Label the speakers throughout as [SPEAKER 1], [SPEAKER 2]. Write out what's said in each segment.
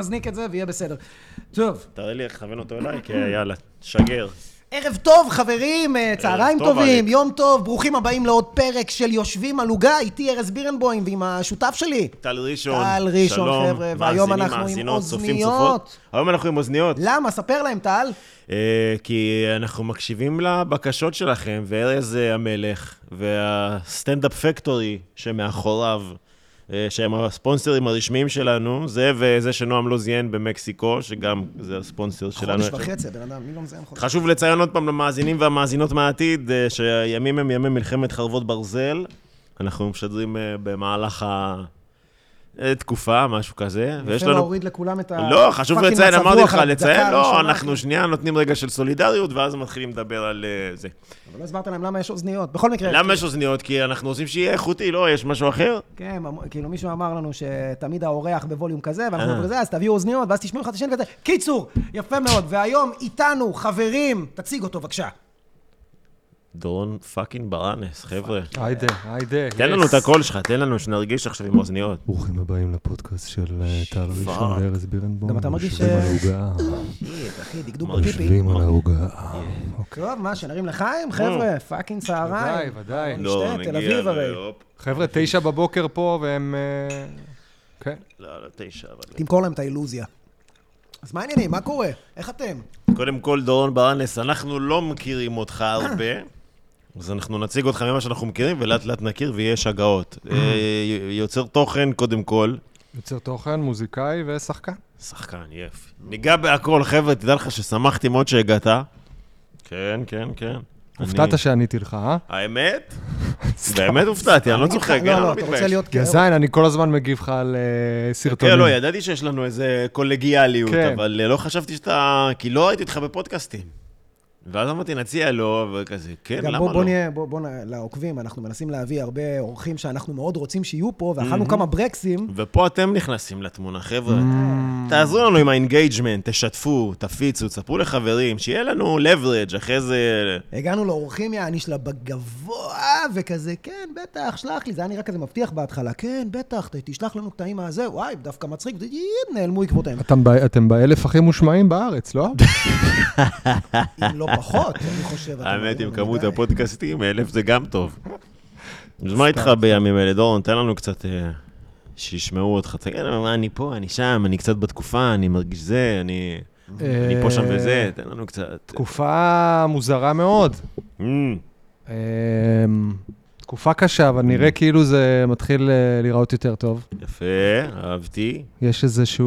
[SPEAKER 1] נזניק את זה ויהיה בסדר. טוב,
[SPEAKER 2] תראה לי איך לכוון אותו אליי, כי יאללה, שגר.
[SPEAKER 1] ערב טוב חברים, אה, צהריים
[SPEAKER 2] טוב,
[SPEAKER 1] טובים,
[SPEAKER 2] אלק.
[SPEAKER 1] יום טוב, ברוכים הבאים לעוד פרק של יושבים על עוגה, איתי ארז בירנבוים ועם השותף שלי.
[SPEAKER 2] טל ראשון,
[SPEAKER 1] טל ראשון,
[SPEAKER 2] שלום,
[SPEAKER 1] חבר'ה, והיום
[SPEAKER 2] מאזינים,
[SPEAKER 1] אנחנו עם
[SPEAKER 2] מאזינות, צופים,
[SPEAKER 1] אוזניות.
[SPEAKER 2] צופות. היום אנחנו עם אוזניות,
[SPEAKER 1] למה? ספר להם טל.
[SPEAKER 2] אה, כי אנחנו מקשיבים לבקשות שלכם, וארז אה, המלך, והסטנדאפ פקטורי שמאחוריו, אה, שהם הספונסרים הרשמיים שלנו, זה וזה שנועם לא זיין במקסיקו, שגם זה הספונסר שלנו.
[SPEAKER 1] חודש וחצי, הבן אדם, מי לא מזיין חודש?
[SPEAKER 2] חשוב לציין עוד פעם למאזינים והמאזינות מהעתיד, אה, שהימים הם ימי מלחמת חרבות ברזל. אנחנו משדרים אה, במהלך התקופה, משהו כזה, ויש
[SPEAKER 1] יפה
[SPEAKER 2] לנו...
[SPEAKER 1] להוריד לכולם את ה...
[SPEAKER 2] לא, חשוב
[SPEAKER 1] פאקינג
[SPEAKER 2] לציין,
[SPEAKER 1] מצב
[SPEAKER 2] אמרתי
[SPEAKER 1] רוח
[SPEAKER 2] לך
[SPEAKER 1] על הדקה
[SPEAKER 2] לציין, לא,
[SPEAKER 1] הראשונה.
[SPEAKER 2] אנחנו שנייה נותנים רגע של סולידריות, ואז מתחילים לדבר על אה, זה.
[SPEAKER 1] אבל לא הסברת להם למה יש אוזניות. בכל מקרה...
[SPEAKER 2] למה יש אוזניות? כי אנחנו רוצים שיהיה איכותי, לא, יש משהו אחר?
[SPEAKER 1] כן, אמ- כאילו מישהו אמר לנו שתמיד האורח בווליום כזה, ואנחנו
[SPEAKER 2] אה.
[SPEAKER 1] אומרים לזה, אז תביאו אוזניות, ואז תשמעו אחד את השני כזה. קיצור, יפה מאוד. והיום איתנו, חברים, תציג אותו בבקשה.
[SPEAKER 2] דורון פאקינג ברנס, חבר'ה.
[SPEAKER 3] היידה, היידה.
[SPEAKER 2] תן לנו את הקול שלך, תן לנו שנרגיש עכשיו עם אוזניות.
[SPEAKER 3] ברוכים הבאים לפודקאסט של אה, טל ראשון וארז בירנבוים.
[SPEAKER 1] גם אתה מרגיש אה,
[SPEAKER 3] יושבים
[SPEAKER 1] ש-
[SPEAKER 3] על העוגה.
[SPEAKER 1] אחי, דגדוג
[SPEAKER 2] מרגיש
[SPEAKER 1] בפיפי.
[SPEAKER 3] יושבים על העוגה.
[SPEAKER 1] טוב, מה, שנרים לחיים? חבר'ה, פאקינג צהריים.
[SPEAKER 3] ודאי, ודאי.
[SPEAKER 1] לא, נשתה, תל אביב הרי.
[SPEAKER 2] הופ.
[SPEAKER 3] חבר'ה, תשע בבוקר פה והם... אה, כן.
[SPEAKER 2] לא, לא, תשע, אבל...
[SPEAKER 1] תמכור להם את האילוזיה. אז מה העניינים? מה קורה? איך אתם?
[SPEAKER 2] קודם כל, דורון ברנס, אנחנו לא מכירים אותך הרבה, אז אנחנו נציג אותך ממה שאנחנו מכירים, ולאט לאט נכיר ויהיה שגעות. אה, י- יוצר תוכן, קודם כל.
[SPEAKER 3] יוצר תוכן, מוזיקאי ושחקן.
[SPEAKER 2] שחקן, יפ. ניגע בהכל, חבר'ה, תדע לך ששמחתי מאוד שהגעת. כן, כן, כן. אני-
[SPEAKER 3] הופתעת שעניתי לך, אה?
[SPEAKER 1] כן,
[SPEAKER 2] האמת? באמת הופתעתי, אני לא צוחק,
[SPEAKER 1] לא,
[SPEAKER 2] אני
[SPEAKER 1] לא,
[SPEAKER 2] לא
[SPEAKER 1] אתה רוצה
[SPEAKER 2] מתבייש.
[SPEAKER 1] להיות כאב.
[SPEAKER 3] גזיין, אני כל הזמן מגיב לך על אה,
[SPEAKER 2] כן,
[SPEAKER 3] סרטונים.
[SPEAKER 2] לא, ידעתי שיש לנו איזה קולגיאליות,
[SPEAKER 3] כן.
[SPEAKER 2] אבל לא חשבתי שאתה... כי לא ראיתי אותך בפודקאסטים. ואז אמרתי, נציע לו, וכזה, כן,
[SPEAKER 1] גם
[SPEAKER 2] למה
[SPEAKER 1] בוא,
[SPEAKER 2] לא?
[SPEAKER 1] בוא נהיה, בוא, בוא נ- לעוקבים, אנחנו מנסים להביא הרבה אורחים שאנחנו מאוד רוצים שיהיו פה, ואכלנו כמה ברקסים.
[SPEAKER 2] ופה אתם נכנסים לתמונה, חבר'ה. תעזרו לנו עם האינגייג'מנט, תשתפו, תפיצו, תספרו לחברים, שיהיה לנו leverage, אחרי זה...
[SPEAKER 1] הגענו לאורחים, יעני שלה בגבוה, וכזה, כן, בטח, שלח לי. זה היה נראה כזה מבטיח בהתחלה, כן, בטח, ת- תשלח לנו קטעים מהזה, וואי, דווקא מצחיק, וזה, יי, נעלמו עקבותיהם.
[SPEAKER 3] אתם ב- אתם באלף הכי מושמעים בארץ, לא?
[SPEAKER 1] אם לא פחות, אני חושב. אתה
[SPEAKER 2] האמת,
[SPEAKER 1] מבין,
[SPEAKER 2] עם כמות
[SPEAKER 1] ודאי.
[SPEAKER 2] הפודקאסטים, אלף זה גם טוב. אז מה איתך בימים אלה, דורון? תן לנו קצת... אה, שישמעו אותך. תגיד להם, "מה, אני פה, אני שם, אני קצת בתקופה, אני מרגיש זה, אני... אני פה, שם וזה, תן לנו קצת...
[SPEAKER 3] אה, תקופה מוזרה מאוד.
[SPEAKER 2] אמ,
[SPEAKER 3] אמ, תקופה קשה, אבל
[SPEAKER 2] Mm.
[SPEAKER 3] נראה כאילו זה מתחיל אה, להיראות יותר טוב.
[SPEAKER 2] יפה, אהבתי.
[SPEAKER 3] יש איזושהי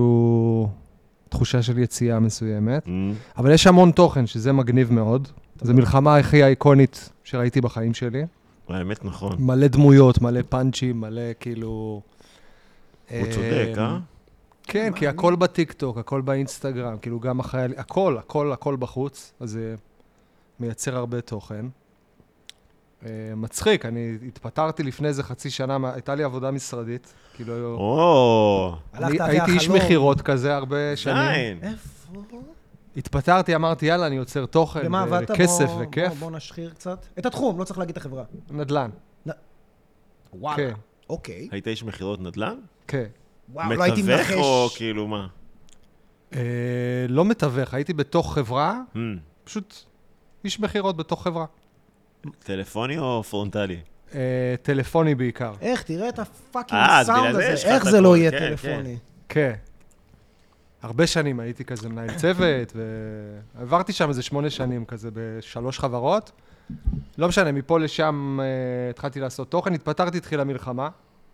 [SPEAKER 3] תחושה של יציאה מסוימת,
[SPEAKER 2] אמ,
[SPEAKER 3] אבל יש המון תוכן, שזה מגניב מאוד. זו מלחמה הכי האיקונית שראיתי בחיים שלי.
[SPEAKER 2] האמת, נכון.
[SPEAKER 3] מלא דמויות, מלא פאנצ'ים, מלא כאילו...
[SPEAKER 2] הוא צודק,
[SPEAKER 3] אמ,
[SPEAKER 2] אה?
[SPEAKER 3] כן, כי הכל בטיקטוק, הכל באינסטגרם, כאילו גם אחרי... הכל, הכל, הכל בחוץ, אז זה מייצר הרבה תוכן. אה, מצחיק, אני התפטרתי לפני איזה חצי שנה, מה- הייתה לי עבודה משרדית, כאילו... היו-
[SPEAKER 2] או,
[SPEAKER 1] הלכת
[SPEAKER 3] אני-
[SPEAKER 1] אחרי
[SPEAKER 3] הייתי איש
[SPEAKER 1] החלום.
[SPEAKER 3] מכירות כזה הרבה שנים.
[SPEAKER 2] זין.
[SPEAKER 1] איפה?
[SPEAKER 3] התפטרתי, אמרתי, יאללה, אני יוצר תוכן,
[SPEAKER 1] במה עבדת?
[SPEAKER 3] וכסף
[SPEAKER 1] בוא-
[SPEAKER 3] כן, וכיף.
[SPEAKER 1] בוא- בוא נשחיר קצת. את התחום, לא צריך להגיד את החברה.
[SPEAKER 3] נדל"ן.
[SPEAKER 1] וואלה.
[SPEAKER 3] כן,
[SPEAKER 1] אוקיי.
[SPEAKER 2] היית איש מכירות נדל"ן?
[SPEAKER 3] כן.
[SPEAKER 1] וואו, לא הייתי מנחש.
[SPEAKER 2] מתווך או כאילו מה?
[SPEAKER 3] אה, לא מתווך, הייתי בתוך חברה,
[SPEAKER 2] Hmm.
[SPEAKER 3] פשוט איש מכירות בתוך חברה.
[SPEAKER 2] טלפוני או פרונטלי?
[SPEAKER 3] אה, טלפוני בעיקר.
[SPEAKER 1] איך, תראה את הפאקינג
[SPEAKER 2] אה, אז
[SPEAKER 1] סאונד
[SPEAKER 2] בגלל זה יש
[SPEAKER 1] הזה,
[SPEAKER 2] לך
[SPEAKER 1] איך
[SPEAKER 2] את
[SPEAKER 1] זה לא
[SPEAKER 2] הכל,
[SPEAKER 1] יהיה
[SPEAKER 2] כן,
[SPEAKER 1] טלפוני.
[SPEAKER 3] כן. הרבה שנים הייתי כזה מנהל צוות, ועברתי שם איזה שמונה שנים כזה בשלוש חברות. לא משנה, מפה לשם אה, התחלתי לעשות תוכן, התפטרתי, התחילה מלחמה.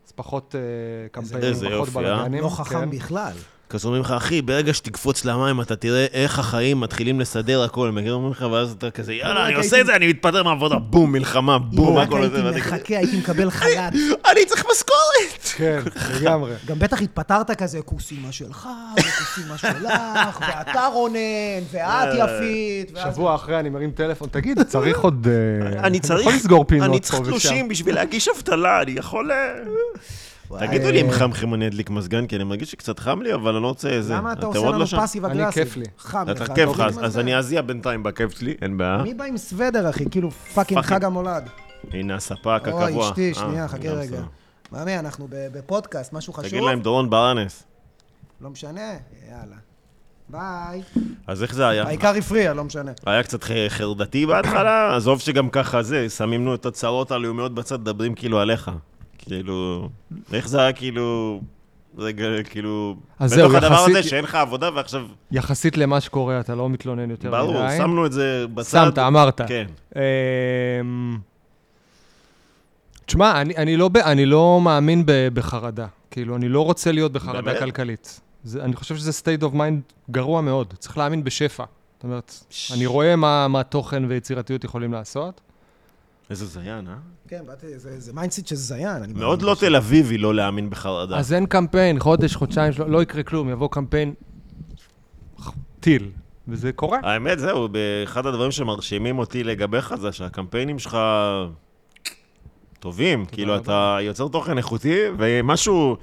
[SPEAKER 3] אז פחות אה, קמפיינים,
[SPEAKER 2] איזה
[SPEAKER 3] פחות
[SPEAKER 2] יופי, אה?
[SPEAKER 3] בלאגנים. כן,
[SPEAKER 1] לא חכם בכלל.
[SPEAKER 2] אז אומרים לך, אחי, ברגע שתקפוץ למים, אתה תראה איך החיים מתחילים לסדר הכל. מכיר אומרים לך, ואז אתה כזה, יאללה,
[SPEAKER 1] רק
[SPEAKER 2] אני
[SPEAKER 1] לא, הייתי-
[SPEAKER 2] עושה את זה, אני מתפטר מהעבודה, בום, מלחמה,
[SPEAKER 1] אם
[SPEAKER 2] בום,
[SPEAKER 1] רק
[SPEAKER 2] הכל הזה.
[SPEAKER 1] הייתי
[SPEAKER 2] ואתה כזה,
[SPEAKER 1] מחכה, הייתי מקבל חל"ת.
[SPEAKER 2] אני צריך משכורת!
[SPEAKER 3] כן, לגמרי.
[SPEAKER 1] גם בטח התפטרת כזה, כוסימה שלך, וכוסימה שלך, ואתה רונן, ואת
[SPEAKER 2] אה,
[SPEAKER 1] יפית. ואז-
[SPEAKER 3] שבוע אחרי אני מרים טלפון, תגיד, צריך עוד... אה,
[SPEAKER 2] אני צריך,
[SPEAKER 3] יכול לסגור פינות
[SPEAKER 2] אני
[SPEAKER 3] פה
[SPEAKER 2] צריך
[SPEAKER 3] ושם."
[SPEAKER 2] תלושים בשביל להגיש אבטלה, אני יכול... אה, תגידו לי אם חם לכם אני אדליק מזגן, כי אני מרגיש שקצת חם לי, אבל אני לא רוצה איזה...
[SPEAKER 1] למה אתה
[SPEAKER 2] אתם
[SPEAKER 1] עושה
[SPEAKER 2] עוד
[SPEAKER 1] לנו
[SPEAKER 2] לא שם?
[SPEAKER 1] פאסיב
[SPEAKER 3] אני,
[SPEAKER 1] אגרסיב?
[SPEAKER 3] כיף לי.
[SPEAKER 1] חם לך.
[SPEAKER 2] אתה
[SPEAKER 1] אתה
[SPEAKER 2] כיף לך,
[SPEAKER 1] אוכל
[SPEAKER 2] אז- אז
[SPEAKER 1] מזגן.
[SPEAKER 2] אני אזיע בינתיים בכיף שלי, אין בעיה.
[SPEAKER 1] מי בא עם סוודר, אחי? כאילו פאקינג
[SPEAKER 2] פאקינג.
[SPEAKER 1] חג המולד.
[SPEAKER 2] הנה הספק הקבוע.
[SPEAKER 1] אוי, אשתי,
[SPEAKER 2] אה,
[SPEAKER 1] שנייה, חכה
[SPEAKER 2] גם
[SPEAKER 1] רגע.
[SPEAKER 2] בסדר.
[SPEAKER 1] מאמי, אנחנו ב- בפודקאסט, משהו חשוב.
[SPEAKER 2] תגיד להם דורון ברנס.
[SPEAKER 1] לא משנה, יאללה. ביי.
[SPEAKER 2] אז איך זה היה?
[SPEAKER 1] העיקר הפריע, לא משנה.
[SPEAKER 2] היה קצת ח- חרדתי בהתחלה, עזוב שגם ככה זה, שמים לנו את הצרות הלאומיות בצד, מדברים כאילו עליך. כאילו, איך זה היה כאילו... רגע, כאילו...
[SPEAKER 3] אז
[SPEAKER 2] בתוך
[SPEAKER 3] זהו,
[SPEAKER 2] הדבר
[SPEAKER 3] יחסית-
[SPEAKER 2] הזה שאין לך עבודה ועכשיו...
[SPEAKER 3] יחסית למה שקורה, אתה לא מתלונן יותר מדי.
[SPEAKER 2] ברור, שמנו את זה בצד.
[SPEAKER 3] שמת, אמרת.
[SPEAKER 2] כן.
[SPEAKER 3] אמ, תשמע, אני, אני, לא, ב- אני לא מאמין ב, בחרדה. כאילו, אני לא רוצה להיות בחרדה
[SPEAKER 2] באמת?
[SPEAKER 3] כלכלית. זה, אני חושב שזה state of mind גרוע מאוד. צריך להאמין בשפע. זאת אומרת, אני רואה מה, מה תוכן ויצירתיות יכולים לעשות.
[SPEAKER 2] איזה זיין, אה?
[SPEAKER 3] לא,
[SPEAKER 1] כן, באתי, זה זה מיינדסט של זיין. אני
[SPEAKER 2] מאוד
[SPEAKER 1] מאמין.
[SPEAKER 2] לא תל אביבי לא להאמין בחרדה.
[SPEAKER 3] אז אין קמפיין, חודש, חודשיים, לא, לא יקרה כלום, יבוא קמפיין טיל. וזה קורה.
[SPEAKER 2] האמת, זהו, אחד הדברים שמרשימים אותי לגביך זה שהקמפיינים שלך טובים. כאילו,
[SPEAKER 3] רבה.
[SPEAKER 2] אתה יוצר תוכן איכותי, ומשהו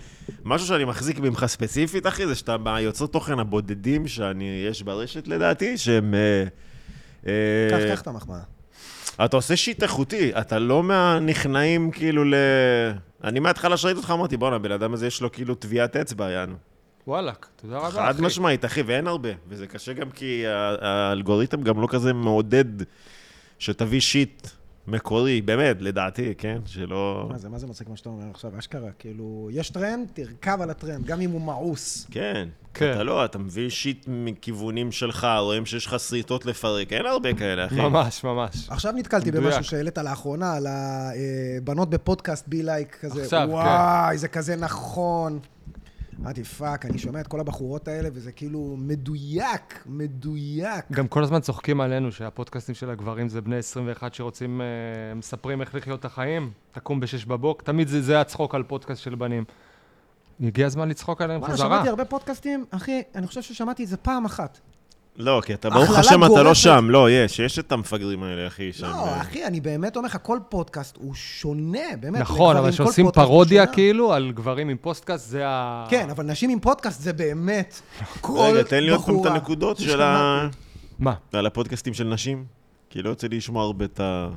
[SPEAKER 2] משהו שאני מחזיק ממך ספציפית, אחי, זה שאתה מהיוצר תוכן הבודדים שאני, יש ברשת לדעתי, שהם... אה, אה,
[SPEAKER 1] קח, קח את המחמאה.
[SPEAKER 2] אתה עושה שיט איכותי, אתה לא מהנכנעים כאילו ל... אני מההתחלה שראיתי אותך, אמרתי, בואנה, הבן אדם הזה יש לו כאילו טביעת אצבע, יענו.
[SPEAKER 3] וואלכ, תודה רבה, אחי.
[SPEAKER 2] חד משמעית, אחי, ואין הרבה. וזה קשה גם כי ה- האלגוריתם גם לא כזה מעודד שתביא שיט מקורי, באמת, לדעתי, כן? שלא...
[SPEAKER 1] מה זה, מה זה מצחיק מה שאתה אומר עכשיו? אשכרה, כאילו, יש טרנד, תרכב על הטרנד, גם אם הוא מאוס.
[SPEAKER 2] כן.
[SPEAKER 3] כן.
[SPEAKER 2] אתה לא, אתה מביא שיט מכיוונים שלך, רואים שיש לך שריטות לפרק, אין הרבה כאלה, אחי.
[SPEAKER 3] ממש, ממש.
[SPEAKER 1] עכשיו נתקלתי
[SPEAKER 3] מדויק.
[SPEAKER 1] במשהו שהעלית לאחרונה, על הבנות בפודקאסט בי לייק כזה.
[SPEAKER 3] עכשיו, כן.
[SPEAKER 1] וואי, זה כזה נכון. אמרתי, פאק, אני שומע את כל הבחורות האלה, וזה כאילו מדויק, מדויק.
[SPEAKER 3] גם כל הזמן צוחקים עלינו שהפודקאסטים של הגברים זה בני 21 שרוצים, אה, מספרים איך לחיות את החיים, תקום ב-6 בבוקר, תמיד זה, זה הצחוק על פודקאסט של בנים. הגיע הזמן לצחוק עליהם
[SPEAKER 1] וואלה,
[SPEAKER 3] חזרה.
[SPEAKER 1] שמעתי הרבה פודקאסטים, אחי, אני חושב ששמעתי את זה פעם אחת.
[SPEAKER 2] לא, כי אתה, ברוך
[SPEAKER 1] הכללה
[SPEAKER 2] השם, אתה לא
[SPEAKER 1] גורפת.
[SPEAKER 2] שם. לא, יש, יש את המפגרים האלה, אחי, שם.
[SPEAKER 1] לא, אחי, אני באמת אומר לך, כל פודקאסט הוא שונה, באמת.
[SPEAKER 3] נכון, אבל
[SPEAKER 1] לגברים, כל
[SPEAKER 3] כשעושים
[SPEAKER 1] פודקאסט הוא
[SPEAKER 3] פרודיה
[SPEAKER 1] שונה.
[SPEAKER 3] כאילו על גברים עם פוסטקאסט, זה ה...
[SPEAKER 1] כן, אבל נשים עם פודקאסט זה באמת כל בחורה.
[SPEAKER 2] רגע, תן לי עוד פעם את הנקודות של ה...
[SPEAKER 3] מה?
[SPEAKER 2] על הפודקאסטים של נשים. כי לא יוצא לי לשמוע הרבה את ה...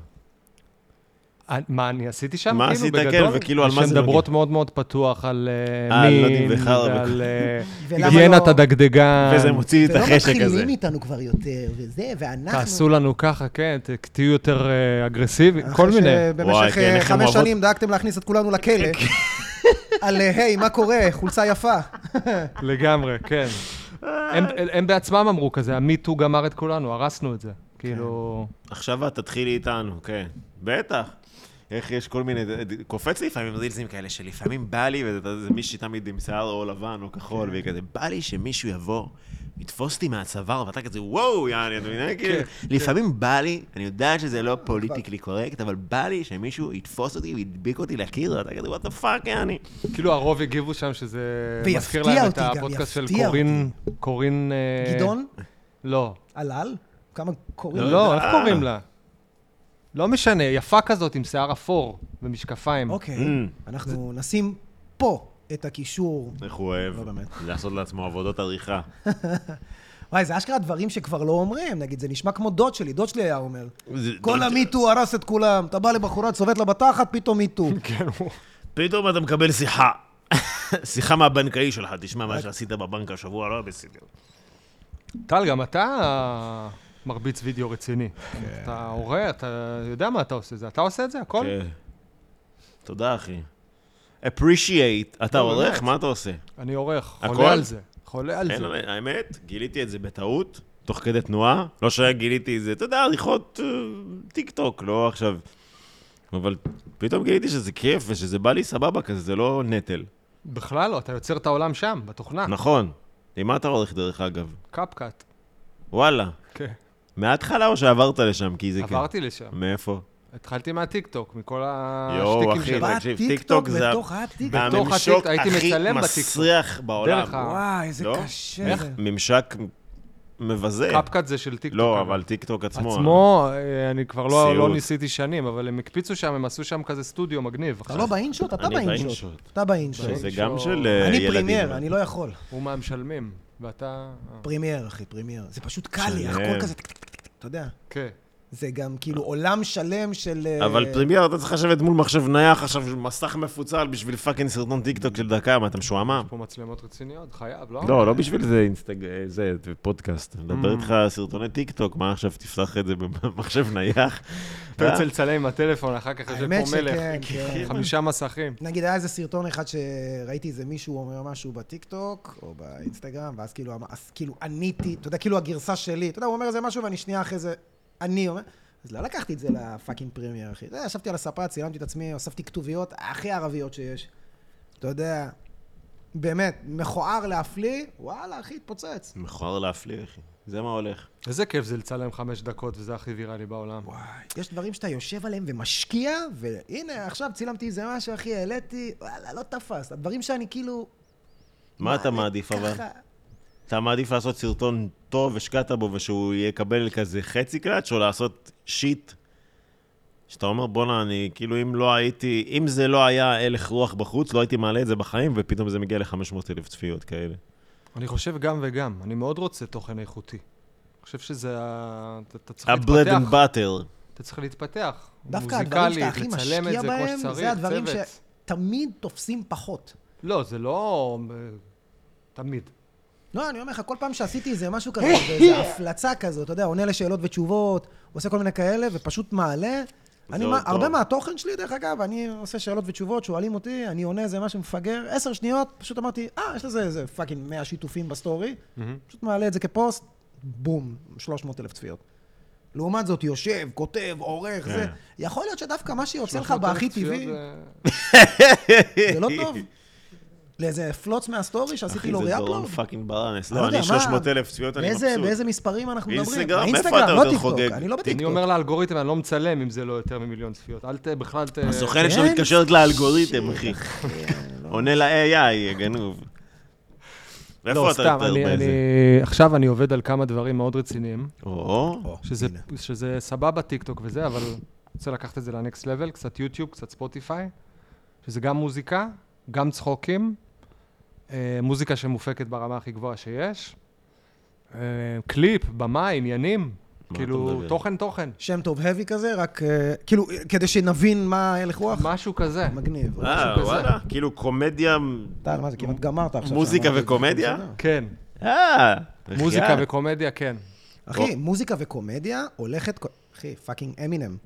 [SPEAKER 3] אה, מה אני עשיתי שם?
[SPEAKER 2] מה
[SPEAKER 3] כאילו,
[SPEAKER 2] עשית,
[SPEAKER 3] בגדול?
[SPEAKER 2] כן, וכאילו, על מה זה נוגע?
[SPEAKER 3] שמדברות מאוד מאוד פתוח על אה,
[SPEAKER 2] אה, לא
[SPEAKER 3] מין,
[SPEAKER 2] דיווחה הרבה.
[SPEAKER 3] ועל אה,
[SPEAKER 1] ולמה
[SPEAKER 3] היגיינת
[SPEAKER 1] לא-
[SPEAKER 3] הדגדגן.
[SPEAKER 2] וזה מוציא את
[SPEAKER 1] ולא
[SPEAKER 2] החשק הזה.
[SPEAKER 1] לא מתחילים איתנו כבר יותר, וזה, ואנחנו...
[SPEAKER 3] תעשו לנו ככה, כן, ת- תהיו יותר אה, אגרסיביים,
[SPEAKER 1] אחרי
[SPEAKER 3] כל מיני.
[SPEAKER 2] וואי,
[SPEAKER 1] שבמשך
[SPEAKER 2] כן,
[SPEAKER 1] אה,
[SPEAKER 2] איך הם
[SPEAKER 1] חמש
[SPEAKER 2] אוהבות- כן.
[SPEAKER 1] שנים דאגתם להכניס את כולנו לכלא. על אה, היי, מה קורה? חולצה יפה.
[SPEAKER 3] לגמרי, כן. הם, הם בעצמם אמרו כזה, המיטו גמר את כולנו, הרסנו את זה. כאילו...
[SPEAKER 2] עכשיו את תתחילי איתנו, כן. בטח. איך יש כל מיני, אה, קופץ לי לפעמים רילזים כאלה, שלפעמים בא לי, וזה זה מישהי תמיד עם שיער או לבן או כחול, והיא כזה, בא לי שמישהו יבוא, יתפוס אותי מהצוואר, ואתה כזה, וואו, יעני, אתה מבין? כאילו,
[SPEAKER 1] כן,
[SPEAKER 2] לפעמים בא לי, אני יודעת שזה לא פוליטיקלי קורקט, אבל בא לי שמישהו יתפוס אותי וידביק אותי לקיר, ואתה כזה, וואט דה פאק, יעני.
[SPEAKER 3] כאילו הרוב הגיבו שם שזה
[SPEAKER 1] ויפתיע
[SPEAKER 3] מזכיר להם
[SPEAKER 1] אותי
[SPEAKER 3] את
[SPEAKER 1] גם,
[SPEAKER 3] הפודקאסט של
[SPEAKER 1] יפתיע
[SPEAKER 3] קורין... קורין... אה,
[SPEAKER 1] גדעון,
[SPEAKER 3] לא.
[SPEAKER 1] הלל? כמה קוראים? לו?
[SPEAKER 3] לא,
[SPEAKER 2] יודע.
[SPEAKER 3] איך קוראים לה? לא משנה, יפה כזאת עם שיער אפור ומשקפיים.
[SPEAKER 1] אוקיי,
[SPEAKER 2] Mm.
[SPEAKER 1] אנחנו נשים פה את הקישור.
[SPEAKER 2] איך הוא אוהב
[SPEAKER 1] לא באמת.
[SPEAKER 2] לעשות לעצמו עבודות עריכה.
[SPEAKER 1] וואי, זה אשכרה דברים שכבר לא אומרים, נגיד, זה נשמע כמו דוד שלי, דוד שלי היה אומר.
[SPEAKER 2] זה-
[SPEAKER 1] כל המיטו הרס את כולם, אתה בא לבחורה, צובט לה בתחת, פתאום מיטו.
[SPEAKER 2] כן. פתאום אתה מקבל שיחה. שיחה מהבנקאי שלך, תשמע, מה שעשית בבנק השבוע לא היה בסדר.
[SPEAKER 3] טל, גם אתה מרביץ וידאו רציני. אתה הורה, אתה יודע מה אתה עושה, זה אתה עושה את זה, הכל?
[SPEAKER 2] כן. תודה, אחי. appreciate. אתה עורך? מה אתה עושה?
[SPEAKER 3] אני עורך,
[SPEAKER 2] הכל?
[SPEAKER 3] חולה על זה. חולה על
[SPEAKER 2] אין,
[SPEAKER 3] זה.
[SPEAKER 2] האמת, גיליתי את זה בטעות, תוך כדי תנועה. לא שגיליתי את זה, אתה יודע, עריכות אה, טיק טוק, לא עכשיו. אבל פתאום גיליתי שזה כיף ושזה בא לי סבבה כזה, זה לא נטל.
[SPEAKER 3] בכלל לא, אתה יוצר את העולם שם, בתוכנה.
[SPEAKER 2] נכון. עם מה אתה עורך דרך אגב?
[SPEAKER 3] קפקאט.
[SPEAKER 2] וואלה.
[SPEAKER 3] כן.
[SPEAKER 2] מההתחלה או שעברת לשם? כי זה כן. כיף.
[SPEAKER 3] עברתי לשם.
[SPEAKER 2] מאיפה?
[SPEAKER 3] התחלתי מהטיקטוק, מכל
[SPEAKER 2] יואו,
[SPEAKER 3] השטיקים
[SPEAKER 2] אחי,
[SPEAKER 3] שלו.
[SPEAKER 2] תקשיב,
[SPEAKER 1] בטיקטוק,
[SPEAKER 2] טיקטוק זה
[SPEAKER 1] בתוך הטיקטוק.
[SPEAKER 3] בתוך
[SPEAKER 2] הממשוק
[SPEAKER 3] הטיקטוק, הייתי
[SPEAKER 2] הכי
[SPEAKER 3] מצלם בטיקטוק.
[SPEAKER 2] מסריח בעולם.
[SPEAKER 3] דרך ה-
[SPEAKER 1] וואי, איזה
[SPEAKER 2] לא?
[SPEAKER 1] קשה זה.
[SPEAKER 2] ממשק מבזה.
[SPEAKER 3] קפקאט זה של טיקטוק.
[SPEAKER 2] כן. לא, אבל טיקטוק עצמו.
[SPEAKER 3] עצמו, אה, אני כבר לא, לא
[SPEAKER 2] סיוט.
[SPEAKER 3] ניסיתי שנים, אבל הם הקפיצו שם, הם עשו שם כזה סטודיו מגניב.
[SPEAKER 1] אתה לא באינשוט? אתה
[SPEAKER 2] אני
[SPEAKER 1] באינשוט.
[SPEAKER 2] באינשוט.
[SPEAKER 1] אתה באינשוט.
[SPEAKER 2] שזה
[SPEAKER 3] שו-
[SPEAKER 2] גם של אה,
[SPEAKER 1] אני
[SPEAKER 2] ילדים.
[SPEAKER 1] פרימייר, אני לא יכול.
[SPEAKER 3] הוא מהמשלמים, ואתה... אה,
[SPEAKER 1] פרימייר, אחי, פרימייר. זה פשוט קל לי,
[SPEAKER 2] שלם.
[SPEAKER 1] הכל כזה, טק, טק, טק, טק, אתה יודע.
[SPEAKER 3] כן.
[SPEAKER 1] זה גם כאילו עולם שלם של... אה,
[SPEAKER 2] אבל פרימייר, אתה צריך לשבת מול מחשב נייח, עכשיו מסך מפוצל בשביל פאקינג סרטון טיקטוק של דקה, מה, אתה משועמם?
[SPEAKER 3] פה מצלמות רציניות, חייב, לא?
[SPEAKER 2] לא, לא בשביל זה אינסטג... אה, זה, פודקאסט. מדבר
[SPEAKER 1] Mm.
[SPEAKER 2] איתך סרטוני טיקטוק, מה עכשיו, תפתח את זה במחשב נייח?
[SPEAKER 3] אתה יוצא לצלם עם הטלפון, אחר כך יושב
[SPEAKER 1] האמת
[SPEAKER 3] פה מלך.
[SPEAKER 1] שכן, כן.
[SPEAKER 3] חמישה מסכים.
[SPEAKER 1] נגיד, היה איזה סרטון אחד שראיתי איזה מישהו אומר משהו בטיקטוק, או באינסטגרם, ואז כאילו, אמר- אז כאילו עניתי, אתה יודע, כאילו הגרסה שלי, אתה יודע, הוא אומר איזה משהו ואני שנייה אחרי זה, אני אומר, אז לא לקחתי את זה לפאקינג פרימייר, אחי. אתה יודע, ישבתי על הספה, צילמתי את עצמי, הוספתי כתוביות הכי ערביות שיש. אתה יודע, באמת, מכוער להפליא, וואלה, אחי, התפוצץ.
[SPEAKER 2] מכוער להפליא, אחי. זה מה הולך.
[SPEAKER 3] איזה כיף זה לצלם חמש דקות, וזה הכי ויראלי בעולם.
[SPEAKER 1] יש דברים שאתה יושב עליהם ומשקיע, והנה, עכשיו צילמתי איזה משהו, אחי, העליתי, וואלה, לא תפס. הדברים שאני כאילו...
[SPEAKER 2] מה אתה מעדיף אבל?
[SPEAKER 1] ככה-
[SPEAKER 2] אתה מעדיף לעשות סרטון טוב, השקעת בו, ושהוא יקבל כזה חצי קלאץ', או לעשות שיט? שאתה אומר, בואנה, אני, כאילו, אם לא הייתי, אם זה לא היה הלך רוח בחוץ, לא הייתי מעלה את זה בחיים, ופתאום זה מגיע ל-500 אלף צפיות כאלה.
[SPEAKER 3] אני חושב גם וגם, אני מאוד רוצה תוכן איכותי. אני חושב שזה ה... אתה- אתה צריך
[SPEAKER 2] ה-bread
[SPEAKER 3] להתפתח.
[SPEAKER 2] and butter.
[SPEAKER 3] אתה צריך להתפתח.
[SPEAKER 1] דווקא הדברים שאתה הכי
[SPEAKER 3] מוזיקלית, לצלם
[SPEAKER 1] משקיע
[SPEAKER 3] את זה כמו
[SPEAKER 1] בהם,
[SPEAKER 3] שצריך,
[SPEAKER 1] זה הדברים
[SPEAKER 3] צוות.
[SPEAKER 1] שתמיד תופסים פחות.
[SPEAKER 3] לא, זה לא... אה, תמיד.
[SPEAKER 1] לא, אני אומר לך, כל פעם שעשיתי איזה משהו כזה, איזו הפלצה כזאת, אתה יודע, עונה לשאלות ותשובות, עושה כל מיני כאלה, ופשוט מעלה. אני,
[SPEAKER 2] עוד
[SPEAKER 1] מה,
[SPEAKER 2] טוב.
[SPEAKER 1] הרבה מהתוכן שלי, דרך אגב, אני עושה שאלות ותשובות, שואלים אותי, אני עונה איזה משהו מפגר, עשר שניות, פשוט אמרתי, אה, יש לזה איזה פאקינג 100 שיתופים בסטורי, פשוט מעלה את זה כפוסט, בום, 300 אלף צפיות. לעומת זאת, יושב, כותב, עורך, זה,
[SPEAKER 2] כן.
[SPEAKER 1] יכול להיות שדווקא מה שיוצא לך
[SPEAKER 3] 300,000
[SPEAKER 1] בהכי טבעי,
[SPEAKER 3] צפיות זה-
[SPEAKER 1] זה לא טוב. לאיזה פלוץ מהסטורי שעשיתי
[SPEAKER 2] אחי,
[SPEAKER 1] לו
[SPEAKER 2] זה
[SPEAKER 1] ריאפלוד?
[SPEAKER 2] דורון פאקינג ברנס.
[SPEAKER 1] לא
[SPEAKER 2] לא,
[SPEAKER 1] יודע,
[SPEAKER 2] אני
[SPEAKER 1] מה?
[SPEAKER 2] 300 אלף צפיות, אני
[SPEAKER 1] באיזה,
[SPEAKER 2] מבסוט.
[SPEAKER 1] באיזה מספרים אנחנו מדברים?
[SPEAKER 2] באינסטגרם, מאיפה
[SPEAKER 1] באינסטגרם,
[SPEAKER 2] אתה
[SPEAKER 1] לא
[SPEAKER 2] יותר
[SPEAKER 1] טיקטוק,
[SPEAKER 2] חוגג?
[SPEAKER 1] אני לא בטיקטוק.
[SPEAKER 3] אני אומר לאלגוריתם, אני לא מצלם אם זה לא יותר ממיליון צפיות. אל ת... בכלל ת...
[SPEAKER 2] הסוכנת שלו
[SPEAKER 1] כן?
[SPEAKER 2] מתקשרת לאלגוריתם, אחי. עונה ל-AI, גנוב.
[SPEAKER 3] לא,
[SPEAKER 2] איפה אתה
[SPEAKER 3] סתם,
[SPEAKER 2] יותר
[SPEAKER 3] אני-
[SPEAKER 2] באיזה?
[SPEAKER 3] אני... עכשיו אני עובד על כמה דברים מאוד רציניים,
[SPEAKER 2] או,
[SPEAKER 1] או,
[SPEAKER 3] שזה-
[SPEAKER 1] הנה.
[SPEAKER 3] שזה סבבה טיקטוק וזה, אבל רוצה לקחת את זה לנקסט לבל, קצת יוטיוב, קצת ספוטיפיי, שזה גם מוזיקה, גם צחוקים, אה, מוזיקה שמופקת ברמה הכי גבוהה שיש, אה, קליפ, במה, עניינים,
[SPEAKER 2] אתה
[SPEAKER 3] כאילו,
[SPEAKER 2] מדבר?
[SPEAKER 3] תוכן תוכן,
[SPEAKER 1] שם טוב heavy כזה, רק אה, כאילו, כדי שנבין מה הלך רוח.
[SPEAKER 3] משהו כזה.
[SPEAKER 1] מגניב.
[SPEAKER 2] אה,
[SPEAKER 3] משהו כזה.
[SPEAKER 2] וואלה, כאילו קומדיה,
[SPEAKER 1] טל, מה זה, כמעט גמרת עכשיו.
[SPEAKER 2] מוזיקה
[SPEAKER 1] שאמרתי את זה,
[SPEAKER 2] וקומדיה?
[SPEAKER 1] בסדר.
[SPEAKER 3] כן,
[SPEAKER 2] אה,
[SPEAKER 3] מוזיקה
[SPEAKER 2] בחייאת.
[SPEAKER 3] וקומדיה, כן.
[SPEAKER 1] אחי, מוזיקה וקומדיה הולכת... כ- אחי, פאקינג אמינם.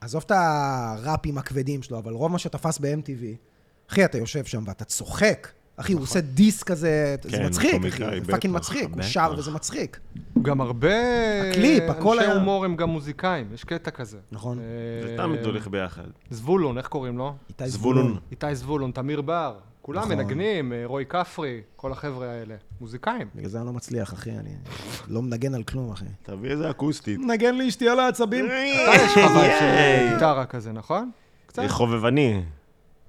[SPEAKER 1] עזוב את הראפים הכבדים שלו, אבל רוב מה שתפס ב-MTV, אחי, אתה יושב שם ואתה צוחק. אחי, הוא עושה דיס כזה, זה
[SPEAKER 2] נכון. כן,
[SPEAKER 1] מצחיק,
[SPEAKER 2] קומיקאי,
[SPEAKER 1] אחי, זה
[SPEAKER 2] בטח,
[SPEAKER 1] פאקינג מצחיק, הוא
[SPEAKER 2] בטח.
[SPEAKER 1] שר וזה מצחיק.
[SPEAKER 3] גם הרבה...
[SPEAKER 1] הקליפ, הכל היה.
[SPEAKER 3] אנשי הומור הם גם מוזיקאים, יש קטע כזה.
[SPEAKER 1] נכון.
[SPEAKER 3] אה,
[SPEAKER 2] זה תמיד הולך ביחד.
[SPEAKER 3] זבולון, איך קוראים לו?
[SPEAKER 1] איתי
[SPEAKER 2] זבולון.
[SPEAKER 3] איתי זבולון, תמיר בר, כולם
[SPEAKER 1] נכון.
[SPEAKER 3] מנגנים, אה, רועי כפרי, כל החבר'ה האלה. מוזיקאים.
[SPEAKER 1] בגלל זה אני לא מצליח, אחי, אני לא מנגן על כלום, אחי.
[SPEAKER 2] תביא איזה אקוסטית. אה,
[SPEAKER 1] מנגן לי אשתי על העצבים.
[SPEAKER 3] אתה יש
[SPEAKER 1] כן,
[SPEAKER 3] לך וייב של אה, גיטרה כזה, נכון? קצת.
[SPEAKER 2] זה אה, חובבני.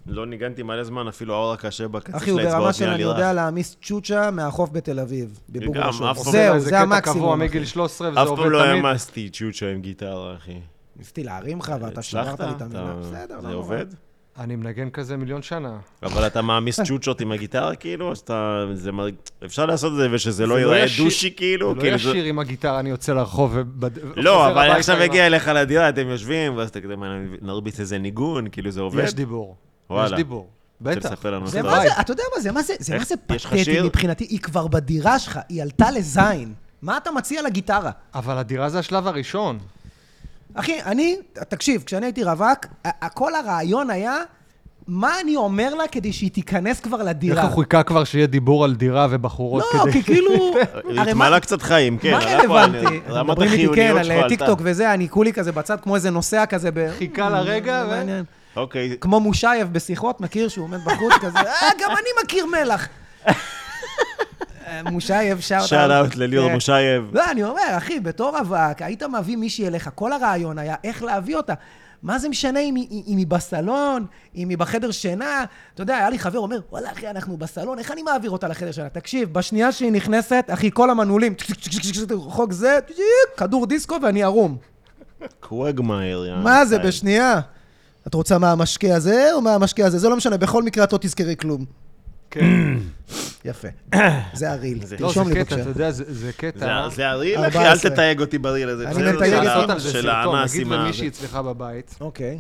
[SPEAKER 2] לא ניגנתי מלא זמן, אפילו האור הקשה בקצה
[SPEAKER 1] אחי,
[SPEAKER 2] של
[SPEAKER 1] הוא ברמה
[SPEAKER 2] האצבעות
[SPEAKER 1] של
[SPEAKER 2] נהיה
[SPEAKER 1] אני
[SPEAKER 2] לי
[SPEAKER 1] יודע
[SPEAKER 2] רע.
[SPEAKER 1] להעמיס צ'וצ'ה מהחוף בתל אביב. בבור
[SPEAKER 2] גם,
[SPEAKER 1] ראשון.
[SPEAKER 2] אף פעם-
[SPEAKER 1] זהו,
[SPEAKER 3] איזה
[SPEAKER 1] זה
[SPEAKER 3] קטע
[SPEAKER 1] המקסימום.
[SPEAKER 3] קבוע
[SPEAKER 1] אחי.
[SPEAKER 3] מגיל 13, וזה
[SPEAKER 2] אף
[SPEAKER 3] עובד
[SPEAKER 2] פעם לא
[SPEAKER 3] תמיד.
[SPEAKER 2] העמסתי צ'וצ'ה עם גיטרה, אחי.
[SPEAKER 1] ניסיתי להרים לך ואתה שברת
[SPEAKER 2] הצלחת?
[SPEAKER 1] לי את המילה.
[SPEAKER 2] אתה-
[SPEAKER 1] בסדר,
[SPEAKER 2] זה
[SPEAKER 1] לא נורא.
[SPEAKER 2] עובד?
[SPEAKER 3] אני מנגן כזה מיליון שנה.
[SPEAKER 2] אבל אתה מעמיס צ'וצ'ות עם הגיטרה, כאילו? אז אתה... זה מר- אפשר לעשות את זה ושזה
[SPEAKER 3] זה
[SPEAKER 2] לא
[SPEAKER 3] לא
[SPEAKER 2] ייראה
[SPEAKER 3] ישיר-
[SPEAKER 2] דושי, כאילו?
[SPEAKER 3] זה לא
[SPEAKER 2] כאילו, זה-
[SPEAKER 3] ישיר עם הגיטרה, אני יוצא לרחוב ובד...
[SPEAKER 2] לא,
[SPEAKER 3] וחוזר
[SPEAKER 2] אבל
[SPEAKER 3] הביתה
[SPEAKER 2] עכשיו
[SPEAKER 3] עם ה-
[SPEAKER 2] הגיע אליך לדירה, אתם יושבים, ואז אתה כזה, "מה, נרביץ איזה ניגון, כאילו זה עובד.
[SPEAKER 3] יש דיבור. יש
[SPEAKER 2] וואלה.
[SPEAKER 3] דיבור.
[SPEAKER 2] רוצה
[SPEAKER 3] בטח.
[SPEAKER 2] לספר לנו
[SPEAKER 1] זה
[SPEAKER 2] סטורי?
[SPEAKER 1] מה זה, אתה יודע מה זה, מה זה, זה מה
[SPEAKER 2] איך-
[SPEAKER 1] זה
[SPEAKER 2] יש לך שיר?
[SPEAKER 1] פתטי מבחינתי, היא כבר בדירה שלך, היא עלתה לזין. מה אתה מציע לגיטרה?
[SPEAKER 3] אבל הדירה זה השלב הראשון.
[SPEAKER 1] אחי, אני, תקשיב, כשאני הייתי רווק, ה- ה- כל הרעיון היה, מה אני אומר לה כדי שהיא תיכנס כבר
[SPEAKER 3] איך
[SPEAKER 1] לדירה?
[SPEAKER 3] הוא חיכה כבר שיהיה דיבור על דירה ובחורות
[SPEAKER 1] לא,
[SPEAKER 3] כדי... כן.
[SPEAKER 1] כי כאילו... הרי מה-
[SPEAKER 2] התמלא קצת חיים, כן.
[SPEAKER 1] מה
[SPEAKER 2] עלה פה על-
[SPEAKER 1] רלוונטי? אתם
[SPEAKER 2] רמת
[SPEAKER 1] מדברים איתי, כן,
[SPEAKER 2] החיוניות שלך
[SPEAKER 1] על
[SPEAKER 2] עלתה.
[SPEAKER 1] טיקטוק וזה, אני כולי כזה בצד, כמו איזה נוסע כזה ב...
[SPEAKER 3] חיכה לרגע ו-
[SPEAKER 1] מעניין.
[SPEAKER 2] אוקיי,
[SPEAKER 1] כמו מושייב בשיחות, מכיר שהוא עומד בחוץ כזה, אה, גם אני מכיר מלח. אה, מושייב שאוט אאוט.
[SPEAKER 2] שאל אאוט לליאור
[SPEAKER 1] כן.
[SPEAKER 2] מושייב.
[SPEAKER 1] לא, אני אומר, אחי, בתור רווק, היית מביא מישהי אליך, כל הרעיון היה איך להביא אותה. מה זה משנה אם היא- אם היא בסלון, אם היא בחדר שינה? אתה יודע, היה לי חבר אומר, וואלה, אחי, אנחנו בסלון, איך אני מעביר אותה לחדר שינה? תקשיב, בשנייה שהיא נכנסת, אחי, כל המנעולים, צ'ק, צ'ק, צ'ק, צ'ק, חוק זה, צ'ק, כדור דיסקו ואני ערום.
[SPEAKER 2] קווגמייר, יא
[SPEAKER 1] מה זה,
[SPEAKER 3] כן.
[SPEAKER 2] חיים.
[SPEAKER 1] בשנייה? את רוצה מהמשקה הזה או מהמשקה הזה? זה לא משנה, בכל מקרה את לא תזכרי כלום.
[SPEAKER 3] כן.
[SPEAKER 1] יפה. זה הריל.
[SPEAKER 2] זה-
[SPEAKER 3] לא, זה
[SPEAKER 1] תרשום לי
[SPEAKER 3] קטע, אתה
[SPEAKER 1] בבקשה.
[SPEAKER 3] יודע, זה זה קטע.
[SPEAKER 2] זה- זה הריל, אחי,
[SPEAKER 1] 14.
[SPEAKER 2] אל תתייג אותי בריל הזה.
[SPEAKER 1] אני
[SPEAKER 2] בסדר?
[SPEAKER 1] מתייג אותך.
[SPEAKER 2] של ה-
[SPEAKER 1] לעשות על
[SPEAKER 2] של האנס
[SPEAKER 3] נגיד
[SPEAKER 2] עם ה...
[SPEAKER 3] למישהי אצלך בבית,
[SPEAKER 1] אוקיי.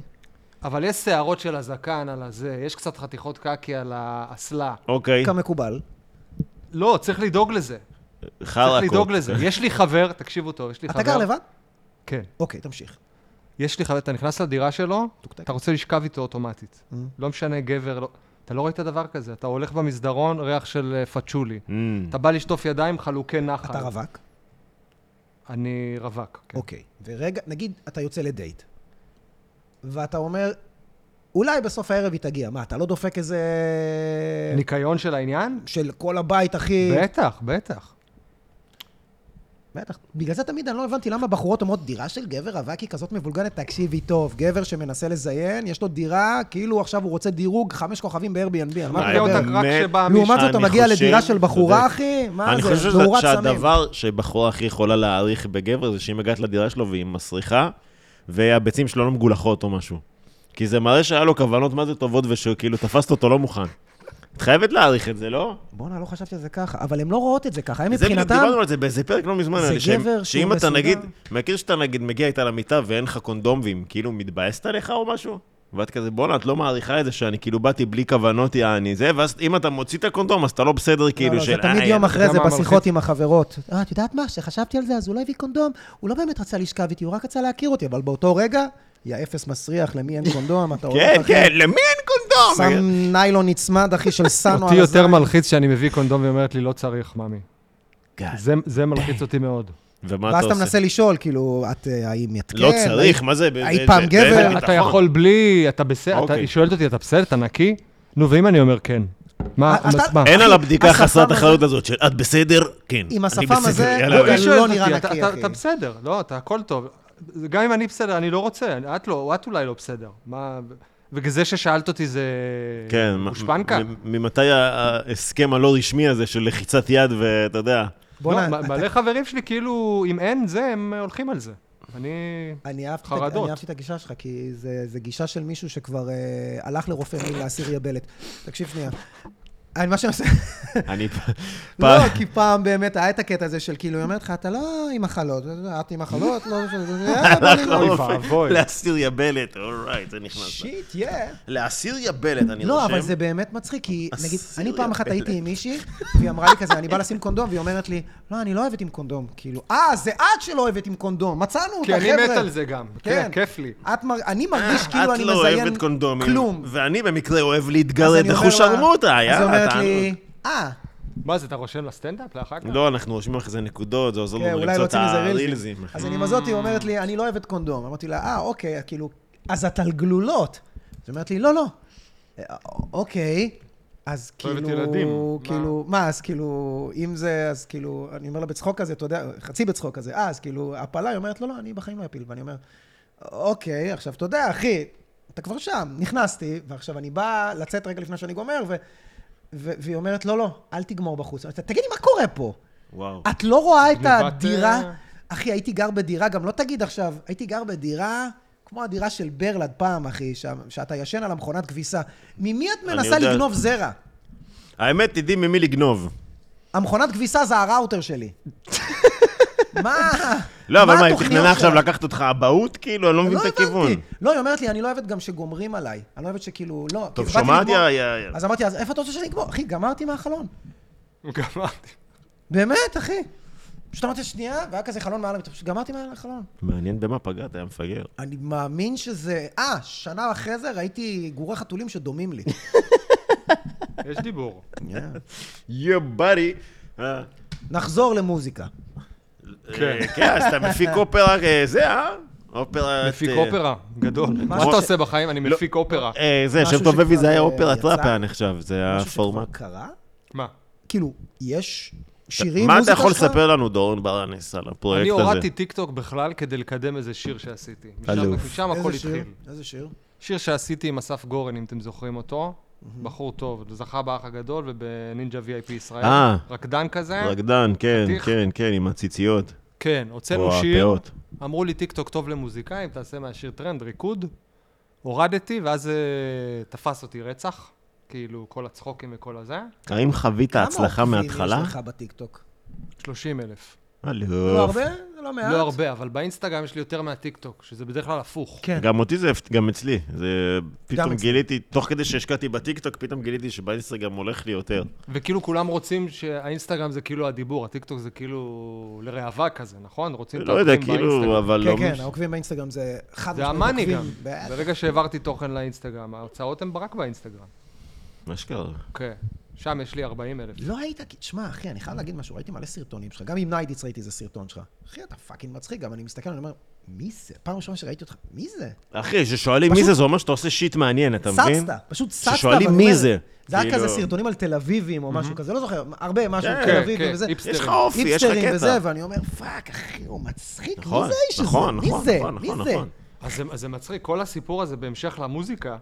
[SPEAKER 3] אבל יש שערות של הזקן על הזה, יש קצת חתיכות קקי על האסלה.
[SPEAKER 2] אוקיי,
[SPEAKER 1] כמקובל.
[SPEAKER 3] לא, צריך לדאוג לזה.
[SPEAKER 2] חרקות.
[SPEAKER 3] צריך לדאוג לזה. יש לי חבר, תקשיבו טוב, יש לי חבר.
[SPEAKER 1] אתה גר לבד?
[SPEAKER 3] כן.
[SPEAKER 1] אוקיי, תמשיך.
[SPEAKER 3] יש לי חבר, אתה נכנס לדירה שלו,
[SPEAKER 1] טוקטק.
[SPEAKER 3] אתה רוצה לשכב איתו אוטומטית.
[SPEAKER 1] Mm.
[SPEAKER 3] לא משנה, גבר, לא... אתה לא ראית דבר כזה, אתה הולך במסדרון, ריח של אה, פצ'ולי.
[SPEAKER 2] Mm.
[SPEAKER 3] אתה בא לשטוף ידיים, חלוקי נחל.
[SPEAKER 1] אתה רווק?
[SPEAKER 3] אני רווק. כן.
[SPEAKER 1] אוקיי. ורגע, נגיד אתה יוצא לדייט, ואתה אומר, אולי בסוף הערב היא תגיע. מה, אתה לא דופק איזה... אוקיי.
[SPEAKER 3] ניקיון של העניין?
[SPEAKER 1] של כל הבית, אחי?
[SPEAKER 3] בטח, בטח.
[SPEAKER 1] בטח. בגלל זה תמיד אני לא הבנתי למה בחורות אומרות, דירה של גבר רווק היא כזאת מבולגנת, תקשיבי טוב, גבר שמנסה לזיין, יש לו דירה, כאילו עכשיו הוא רוצה דירוג חמש כוכבים ב-Airbnb, על מה
[SPEAKER 2] אה,
[SPEAKER 1] אתה
[SPEAKER 3] מה, היה
[SPEAKER 1] מדבר?
[SPEAKER 3] אותה רק
[SPEAKER 2] באמת-
[SPEAKER 3] שבא מישהו.
[SPEAKER 1] לעומת זאת, אתה
[SPEAKER 2] אני
[SPEAKER 1] מגיע
[SPEAKER 2] חושב-
[SPEAKER 1] לדירה של בחורה,
[SPEAKER 2] צודק.
[SPEAKER 1] אחי? מה
[SPEAKER 2] אני
[SPEAKER 1] זה?
[SPEAKER 2] חושב שזה-
[SPEAKER 1] מאורת סמים.
[SPEAKER 2] שהדבר שבחורה הכי יכולה להעריך בגבר זה שהיא מגעת לדירה שלו והיא מסריחה, והביצים שלו לא מגולחות או משהו. כי זה מראה שהיה לו כוונות מה זה טובות ושכאילו תפסת אותו לא מוכן. את חייבת להעריך את זה, לא?
[SPEAKER 1] בואנה, לא חשבתי על זה ככה, אבל הן לא רואות את זה ככה, הן
[SPEAKER 2] זה בדיוק
[SPEAKER 1] מבחינתם...
[SPEAKER 2] דיברנו על זה באיזה פרק לא מזמן.
[SPEAKER 1] זה
[SPEAKER 2] נראה לי, שהם-
[SPEAKER 1] גבר
[SPEAKER 2] שאם
[SPEAKER 1] שהוא
[SPEAKER 2] אתה נגיד,
[SPEAKER 1] מסודר.
[SPEAKER 2] מכיר שאתה נגיד מגיע איתה למיטה ואין לך קונדום והיא כאילו מתבאסת עליך או משהו? ואת כזה, בואנה, את לא מעריכה את זה שאני כאילו באתי בלי כוונות, יעני זה, ואז אם אתה מוציא את הקונדום, אז אתה לא בסדר,
[SPEAKER 1] לא,
[SPEAKER 2] כאילו,
[SPEAKER 1] לא,
[SPEAKER 2] של...
[SPEAKER 1] זה תמיד
[SPEAKER 2] "איי,
[SPEAKER 1] יום
[SPEAKER 2] אתה-
[SPEAKER 1] אחרי
[SPEAKER 3] יודע
[SPEAKER 1] זה
[SPEAKER 3] מה
[SPEAKER 1] בשיחות
[SPEAKER 3] מלחיץ?
[SPEAKER 1] עם החברות. אה, את יודעת מה? כשחשבתי על זה, אז הוא לא הביא קונדום. הוא לא באמת רצה לשכב איתי, הוא רק רצה להכיר אותי, אבל באותו רגע, יא אפס מסריח, למי אין קונדום, אתה הולך,
[SPEAKER 2] כן,
[SPEAKER 1] אחי,
[SPEAKER 2] כן, למי אין קונדום?
[SPEAKER 1] שם ניילון נצמד, אחי, של סאנו
[SPEAKER 3] אותי
[SPEAKER 1] על הזין.
[SPEAKER 3] יותר מלחיץ שאני מביא קונדום והיא אומרת לי, לא צריך, ממי.
[SPEAKER 2] God
[SPEAKER 3] זה- זה מלחיץ אותי מאוד.
[SPEAKER 2] ומה אתה
[SPEAKER 1] ואז
[SPEAKER 2] עושה?
[SPEAKER 1] אתה מנסה לשאול, כאילו, את, אה, האם יתקן?
[SPEAKER 2] לא צריך, מה זה? ב-
[SPEAKER 1] היית
[SPEAKER 2] ב-
[SPEAKER 1] פעם
[SPEAKER 2] ב-
[SPEAKER 1] גבר?
[SPEAKER 2] באיזה
[SPEAKER 1] אתה
[SPEAKER 3] אתה
[SPEAKER 2] ביטחון?
[SPEAKER 3] יכול בלי, אתה בסדר, אתה-
[SPEAKER 2] נכון. אוקיי.
[SPEAKER 3] היא שואלת אותי, אתה בסדר, אתה נקי? נו, ואם אני אומר כן? מה,
[SPEAKER 1] אה, אתה-
[SPEAKER 3] מה?
[SPEAKER 2] אין
[SPEAKER 1] אחי,
[SPEAKER 2] על הבדיקה
[SPEAKER 1] השפם
[SPEAKER 2] חסרת
[SPEAKER 1] הזה-
[SPEAKER 2] האחריות הזאת של את בסדר? כן.
[SPEAKER 1] עם
[SPEAKER 2] אני
[SPEAKER 1] השפם
[SPEAKER 2] בסדר,
[SPEAKER 1] הזה,
[SPEAKER 2] יאללה,
[SPEAKER 1] לא,
[SPEAKER 2] יאללה.
[SPEAKER 3] היא שואלת
[SPEAKER 1] לא נראה
[SPEAKER 3] אותי,
[SPEAKER 1] נקי,
[SPEAKER 3] אתה- אתה-
[SPEAKER 1] אחי.
[SPEAKER 3] אתה בסדר, לא, אתה הכל טוב. זה- גם אם אני בסדר, אני לא רוצה, את לא, את אולי לא בסדר. מה... בגלל זה ששאלת אותי זה...
[SPEAKER 2] כן,
[SPEAKER 1] אה,
[SPEAKER 2] מ-
[SPEAKER 3] גושפנקה?
[SPEAKER 2] מ- ממתי ה- ההסכם הלא רשמי הזה של לחיצת יד ואתה יודע?
[SPEAKER 1] בוא'נה,
[SPEAKER 3] לא, מ-
[SPEAKER 1] אתה-
[SPEAKER 3] מלא חברים שלי, כאילו, אם אין זה, הם הולכים על זה. אני...
[SPEAKER 1] אני אהבתי, את,
[SPEAKER 3] חרדות.
[SPEAKER 1] אני אהבתי את הגישה שלך, כי זה, זה גישה של מישהו שכבר אה, הלך לרופא מין להסיר יבלת. תקשיב שנייה. אני, מה שאני עושה...
[SPEAKER 2] אני...
[SPEAKER 1] לא,
[SPEAKER 2] פעם-
[SPEAKER 1] כי פעם באמת היה את הקטע הזה של כאילו, היא אומרת לך, אתה לא עם מחלות, את עם מחלות, לא... יאללה, בוא
[SPEAKER 2] הלך
[SPEAKER 1] נגמור."
[SPEAKER 3] אוי
[SPEAKER 2] לרופא,
[SPEAKER 3] ואבוי.
[SPEAKER 2] להסיר יבלת, אורייט, זה נכנס. לה.
[SPEAKER 1] שיט, יא.
[SPEAKER 2] להסיר יבלת, אני רושם.
[SPEAKER 1] לא, אבל זה באמת מצחיק, כי
[SPEAKER 2] אסיר
[SPEAKER 1] נגיד, אני פעם אחת
[SPEAKER 2] יבלת.
[SPEAKER 1] הייתי עם מישהי, והיא אמרה לי כזה, אני בא לשים קונדום, והיא אומרת לי, לא, אני לא אוהבת עם קונדום. כאילו, אה, זה את שלא אוהבת עם קונדום, מצאנו אותה,
[SPEAKER 3] כי
[SPEAKER 1] חבר'ה.
[SPEAKER 3] אני מת על זה גם.
[SPEAKER 1] כן.
[SPEAKER 3] כן, כיף לי.
[SPEAKER 1] את מר... אני
[SPEAKER 2] אה,
[SPEAKER 1] מרגיש כאילו אני
[SPEAKER 2] את לא
[SPEAKER 1] מזיין
[SPEAKER 2] אוהבת קונדומים.
[SPEAKER 1] כלום.
[SPEAKER 2] ואני במקרה אוהב
[SPEAKER 1] אז
[SPEAKER 2] להתגרד
[SPEAKER 1] אני אומר לה-
[SPEAKER 2] בחושרמוטה,
[SPEAKER 1] אז היא
[SPEAKER 2] יאללה.
[SPEAKER 1] אומרת
[SPEAKER 2] אה, אתה-
[SPEAKER 1] לי, אה,
[SPEAKER 3] מה זה, אתה רושם לסטנדאפ לאחר כך?
[SPEAKER 2] לא, אנחנו רושמים אחרי זה נקודות, זה עוזר
[SPEAKER 1] כן,
[SPEAKER 2] לנו
[SPEAKER 1] אולי
[SPEAKER 2] למצוא את
[SPEAKER 1] רוצים איזה
[SPEAKER 2] הרילזים.
[SPEAKER 1] רילזים.
[SPEAKER 2] אחי.
[SPEAKER 1] אז אני עם הזאת, היא אומרת לי, אני לא אוהבת קונדום. אמרתי לה, אה, אוקיי, כאילו, אז את על גלולות. אז היא אומרת לי, לא, לא. "אה, אוקיי. אז
[SPEAKER 3] לא אוהבת
[SPEAKER 1] כאילו,
[SPEAKER 3] ילדים,
[SPEAKER 1] כאילו, מה, אז כאילו, אם זה, אז כאילו, אני אומר לה בצחוק כזה, אתה יודע, חצי בצחוק כזה, אה, אז כאילו, הפלה, היא אומרת, לא, לא, אני בחיים לא אפיל, ואני אומר, אוקיי, עכשיו, אתה יודע, אחי, אתה כבר שם, נכנסתי, ועכשיו אני בא לצאת רגע לפני שאני גומר, ו- ו- והיא אומרת, לא, לא, אל תגמור בחוץ. אמרתי לה, תגידי, מה קורה פה?
[SPEAKER 2] וואו.
[SPEAKER 1] את לא רואה את
[SPEAKER 3] גניבת,
[SPEAKER 1] הדירה?
[SPEAKER 3] אה.
[SPEAKER 1] אחי, הייתי גר בדירה, גם לא תגיד עכשיו, הייתי גר בדירה כמו הדירה של ברלד פעם, אחי, שם, שאתה ישן על המכונת כביסה. ממי את
[SPEAKER 2] אני
[SPEAKER 1] מנסה
[SPEAKER 2] יודע.
[SPEAKER 1] לגנוב זרע?
[SPEAKER 2] האמת, תדעי ממי לגנוב.
[SPEAKER 1] המכונת כביסה זה הראוטר שלי. מה?
[SPEAKER 2] לא, אבל מה, היא
[SPEAKER 1] התוכניות
[SPEAKER 2] תכננה עכשיו
[SPEAKER 1] שלה?
[SPEAKER 2] לקחת אותך אבהות? כאילו, אני לא
[SPEAKER 1] לא
[SPEAKER 2] מבין את הכיוון.
[SPEAKER 1] הבנתי. לא, היא אומרת לי, אני לא אוהבת גם שגומרים עליי. אני לא אוהבת שכאילו, לא. כאילו, באתי
[SPEAKER 2] שומעת?
[SPEAKER 1] לגמור.
[SPEAKER 2] יא, יא, יא.
[SPEAKER 1] אז אמרתי, אז איפה אתה רוצה שאני אגמור? אחי, גמרתי מהחלון.
[SPEAKER 3] גמרתי.
[SPEAKER 1] באמת, אחי. פשוט אמרתי, שנייה, והיה כזה חלון מעל המיטה, פשוט גמרתי מעל החלון.
[SPEAKER 2] מעניין במה פגעת, היה מפגר.
[SPEAKER 1] אני מאמין שזה... אה, שנה אחרי זה ראיתי גורי חתולים שדומים לי.
[SPEAKER 3] יש דיבור.
[SPEAKER 2] יא בארי. אה,
[SPEAKER 1] נחזור למוזיקה.
[SPEAKER 3] כן.
[SPEAKER 2] אה, כן, אז אתה מפיק אופרה אה, זה, אה? אופרה...
[SPEAKER 3] מפיק אופרה, גדול. מה
[SPEAKER 2] אה, כמו
[SPEAKER 3] אתה
[SPEAKER 2] ש-
[SPEAKER 3] עושה בחיים? אני
[SPEAKER 2] לא.
[SPEAKER 3] מפיק אופרה.
[SPEAKER 2] זה,
[SPEAKER 1] משהו
[SPEAKER 2] שם טוב בבי זה היה
[SPEAKER 1] שכבר, אה,
[SPEAKER 2] אופרה
[SPEAKER 1] יצא?
[SPEAKER 2] טראפ היה נחשב, זה
[SPEAKER 1] משהו שכבר
[SPEAKER 2] הפורמט.
[SPEAKER 1] קרה?
[SPEAKER 2] אה,
[SPEAKER 3] מה?
[SPEAKER 1] כאילו, יש שירים, מוזיקה שלך?
[SPEAKER 2] מה אתה יכול לספר לנו, דורון ברנס, על הפרויקט
[SPEAKER 3] אני
[SPEAKER 2] הזה?
[SPEAKER 3] הורדתי טיקטוק בכלל כדי לקדם איזה שיר שעשיתי. משם-
[SPEAKER 2] אלוף.
[SPEAKER 3] משם
[SPEAKER 1] איזה
[SPEAKER 3] הכל
[SPEAKER 1] שיר?
[SPEAKER 3] התחיל.
[SPEAKER 1] איזה שיר?
[SPEAKER 3] שיר שעשיתי עם אסף גורן, אם אתם זוכרים אותו. בחור טוב, זכה באח הגדול ובנינג'ה VIP ישראל.
[SPEAKER 2] אה.
[SPEAKER 3] רקדן כזה.
[SPEAKER 2] רקדן, כן,
[SPEAKER 3] חתיך.
[SPEAKER 2] כן, כן, עם הציציות.
[SPEAKER 3] כן, הוצאנו
[SPEAKER 2] או
[SPEAKER 3] שיר.
[SPEAKER 2] הפאות.
[SPEAKER 3] אמרו לי, טיקטוק טוב למוזיקאים, תעשה מהשיר טרנד, ריקוד. הורדתי, ואז אה, תפס אותי רצח. כאילו, כל הצחוקים וכל הזה,
[SPEAKER 2] האם חווית
[SPEAKER 1] כמה
[SPEAKER 2] הצלחה
[SPEAKER 1] עוקבים
[SPEAKER 2] מההתחלה? אה,
[SPEAKER 1] יש לך בטיקטוק?
[SPEAKER 3] 30 אלף.
[SPEAKER 1] לא
[SPEAKER 2] אלוף.
[SPEAKER 1] הרבה? זה לא מעט?
[SPEAKER 3] לא הרבה, אבל באינסטגרם יש לי יותר מהטיקטוק, שזה בדרך כלל הפוך.
[SPEAKER 1] כן.
[SPEAKER 2] גם אותי זה, הפת- גם אצלי. זה פתאום
[SPEAKER 1] אצלי.
[SPEAKER 2] גיליתי, תוך כדי שהשקעתי בטיקטוק, פתאום גיליתי שבאינסטגרם הולך לי יותר.
[SPEAKER 3] וכאילו כולם רוצים שהאינסטגרם זה כאילו הדיבור, הטיקטוק זה כאילו לראווה כזה, נכון? רוצים את
[SPEAKER 2] לא יודע,
[SPEAKER 3] העוקבים
[SPEAKER 2] כאילו,
[SPEAKER 3] באינסטגרם.
[SPEAKER 2] אבל לא...
[SPEAKER 1] כן, כן, העוקבים באינסטגרם זה חד
[SPEAKER 3] זה המאני גם.
[SPEAKER 1] עוקבים. בטח.
[SPEAKER 3] ברגע שהעברתי תוכן לאינסטגרם, ההוצאות הן רק באינסטגרם.
[SPEAKER 2] מה שקרה?
[SPEAKER 3] כן. שם יש לי 40 אלף.
[SPEAKER 1] לא היית, תשמע, אחי, אני חייב להגיד משהו, ראיתי מלא סרטונים שלך, גם עם ניידיץ ראיתי איזה סרטון שלך. אחי, אתה פאקינג מצחיק, גם אני מסתכל, אני אומר, מי זה? פעם ראשונה שראיתי אותך, מי זה?
[SPEAKER 2] אחי, כששואלים מי
[SPEAKER 1] פשוט-
[SPEAKER 2] זה, זה אומר שאתה עושה שיט מעניין, אתה מבין?
[SPEAKER 1] צצת, פשוט צצת.
[SPEAKER 2] כששואלים
[SPEAKER 1] ואני
[SPEAKER 2] מי
[SPEAKER 1] אומר,
[SPEAKER 2] זה,
[SPEAKER 1] זה היה
[SPEAKER 2] כאילו-
[SPEAKER 1] כזה סרטונים על תל אביבים או משהו כזה, לא זוכר, הרבה, משהו
[SPEAKER 2] כן,
[SPEAKER 1] תל
[SPEAKER 3] כן,
[SPEAKER 1] אביב
[SPEAKER 3] כן,
[SPEAKER 1] וזה.
[SPEAKER 3] היפסטרים.
[SPEAKER 2] יש לך אופי, יש לך
[SPEAKER 1] היפסטרים וזה,
[SPEAKER 2] קטע.
[SPEAKER 1] ואני אומר, פאק, אחי, הוא מצחיק, מי
[SPEAKER 2] נכון,
[SPEAKER 1] זה האיש הזה?
[SPEAKER 2] נכון,
[SPEAKER 1] מי
[SPEAKER 2] נכון,
[SPEAKER 1] זה?
[SPEAKER 2] נכון,
[SPEAKER 1] מי
[SPEAKER 2] נכון,
[SPEAKER 1] זה?
[SPEAKER 2] נכון.
[SPEAKER 3] אז זה, אז זה מצחיק, כל הסיפור הזה בהמשך למוזיקה,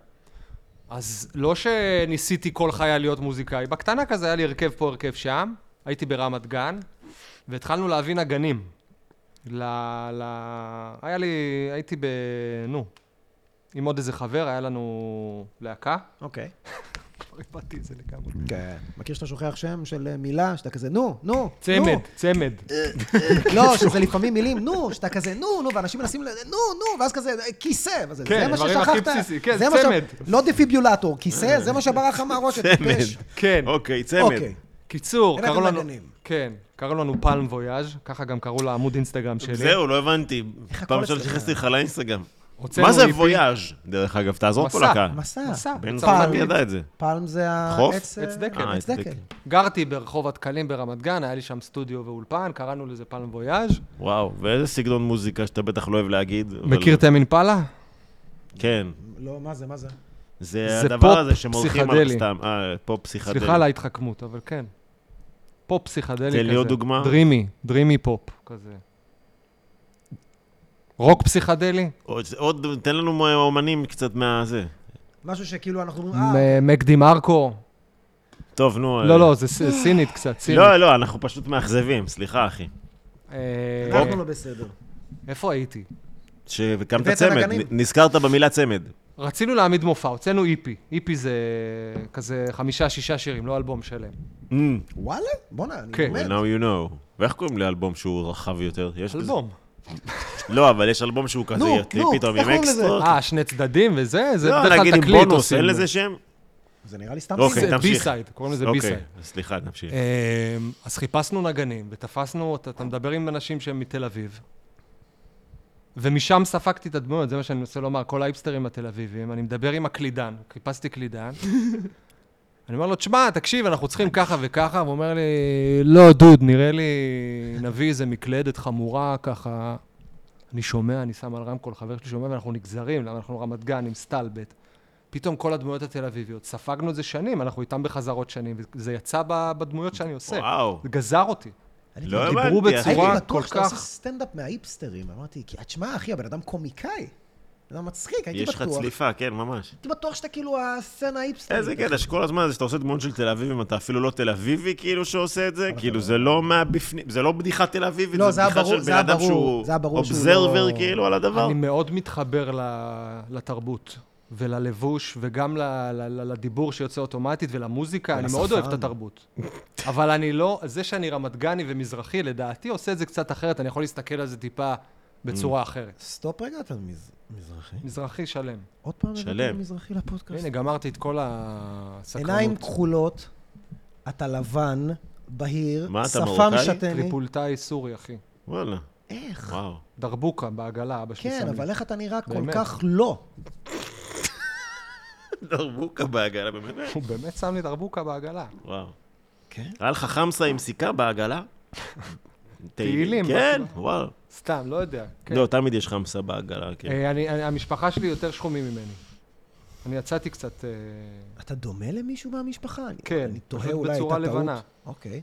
[SPEAKER 3] אז לא שניסיתי כל חיי להיות מוזיקאי, בקטנה כזה היה לי הרכב פה, הרכב שם, הייתי ברמת גן, והתחלנו להבין נגנים. ל... ל... היה לי, הייתי ב... נו, עם עוד איזה חבר, היה לנו להקה.
[SPEAKER 1] אוקיי.
[SPEAKER 3] כבר איבדתי לא את זה לגמרי.
[SPEAKER 1] כן. מכיר שאתה שוכח שם של אה, מילה, שאתה כזה, נו, נו, נו.
[SPEAKER 3] צמד, צמד.
[SPEAKER 1] לא, שזה לפעמים מילים, נו, שאתה כזה, נו, נו, ואנשים מנסים, ל- נו, נו, ואז כזה, "אה, כיסא, וזה,
[SPEAKER 3] כן,
[SPEAKER 1] זה מה
[SPEAKER 3] דברים הכי
[SPEAKER 1] ששכחת.
[SPEAKER 3] בסיסי, כן,
[SPEAKER 1] זה מה ש-
[SPEAKER 3] צמד.
[SPEAKER 1] לא דפיבולטור, כיסא, זה מה שברח לך מהראש, אתה טיפש.
[SPEAKER 2] צמד.
[SPEAKER 3] כן.
[SPEAKER 2] אוקיי, צמד.
[SPEAKER 1] אוקיי.
[SPEAKER 3] קיצור,
[SPEAKER 1] אלה
[SPEAKER 3] קראו
[SPEAKER 1] אתם
[SPEAKER 3] לנו...
[SPEAKER 1] נגנים.
[SPEAKER 3] כן, קראו לנו פלם וויאז', ככה גם קראו לעמוד אינסטגרם שלי.
[SPEAKER 2] זהו, לא הבנתי.
[SPEAKER 1] איך הכל
[SPEAKER 2] פעם ראשונה
[SPEAKER 1] אצלך?
[SPEAKER 2] שנכנסתי לך לאינסטגרם.
[SPEAKER 3] הוצאנו
[SPEAKER 2] מה זה
[SPEAKER 3] EP.
[SPEAKER 2] וויאז'? דרך אגב, תעזור פה
[SPEAKER 3] מסע.
[SPEAKER 2] לקהל.
[SPEAKER 1] מסע.
[SPEAKER 3] מסע.
[SPEAKER 2] בן
[SPEAKER 1] פעם.
[SPEAKER 2] זרמן ידע את זה.
[SPEAKER 1] פעם זה
[SPEAKER 2] חוף?
[SPEAKER 1] העץ...
[SPEAKER 3] עץ דקל.
[SPEAKER 2] אה,
[SPEAKER 1] עץ דקל.
[SPEAKER 3] גרתי ברחוב הדקלים ברמת גן, היה לי שם סטודיו ואולפן, קראנו לזה פלם וויאז'.
[SPEAKER 2] וואו, ואיזה סגנון מוזיקה שאתה בטח לא אוהב להגיד. אבל-
[SPEAKER 3] מכיר את אמין פאלה?
[SPEAKER 2] כן.
[SPEAKER 1] לא, מה זה, מה זה?
[SPEAKER 2] זה
[SPEAKER 3] זה
[SPEAKER 2] הדבר
[SPEAKER 3] פופ
[SPEAKER 2] הזה שהם הולכים על
[SPEAKER 3] פסיכדלי.
[SPEAKER 2] סתם. אה, פופ פסיכדלי.
[SPEAKER 3] סליחה על ההתחכמות, אבל כן. פופ פסיכדלי כזה.
[SPEAKER 2] תן לי עוד דוגמה.
[SPEAKER 3] דרימי, דרימי פופ כזה. רוק פסיכדלי?
[SPEAKER 2] עוד- עוד, תן לנו מ- אומנים קצת מהזה.
[SPEAKER 1] משהו שכאילו אנחנו אומרים, אה,
[SPEAKER 3] מ- מקדי מרקו?
[SPEAKER 2] טוב, נו. אה,
[SPEAKER 3] לא, לא, זה ס- סינית קצת, סינית.
[SPEAKER 2] לא, לא, אנחנו פשוט מאכזבים, סליחה, אחי.
[SPEAKER 3] אה,
[SPEAKER 2] אוקיי.
[SPEAKER 1] אנחנו לא בסדר.
[SPEAKER 3] איפה הייתי?
[SPEAKER 2] שהקמת
[SPEAKER 1] הבאת
[SPEAKER 2] צמד,
[SPEAKER 1] נגנים.
[SPEAKER 2] נ- נזכרת במילה צמד.
[SPEAKER 3] רצינו להעמיד מופע, הוצאנו E איפי. איפי זה כזה חמישה-שישה שירים, לא אלבום שלם.
[SPEAKER 2] Mm,
[SPEAKER 1] וואלה? בואנה, אני
[SPEAKER 3] כן.
[SPEAKER 2] Well,
[SPEAKER 1] באמת.
[SPEAKER 2] now you know. ואיך קוראים לאלבום שהוא רחב יותר? יש בזה-
[SPEAKER 3] אלבום.
[SPEAKER 2] לא, אבל יש אלבום שהוא כזה,
[SPEAKER 1] נו,
[SPEAKER 2] יותר
[SPEAKER 1] נו,
[SPEAKER 2] פתאום
[SPEAKER 1] איך
[SPEAKER 2] עם
[SPEAKER 1] קוראים לזה?
[SPEAKER 2] אקסטרות.
[SPEAKER 3] אה, שני צדדים וזה? זה
[SPEAKER 2] לא,
[SPEAKER 3] בדרך כלל
[SPEAKER 2] נגיד
[SPEAKER 3] תקליט
[SPEAKER 2] עם בונוס,
[SPEAKER 3] עושים
[SPEAKER 2] אין
[SPEAKER 3] לו.
[SPEAKER 2] לזה שם?
[SPEAKER 1] אה, זה נראה לי סתם
[SPEAKER 2] אוקיי,
[SPEAKER 1] סיפור.
[SPEAKER 3] זה
[SPEAKER 2] תמשיך.
[SPEAKER 3] B-side, קוראים לזה
[SPEAKER 2] אוקיי,
[SPEAKER 3] B-side.
[SPEAKER 2] סליחה, תמשיך.
[SPEAKER 1] אה,
[SPEAKER 3] אמ, אז חיפשנו נגנים, ותפסנו, אתה אתה מדבר עם אנשים שהם מתל אביב, ומשם ספגתי את הדמויות, זה מה שאני מנסה לומר, כל האיפסטרים התל אביבים, אני מדבר עם הקלידן, חיפשתי קלידן, אני אומר לו, תשמע, תקשיב, אנחנו צריכים ככה וככה, והוא אומר לי, לא, דוד, נראה לי נביא איזה מקלדת חמורה, ככה... אני שומע, אני שם על רמקול, חבר שלי שומע, ואנחנו נגזרים, למה אנחנו רמת גן עם סטלבט. פתאום כל הדמויות התל אביביות, ספגנו את זה שנים, אנחנו איתם בחזרות שנים, וזה יצא ב- בדמויות שאני עושה.
[SPEAKER 2] וואו.
[SPEAKER 3] זה גזר אותי.
[SPEAKER 1] אני
[SPEAKER 2] לא
[SPEAKER 1] הייתי
[SPEAKER 3] דיברו
[SPEAKER 2] הבנתי, אחי.
[SPEAKER 3] בצורה-
[SPEAKER 1] הייתי
[SPEAKER 3] כל
[SPEAKER 1] בטוח שאתה עושה
[SPEAKER 3] כך-
[SPEAKER 1] סטנדאפ מהאיפסטרים, אמרתי, כי תשמע, אחי, הבן אדם קומיקאי. זה מצחיק, הייתי
[SPEAKER 2] יש לך
[SPEAKER 1] בטוח.
[SPEAKER 2] צליפה, כן, ממש.
[SPEAKER 1] הייתי בטוח שאתה כאילו הסצנה האיפסטרית.
[SPEAKER 2] איזה קטע שכל הזמן זה שאתה עושה דמות של תל אביבים, אתה אפילו לא תל אביבי כאילו שעושה את זה, כאילו זה לא מהבפנים, זה לא בדיחה תל אביבית,
[SPEAKER 1] לא,
[SPEAKER 2] זה
[SPEAKER 1] זה היה
[SPEAKER 2] בדיחה
[SPEAKER 1] ברור-
[SPEAKER 2] של
[SPEAKER 1] זה
[SPEAKER 2] בן
[SPEAKER 1] היה
[SPEAKER 2] אדם
[SPEAKER 1] ברור-
[SPEAKER 2] שהוא
[SPEAKER 1] זה היה ברור שהוא
[SPEAKER 2] אובזרבר
[SPEAKER 1] לא-
[SPEAKER 2] כאילו על הדבר.
[SPEAKER 3] אני מאוד מתחבר ל- לתרבות. וללבוש, וגם ל- ל- ל- לדיבור שיוצא אוטומטית, ולמוזיקה, אני מאוד
[SPEAKER 1] ולשפם.
[SPEAKER 3] אוהב את התרבות. אבל אני לא, זה שאני רמת גני ומזרחי, לדעתי עושה את זה קצת אחרת, אני יכול להסתכל על זה טיפה בצורה
[SPEAKER 1] Mm.
[SPEAKER 3] אחרת.
[SPEAKER 1] סטופ רגע, אתה מז- מזרחי?
[SPEAKER 3] מזרחי שלם.
[SPEAKER 1] עוד פעם הבאת
[SPEAKER 2] שלם.
[SPEAKER 1] מזרחי לפודקאסט.
[SPEAKER 3] הנה, גמרתי את כל הסקרנות.
[SPEAKER 1] עיניים כחולות, אתה לבן, בהיר,
[SPEAKER 2] מה, אתה
[SPEAKER 1] שפה
[SPEAKER 2] מרוקאי?
[SPEAKER 1] משתני.
[SPEAKER 3] טריפולטאי סורי, אחי.
[SPEAKER 2] וואלה,
[SPEAKER 1] איך?
[SPEAKER 2] וואו.
[SPEAKER 3] דרבוקה בעגלה, אבא שלי
[SPEAKER 1] כן,
[SPEAKER 3] שם לי.
[SPEAKER 1] אבל איך אתה נראה כל
[SPEAKER 3] באמת.
[SPEAKER 1] כך לא?
[SPEAKER 2] דרבוקה בעגלה, באמת.
[SPEAKER 3] הוא באמת שם לי דרבוקה בעגלה.
[SPEAKER 2] וואו.
[SPEAKER 1] כן?
[SPEAKER 2] היה לך חמסה עם סיכה בעגלה?
[SPEAKER 3] תהילים,
[SPEAKER 2] כן,
[SPEAKER 3] מה קורה?
[SPEAKER 2] וואו.
[SPEAKER 3] סתם, לא יודע. כן.
[SPEAKER 2] לא, תמיד יש חמסה בעגלה, כן.
[SPEAKER 3] אה, אני, אני, המשפחה שלי יותר שחומים ממני. אני יצאתי קצת... אה,
[SPEAKER 1] אתה דומה למישהו מהמשפחה? אני-
[SPEAKER 3] כן,
[SPEAKER 1] אני תוהה
[SPEAKER 3] פשוט
[SPEAKER 1] אולי, הייתה
[SPEAKER 3] בצורה
[SPEAKER 1] טעות.
[SPEAKER 3] לבנה.
[SPEAKER 1] אוקיי.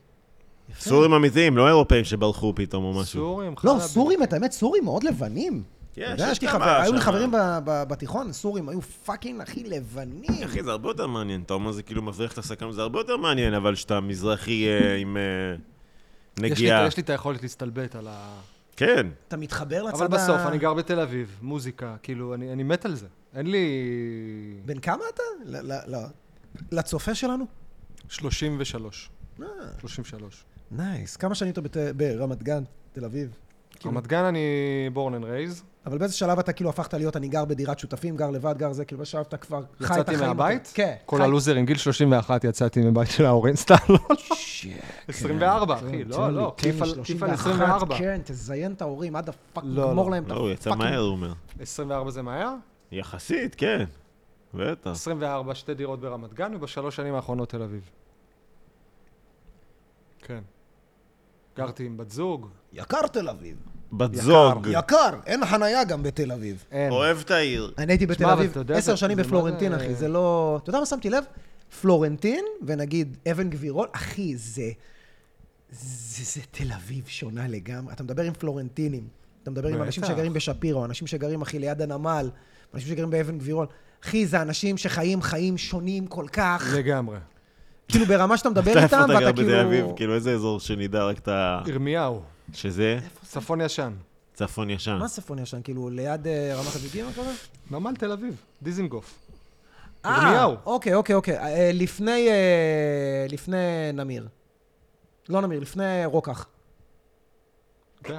[SPEAKER 1] יפה.
[SPEAKER 2] סורים אמיתיים, לא אירופאים שברחו פתאום או משהו.
[SPEAKER 3] סורים,
[SPEAKER 1] לא,
[SPEAKER 3] חלבי.
[SPEAKER 1] סורים, את האמת, סורים מאוד לבנים.
[SPEAKER 2] יש,
[SPEAKER 1] אתה יודע,
[SPEAKER 2] יש
[SPEAKER 1] יש לי
[SPEAKER 2] כמה
[SPEAKER 1] חבר- היו לי
[SPEAKER 2] שם.
[SPEAKER 1] חברים ב- ב- בתיכון, סורים היו פאקינג הכי לבנים.
[SPEAKER 2] אחי, זה הרבה יותר מעניין. אתה אומר, זה כאילו מבריח את הסכם, זה הרבה יותר מעניין, אבל שאתה מזרחי אה, עם אה,
[SPEAKER 3] יש לי,
[SPEAKER 2] נגיעה.
[SPEAKER 3] יש לי את היכולת להסתלבט על ה...
[SPEAKER 2] כן.
[SPEAKER 1] אתה מתחבר לצד ה...
[SPEAKER 3] אבל בסוף, אני גר בתל אביב, מוזיקה, כאילו, אני, אני מת על זה. אין לי...
[SPEAKER 1] בן כמה אתה? לא, לא, לא. לצופה שלנו?
[SPEAKER 3] 33.
[SPEAKER 1] אה,
[SPEAKER 3] 33.
[SPEAKER 1] נייס. כמה שנים אתה בת- ברמת גן, תל אביב? כאילו-
[SPEAKER 3] רמת גן אני בורן אנד רייז.
[SPEAKER 1] אבל באיזה שלב אתה כאילו הפכת להיות, אני גר בדירת שותפים, גר לבד, גר זה, כאילו בשלב אתה כבר חי את החיים.
[SPEAKER 3] יצאתי מהבית?
[SPEAKER 1] אותו. כן.
[SPEAKER 3] כל
[SPEAKER 1] חי-
[SPEAKER 3] הלוזרים, גיל 31 יצאתי מבית של ההורים, סתם לא.
[SPEAKER 1] שיט,
[SPEAKER 3] 24,
[SPEAKER 1] כן,
[SPEAKER 3] אחי,
[SPEAKER 1] תן
[SPEAKER 3] לא,
[SPEAKER 1] לי,
[SPEAKER 3] לא,
[SPEAKER 1] תן לי
[SPEAKER 3] כיף על- כיף על
[SPEAKER 1] 31,
[SPEAKER 3] 24.
[SPEAKER 1] כן, תזיין את ההורים עד הפאק,
[SPEAKER 3] לא,
[SPEAKER 1] תגמור
[SPEAKER 3] לא.
[SPEAKER 1] להם את
[SPEAKER 2] לא, הוא יצא
[SPEAKER 1] הפאקינג-
[SPEAKER 2] מהר, הוא אומר.
[SPEAKER 3] 24 זה מהר?
[SPEAKER 2] יחסית, כן. בטח.
[SPEAKER 3] 24, שתי דירות ברמת גן, ובשלוש שנים האחרונות תל אביב. כן. גרתי עם בת זוג.
[SPEAKER 1] יקר תל אביב.
[SPEAKER 2] בת זוג.
[SPEAKER 1] יקר, אין חנייה גם בתל אביב.
[SPEAKER 3] אין.
[SPEAKER 2] אוהב את העיר.
[SPEAKER 1] אני הייתי בתל
[SPEAKER 3] אבל
[SPEAKER 1] אביב
[SPEAKER 3] אתה יודע,
[SPEAKER 1] עשר
[SPEAKER 3] זה-
[SPEAKER 1] שנים
[SPEAKER 3] זה מה
[SPEAKER 1] בפלורנטין,
[SPEAKER 3] זה-
[SPEAKER 1] אחי, זה לא... אתה יודע מה שמתי לב? פלורנטין, ונגיד אבן גבירול, אחי, זה... זה, זה תל אביב שונה לגמרי. אתה מדבר עם פלורנטינים, אתה מדבר עם אנשים
[SPEAKER 3] בטח.
[SPEAKER 1] שגרים בשפירא, אנשים שגרים, אחי, ליד הנמל, אנשים שגרים באבן גבירול. אחי, זה אנשים שחיים חיים שונים כל כך,
[SPEAKER 3] לגמרי.
[SPEAKER 1] כאילו ברמה שאתה מדבר
[SPEAKER 2] אתה איפה
[SPEAKER 1] איתם,
[SPEAKER 2] אתה גר
[SPEAKER 1] ואתה
[SPEAKER 2] בתל אביב?
[SPEAKER 1] כאילו...
[SPEAKER 2] כאילו, איזה אזור שנדע רק את ה...
[SPEAKER 3] ירמיהו,
[SPEAKER 2] שזה?
[SPEAKER 3] צפון ישן.
[SPEAKER 2] צפון ישן.
[SPEAKER 1] מה ספון ישן? כאילו, ליד אה, רמת אביבים, אתה אומר?
[SPEAKER 3] נמל תל אביב, דיזינגוף.
[SPEAKER 1] אה,
[SPEAKER 3] ירמיהו.
[SPEAKER 1] אוקיי, אוקיי, אוקיי. אה, לפני, אה, לפני נמיר. לא נמיר, לפני רוקח.
[SPEAKER 3] כן.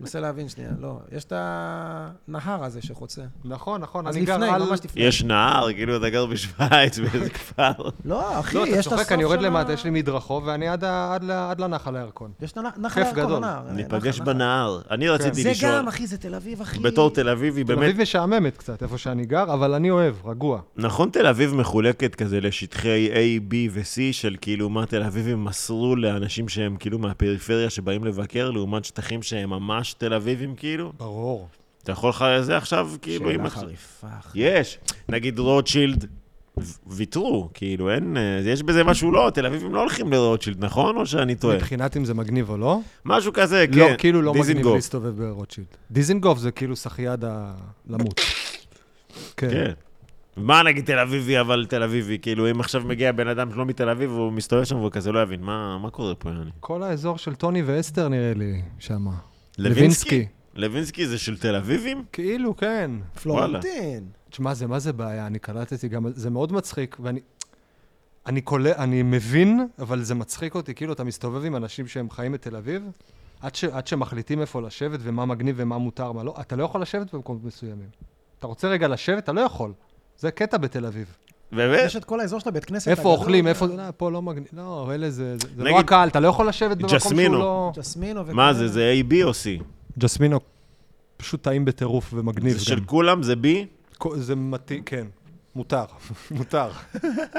[SPEAKER 1] מנסה להבין שנייה, לא. יש את הנהר הזה שחוצה.
[SPEAKER 3] נכון, נכון,
[SPEAKER 1] אז
[SPEAKER 3] אני גר
[SPEAKER 1] לפני,
[SPEAKER 3] על...
[SPEAKER 1] ממש לפני.
[SPEAKER 2] יש נהר, כאילו, אתה גר בשוויץ, באיזה כפר.
[SPEAKER 1] לא, אחי,
[SPEAKER 3] לא,
[SPEAKER 1] יש את
[SPEAKER 3] אתה
[SPEAKER 1] הסוף
[SPEAKER 3] צוחק, אני יורד
[SPEAKER 1] של
[SPEAKER 3] למטה,
[SPEAKER 1] ה-
[SPEAKER 3] יש לי מדרחוב, ואני עד ה- עד ל- עד לנחל הירקון.
[SPEAKER 1] יש את הנ- נחל
[SPEAKER 3] כיף
[SPEAKER 1] הירקון,
[SPEAKER 3] גדול.
[SPEAKER 1] הנהר.
[SPEAKER 2] ניפגש
[SPEAKER 1] נחל, נחל.
[SPEAKER 2] בנהר. אני רציתי
[SPEAKER 1] כן. זה
[SPEAKER 2] לשאול,
[SPEAKER 1] גם, אחי, זה תל אביב, אחי.
[SPEAKER 2] בתור תל אביבי,
[SPEAKER 3] תל
[SPEAKER 2] באמת,
[SPEAKER 3] אביב משעממת קצת, איפה שאני גר, אבל אני אוהב, רגוע.
[SPEAKER 2] נכון תל אביב מחולקת כזה לשטחי A, B ו-C של כאילו מה תל אביבים מסרו לאנשים שהם כאילו מהפריפריה שבאים לבקר, לעומת שטחים שהם ממש תל אביבים כאילו?
[SPEAKER 3] ברור.
[SPEAKER 2] אתה יכול לך לזה עכשיו, כאילו, אם...
[SPEAKER 1] שאלה
[SPEAKER 2] את-
[SPEAKER 1] חריפה, אחי.
[SPEAKER 2] יש. נגיד רוטשילד, ו- ויתרו, כאילו, אין... אה, יש בזה משהו לא, תל אביבים לא הולכים לרוטשילד, נכון? או שאני טועה?
[SPEAKER 3] מבחינת אם זה מגניב או לא?
[SPEAKER 2] משהו כזה, כן.
[SPEAKER 3] לא, כאילו לא מגניב
[SPEAKER 2] דיזינגוף.
[SPEAKER 3] להסתובב ברוטשילד. דיזינגוף זה כאילו שחיד הלמות.
[SPEAKER 2] כן. מה נגיד תל אביבי, אבל תל אביבי, כאילו, אם עכשיו מגיע בן אדם שלא מתל אביב, הוא מסתובב שם והוא כזה לא יבין, מה, מה קורה פה, יעני?
[SPEAKER 3] כל האזור של טוני ואסתר נראה לי שם.
[SPEAKER 2] לוינסקי זה של תל אביבים?
[SPEAKER 3] כאילו, כן.
[SPEAKER 1] פלורנטין.
[SPEAKER 3] תשמע, זה מה זה בעיה, אני קלטתי גם, זה מאוד מצחיק, ואני... אני קולט, אני מבין, אבל זה מצחיק אותי, כאילו, אתה מסתובב עם אנשים שהם חיים בתל אביב, עד, ש, עד שמחליטים איפה לשבת ומה מגניב ומה מותר, מה לא, אתה לא יכול לשבת במקומות מסוימים. אתה רוצה רגע לשבת? אתה לא יכול. זה קטע בתל אביב.
[SPEAKER 2] באמת?
[SPEAKER 1] יש את כל האזור של הבית כנסת
[SPEAKER 3] איפה
[SPEAKER 1] הגדול.
[SPEAKER 3] אוכלים, איפה... לא, פה לא מגניב. לא, אלה זה... זה, זה לא
[SPEAKER 2] נגיד-
[SPEAKER 3] הקהל, אתה לא יכול לשבת במקום שהוא
[SPEAKER 2] ג'סמינו.
[SPEAKER 3] לא...
[SPEAKER 1] ג'סמינו וכאלה.
[SPEAKER 2] מה זה, זה A, B או C?
[SPEAKER 3] ג'סמינו פשוט טעים בטירוף ומגניב
[SPEAKER 2] זה של כולם, זה B?
[SPEAKER 3] זה מתאים, כן. מותר, מותר.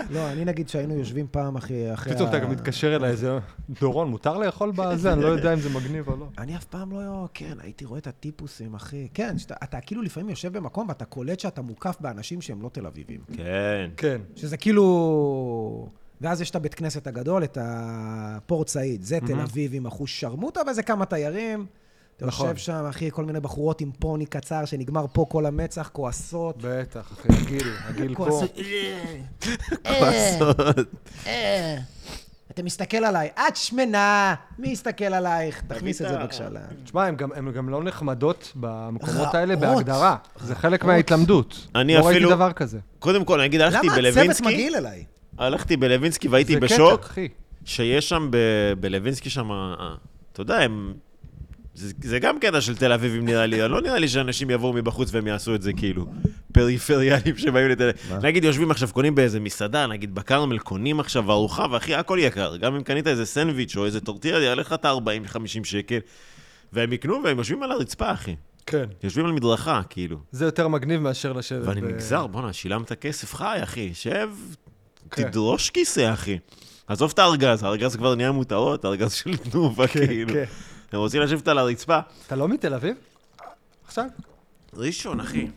[SPEAKER 1] לא, אני נגיד שהיינו יושבים פעם, אחי, אחרי...
[SPEAKER 3] פתאום אתה
[SPEAKER 1] ה-
[SPEAKER 3] גם מתקשר אליי, זה... דורון, מותר לאכול בזה? אני לא יודע אם זה מגניב או לא.
[SPEAKER 1] אני אף פעם לא... כן, הייתי רואה את הטיפוסים, אחי. כן, שאתה, אתה כאילו לפעמים יושב במקום ואתה קולט שאתה מוקף באנשים שהם לא תל אביבים.
[SPEAKER 2] כן.
[SPEAKER 3] כן.
[SPEAKER 1] שזה כאילו... ואז יש את הבית כנסת הגדול, את הפורט סעיד. זה תל אביב עם אחוז שרמוטה וזה כמה תיירים. אתה
[SPEAKER 3] נכון.
[SPEAKER 1] יושב שם, אחי, כל מיני בחורות עם פוני קצר שנגמר פה כל המצח, כועסות.
[SPEAKER 3] בטח, אחי, הגיל, הגיל פה.
[SPEAKER 1] כועסות.
[SPEAKER 2] אה.
[SPEAKER 1] כן. אה, אתה מסתכל עליי, את שמנה, מי יסתכל עלייך? תכניס את זה
[SPEAKER 2] ה-
[SPEAKER 1] בבקשה. ל-
[SPEAKER 3] תשמע, הן גם, הן גם לא נחמדות במקומות האלה
[SPEAKER 1] רעות.
[SPEAKER 3] בהגדרה. זה חלק מההתלמדות.
[SPEAKER 2] אני
[SPEAKER 3] לא ראיתי
[SPEAKER 2] אפילו-
[SPEAKER 3] דבר כזה.
[SPEAKER 2] קודם כל, נגיד, הלכתי
[SPEAKER 1] למה הצוות
[SPEAKER 2] בלווינסקי,
[SPEAKER 1] מגעיל אליי?
[SPEAKER 2] הלכתי בלווינסקי והייתי
[SPEAKER 3] זה קטע,
[SPEAKER 2] בשוק,
[SPEAKER 3] אחי.
[SPEAKER 2] שיש שם ב- בלווינסקי שם, אה, אתה יודע, הם... זה, זה גם קטע של תל אביבים נראה לי, לא נראה לי שאנשים יבואו מבחוץ והם יעשו את זה כאילו, פריפריאליים שבאים לתל אביב. נגיד יושבים עכשיו, קונים באיזה מסעדה, נגיד בכרמל, קונים עכשיו ארוחה, ואחי, הכל יקר. גם אם קנית איזה סנדוויץ' או איזה טורטיה, יעלה לך את ה-40-50 שקל, והם יקנו והם יושבים על הרצפה, אחי.
[SPEAKER 3] כן.
[SPEAKER 2] יושבים על מדרכה, כאילו.
[SPEAKER 3] זה יותר מגניב מאשר לשבת.
[SPEAKER 2] ואני
[SPEAKER 3] ב-
[SPEAKER 2] נגזר, בואנה, שילמת כסף חי, אחי, שב,
[SPEAKER 3] כן.
[SPEAKER 2] תדרוש כיסא, אחי. עזוב את הארגז, הארגז כבר נהיה מותרות, הארגז של תנובה, כאילו.
[SPEAKER 3] כן.
[SPEAKER 2] הם רוצים לשבת על הרצפה.
[SPEAKER 3] אתה לא מתל אביב? עכשיו?
[SPEAKER 2] ראשון, אחי,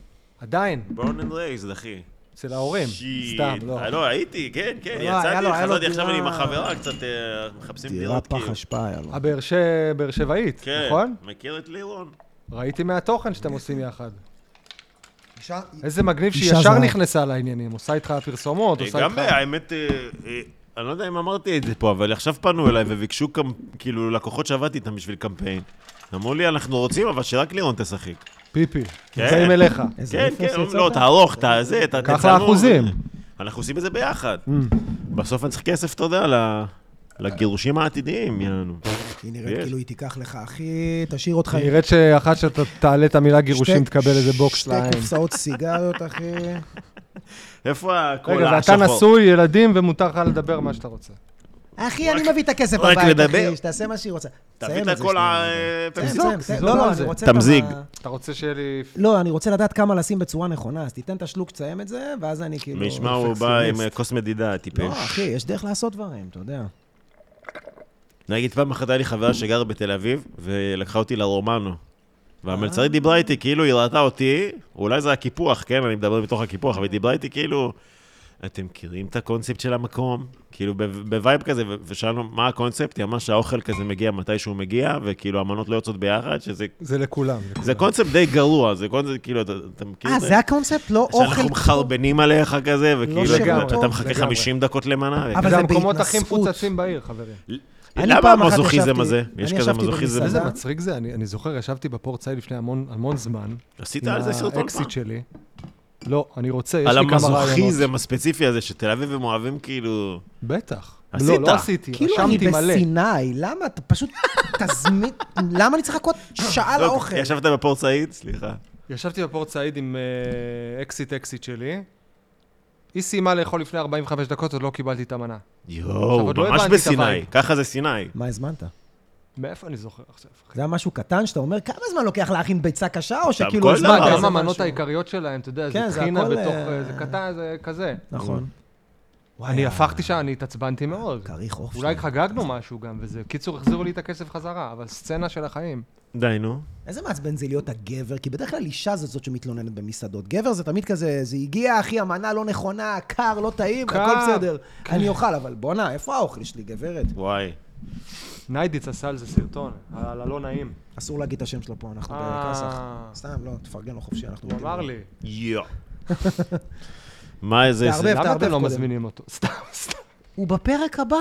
[SPEAKER 3] עדיין,
[SPEAKER 2] בורן אנד רייזד, אחי.
[SPEAKER 3] אצל ההורים.
[SPEAKER 2] שיט.
[SPEAKER 3] סתם, לא.
[SPEAKER 2] אה, לא, הייתי, כן, כן,
[SPEAKER 1] לא, היה
[SPEAKER 2] יצאתי,
[SPEAKER 1] לו- היה לו
[SPEAKER 2] חזרתי עכשיו
[SPEAKER 1] דירה-
[SPEAKER 2] אני עם החברה, קצת אה, מחפשים
[SPEAKER 1] דירה
[SPEAKER 2] דירות,
[SPEAKER 1] פח
[SPEAKER 2] כאילו.
[SPEAKER 1] אשפה היה לו.
[SPEAKER 3] הבאר ש- באר שבעית,
[SPEAKER 2] כן,
[SPEAKER 3] נכון?
[SPEAKER 2] מכיר את לירון?
[SPEAKER 3] ראיתי מהתוכן שאתם עושים יחד.
[SPEAKER 1] אישה-
[SPEAKER 3] איזה מגניב שהיא
[SPEAKER 1] אישה
[SPEAKER 3] ישר
[SPEAKER 1] זהב. נכנסה
[SPEAKER 3] נכנסה לעניינים, עושה איתך פרסומות,
[SPEAKER 2] אה,
[SPEAKER 3] עושה
[SPEAKER 2] גם,
[SPEAKER 3] איתך...
[SPEAKER 2] אה, האמת, אה, אה, אני לא יודע אם אמרתי את זה פה, אבל עכשיו פנו אליי וביקשו קמפ- כאילו לקוחות שעבדתי איתם בשביל קמפיין. אמרו לי, אנחנו רוצים, אבל שרק לירון תשחק.
[SPEAKER 3] פיפי, נמצאים אליך.
[SPEAKER 1] איזה
[SPEAKER 2] כן,
[SPEAKER 1] אפס
[SPEAKER 2] כן,
[SPEAKER 1] יצאת?
[SPEAKER 2] לא, תערוך, אתה זה, אתה
[SPEAKER 3] קח
[SPEAKER 2] תצלמו.
[SPEAKER 3] לאחוזים.
[SPEAKER 2] אנחנו עושים את זה ביחד. בסוף אני צריך כסף, אתה יודע, ל- לגירושים העתידיים, יענו.
[SPEAKER 1] היא נראית
[SPEAKER 2] יש.
[SPEAKER 1] כאילו היא תיקח לך, אחי, תשאיר אותך עם
[SPEAKER 3] נראית שאחת שאתה תעלה את המילה גירושים,
[SPEAKER 1] שתי-
[SPEAKER 3] תקבל איזה בוקס לעין.
[SPEAKER 1] שתי קופסאות סיגריות, אחי.
[SPEAKER 2] איפה הכל
[SPEAKER 3] רגע, ואתה
[SPEAKER 2] השחור?
[SPEAKER 3] נשוי, ילדים, ומותר לך לדבר מה שאתה רוצה.
[SPEAKER 1] אחי, אני מביא את הכסף
[SPEAKER 2] רק
[SPEAKER 1] הביתה,
[SPEAKER 2] לדבר.
[SPEAKER 1] אחי, שתעשה מה שהיא רוצה.
[SPEAKER 2] תביא
[SPEAKER 1] תסיים
[SPEAKER 2] את
[SPEAKER 1] את זה
[SPEAKER 2] הכל
[SPEAKER 1] שנייה.
[SPEAKER 2] ה... אה,
[SPEAKER 1] תסיים,
[SPEAKER 2] תמזיג.
[SPEAKER 1] תסיים, תסיים. לא,
[SPEAKER 3] תזרוק
[SPEAKER 1] לא,
[SPEAKER 3] על
[SPEAKER 1] אני
[SPEAKER 3] זה.
[SPEAKER 1] רוצה כמה-
[SPEAKER 2] תמזיג.
[SPEAKER 3] אתה רוצה שיהיה לי...
[SPEAKER 1] לא, אני רוצה לדעת כמה לשים בצורה נכונה, אז תיתן את השלוק, תסיים את זה, ואז אני כאילו...
[SPEAKER 2] נשמע הוא בא עם אה, כוס מדידה, טיפש.
[SPEAKER 1] לא, אחי, יש דרך לעשות דברים, אתה יודע.
[SPEAKER 2] נגיד, פעם אחת היה לי חברה שגרה בתל אביב, ולקחה אותי לרומנו. והמלצרית
[SPEAKER 1] אה.
[SPEAKER 2] דיברה איתי, כאילו היא ראתה אותי, אולי זה הקיפוח, כן? אני מדבר מתוך הקיפוח, אבל היא דיברה איתי כאילו, אתם מכירים את הקונספט של המקום? כאילו, ב- בווייב כזה, ו- ושאלנו, מה הקונספט? היא אמרה שהאוכל כזה מגיע מתי שהוא מגיע, וכאילו, המנות לא יוצאות ביחד, שזה...
[SPEAKER 3] זה לכולם.
[SPEAKER 2] זה קונספט די גרוע, זה קונספט, כאילו, אתה אתה מכיר
[SPEAKER 1] אה,
[SPEAKER 2] את זה?
[SPEAKER 1] זה הקונספט? לא
[SPEAKER 2] שאנחנו
[SPEAKER 1] אוכל...
[SPEAKER 2] מחרבנים עליך כזה, וכאילו,
[SPEAKER 1] שווה
[SPEAKER 2] אתה-
[SPEAKER 1] אותו.
[SPEAKER 2] אתה מחכה
[SPEAKER 3] לגמרי.
[SPEAKER 2] 50 דקות למנה.
[SPEAKER 1] אבל
[SPEAKER 3] זה
[SPEAKER 1] זה
[SPEAKER 3] המקומות הכי
[SPEAKER 1] בהתנשאות.
[SPEAKER 3] מפוצצים בעיר, חברים.
[SPEAKER 1] אני
[SPEAKER 2] למה
[SPEAKER 1] פעם אחת
[SPEAKER 2] המזוכיזם
[SPEAKER 1] ישבתי-
[SPEAKER 2] הזה?
[SPEAKER 1] אני
[SPEAKER 2] יש כזה
[SPEAKER 1] ישבתי
[SPEAKER 2] מזוכיזם?
[SPEAKER 1] במסעדה.
[SPEAKER 3] איזה מצחיק זה, אני אני זוכר, ישבתי בפורט סעיד לפני המון המון זמן.
[SPEAKER 2] עשית
[SPEAKER 3] עם
[SPEAKER 2] על זה סרטון פעם?
[SPEAKER 3] האקסיט שלי. לא, אני רוצה, יש
[SPEAKER 2] על
[SPEAKER 3] לי כמה רעיונות.
[SPEAKER 2] המזוכיזם הספציפי הזה, שתל אביב הם אוהבים כאילו...
[SPEAKER 3] בטח.
[SPEAKER 2] עשית.
[SPEAKER 3] לא, לא עשיתי,
[SPEAKER 1] כאילו אני
[SPEAKER 3] רשמתי מלא.
[SPEAKER 1] בסיני, למה אתה פשוט תזמין, למה אני צריך לחכות שעה
[SPEAKER 2] לא,
[SPEAKER 1] לאוכל?
[SPEAKER 2] ישבת בפורט סעיד? סליחה.
[SPEAKER 3] ישבתי בפורט סעיד עם אה, אקסיט אקסיט שלי. היא סיימה לאכול לפני 45 דקות, עוד לא קיבלתי את המנה.
[SPEAKER 2] יואו,
[SPEAKER 3] עוד לא
[SPEAKER 2] ממש
[SPEAKER 3] הבנתי את
[SPEAKER 2] בסיני.
[SPEAKER 3] הווייב.
[SPEAKER 2] ככה זה סיני.
[SPEAKER 1] מה הזמנת?
[SPEAKER 3] מאיפה אני זוכר עכשיו? אחי?
[SPEAKER 1] זה היה משהו קטן שאתה אומר, כמה זמן לוקח להכין ביצה קשה, או שכאילו...
[SPEAKER 2] כל
[SPEAKER 1] הזמנת איזה
[SPEAKER 2] דבר.
[SPEAKER 3] מה, גם
[SPEAKER 1] לא, משהו?
[SPEAKER 3] המנות העיקריות שלהם, אתה יודע,
[SPEAKER 1] כן,
[SPEAKER 3] זה
[SPEAKER 1] זה
[SPEAKER 3] טחינה
[SPEAKER 1] הכל,
[SPEAKER 3] בתוך...
[SPEAKER 1] אה,
[SPEAKER 3] אה, זה קטן, זה כזה.
[SPEAKER 1] נכון.
[SPEAKER 3] אני הפכתי שם, אני התעצבנתי מאוד.
[SPEAKER 1] כריך עוף
[SPEAKER 3] אולי
[SPEAKER 1] שם.
[SPEAKER 3] חגגנו משהו גם, וזה... קיצור, החזירו לי את הכסף חזרה, אבל סצנה של החיים.
[SPEAKER 2] די, נו.
[SPEAKER 1] איזה מעצבן זה להיות הגבר, כי בדרך כלל אישה זאת זאת שמתלוננת במסעדות. גבר זה תמיד כזה, זה הגיע, אחי, המנה לא נכונה, קר, לא טעים, הכל
[SPEAKER 3] קר. כן.
[SPEAKER 1] בסדר. אני אוכל, אבל בואנה, איפה האוכל שלי, גברת?
[SPEAKER 2] וואי.
[SPEAKER 3] ניידיץ עשה על זה סרטון, על הלא נעים.
[SPEAKER 1] אסור להגיד את השם שלו פה, אנחנו
[SPEAKER 3] אה.
[SPEAKER 1] בכסח. סתם, לא, תפרגן לו חופשי, אנחנו...
[SPEAKER 3] הוא אמר לי.
[SPEAKER 2] יואו. מה איזה...
[SPEAKER 1] תערבב.
[SPEAKER 2] זה-
[SPEAKER 3] למה
[SPEAKER 1] תערבב
[SPEAKER 3] אתם לא
[SPEAKER 1] קודם.
[SPEAKER 3] מזמינים אותו? סתם, סתם.
[SPEAKER 1] הוא בפרק הבא.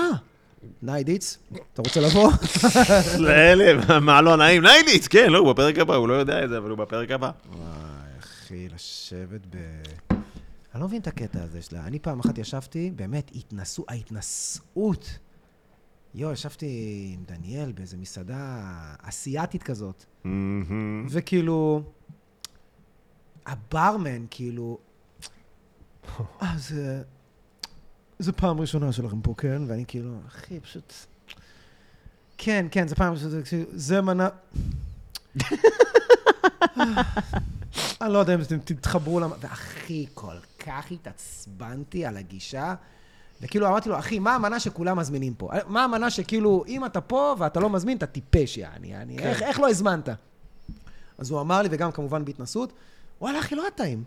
[SPEAKER 1] ניידיץ, אתה רוצה לבוא?
[SPEAKER 2] לאלה, מה לא נעים? נייליץ, כן, לא, הוא בפרק הבא, הוא לא יודע את זה, אבל הוא בפרק הבא.
[SPEAKER 1] וואי, אחי, לשבת ב... אני לא מבין את הקטע הזה שלה. אני פעם אחת ישבתי, באמת, התנסו, ההתנשאות. יו, ישבתי עם דניאל באיזה מסעדה אסיאתית כזאת,
[SPEAKER 2] מהמם.
[SPEAKER 1] וכאילו, הברמן, כאילו, אה, זה... זה פעם ראשונה שלכם פה, כן? ואני כאילו, אחי, פשוט... כן, כן, זה פעם ראשונה, כאילו, זה מנה... אני לא יודע אם אתם תתחברו למ... ואחי, כל כך התעצבנתי על הגישה. וכאילו אמרתי לו, אחי, מה המנה שכולם מזמינים פה? מה המנה שכאילו, אם אתה פה ואתה לא מזמין, אתה טיפש, יעני, יעני. איך, איך לא הזמנת? אז הוא אמר לי, וגם כמובן בהתנסות, וואלה, אחי, לא היה טעים.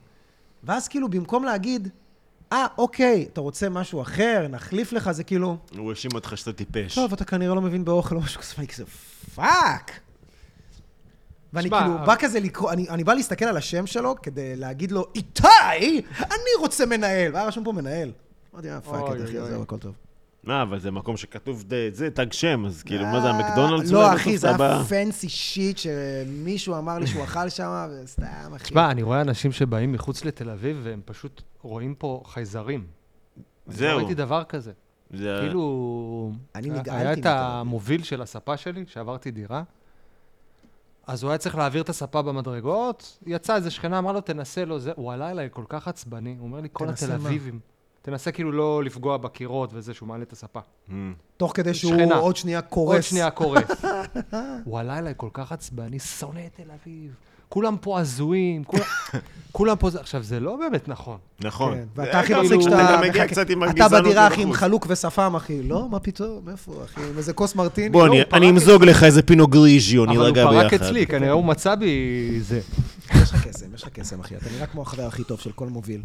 [SPEAKER 1] ואז כאילו, במקום להגיד, אה, אוקיי, אתה רוצה משהו אחר, נחליף לך, זה כאילו,
[SPEAKER 2] הוא האשים אותך שאתה טיפש.
[SPEAKER 1] טוב, אתה כנראה לא מבין באוכל או משהו כזה, ואני כזה, פאק! ואני
[SPEAKER 3] שמע,
[SPEAKER 1] כאילו
[SPEAKER 3] אבל-
[SPEAKER 1] בא כזה לקרוא, אני, אני בא להסתכל על השם שלו כדי להגיד לו, איתי, אני רוצה מנהל. והיה רשום פה מנהל. אמרתי, אה, פאק,
[SPEAKER 3] אוי,
[SPEAKER 1] את אחי,
[SPEAKER 3] אוי,
[SPEAKER 1] זהו,
[SPEAKER 3] אוי.
[SPEAKER 1] הכל טוב.
[SPEAKER 2] מה, אבל זה מקום שכתוב ד- זה, תג שם, אז כאילו,
[SPEAKER 3] אה,
[SPEAKER 2] מה זה, המקדונלדס?
[SPEAKER 1] לא,
[SPEAKER 2] אולי
[SPEAKER 1] אחי,
[SPEAKER 2] בסוף
[SPEAKER 1] זה היה
[SPEAKER 2] הבא?
[SPEAKER 1] פנסי שיט שמישהו אמר לי שהוא אכל שם, וסתם, אחי.
[SPEAKER 3] תשמע, אני רואה אנשים שבאים מחוץ לתל אביב, והם פשוט רואים פה חייזרים. לא
[SPEAKER 2] זהו. אה.
[SPEAKER 3] ראיתי דבר כזה.
[SPEAKER 2] זה-
[SPEAKER 3] כאילו...
[SPEAKER 1] אני
[SPEAKER 3] ה-
[SPEAKER 1] נגעלתי
[SPEAKER 3] היה את
[SPEAKER 1] מתל אביב.
[SPEAKER 3] המוביל של הספה שלי, שעברתי דירה, אז הוא היה צריך להעביר את הספה במדרגות, יצאה איזה שכנה, אמרה לו, תנסה לו זה, הוא עלה אליי כל כך עצבני, הוא אומר לי, כל
[SPEAKER 1] תנסה
[SPEAKER 3] התל
[SPEAKER 1] מה?"
[SPEAKER 3] אביבים. תנסה כאילו לא לפגוע בקירות וזה, שהוא מעלה את הספה.
[SPEAKER 2] מ.
[SPEAKER 1] תוך כדי שהוא
[SPEAKER 3] שכנה.
[SPEAKER 1] עוד שנייה קורס.
[SPEAKER 3] עוד שנייה קורס. הוא עלה אליי כל כך עצבני, שונא את תל אביב. כולם פה הזויים, כולם- כולם פה זה... עכשיו, זה לא באמת נכון.
[SPEAKER 2] נכון.
[SPEAKER 1] כן,
[SPEAKER 2] זה
[SPEAKER 1] ואתה הכי
[SPEAKER 2] גם
[SPEAKER 1] מצחיק
[SPEAKER 2] זה,
[SPEAKER 1] שאתה...
[SPEAKER 2] כשאתה גם מגיע
[SPEAKER 1] מחכה.
[SPEAKER 2] קצת עם
[SPEAKER 1] אתה
[SPEAKER 2] הגזענות
[SPEAKER 1] בדירה, אחי, עם
[SPEAKER 2] מבחוץ.
[SPEAKER 1] חלוק ושפם, אחי. לא, מה פתאום, איפה, אחי? עם איזה כוס מרטיני?
[SPEAKER 2] בוא,
[SPEAKER 1] לא,
[SPEAKER 2] אני-
[SPEAKER 1] הוא פרק
[SPEAKER 2] אני אמזוג לך איזה פינו גריז'יו,
[SPEAKER 3] אבל הוא
[SPEAKER 2] נירגע ביחד.
[SPEAKER 3] פרק אצלי, כנראה הוא מצא בי זה.
[SPEAKER 1] יש לך קסם, יש לך קסם, אחי. אתה נראה כמו החבר הכי טוב של כל מוביל.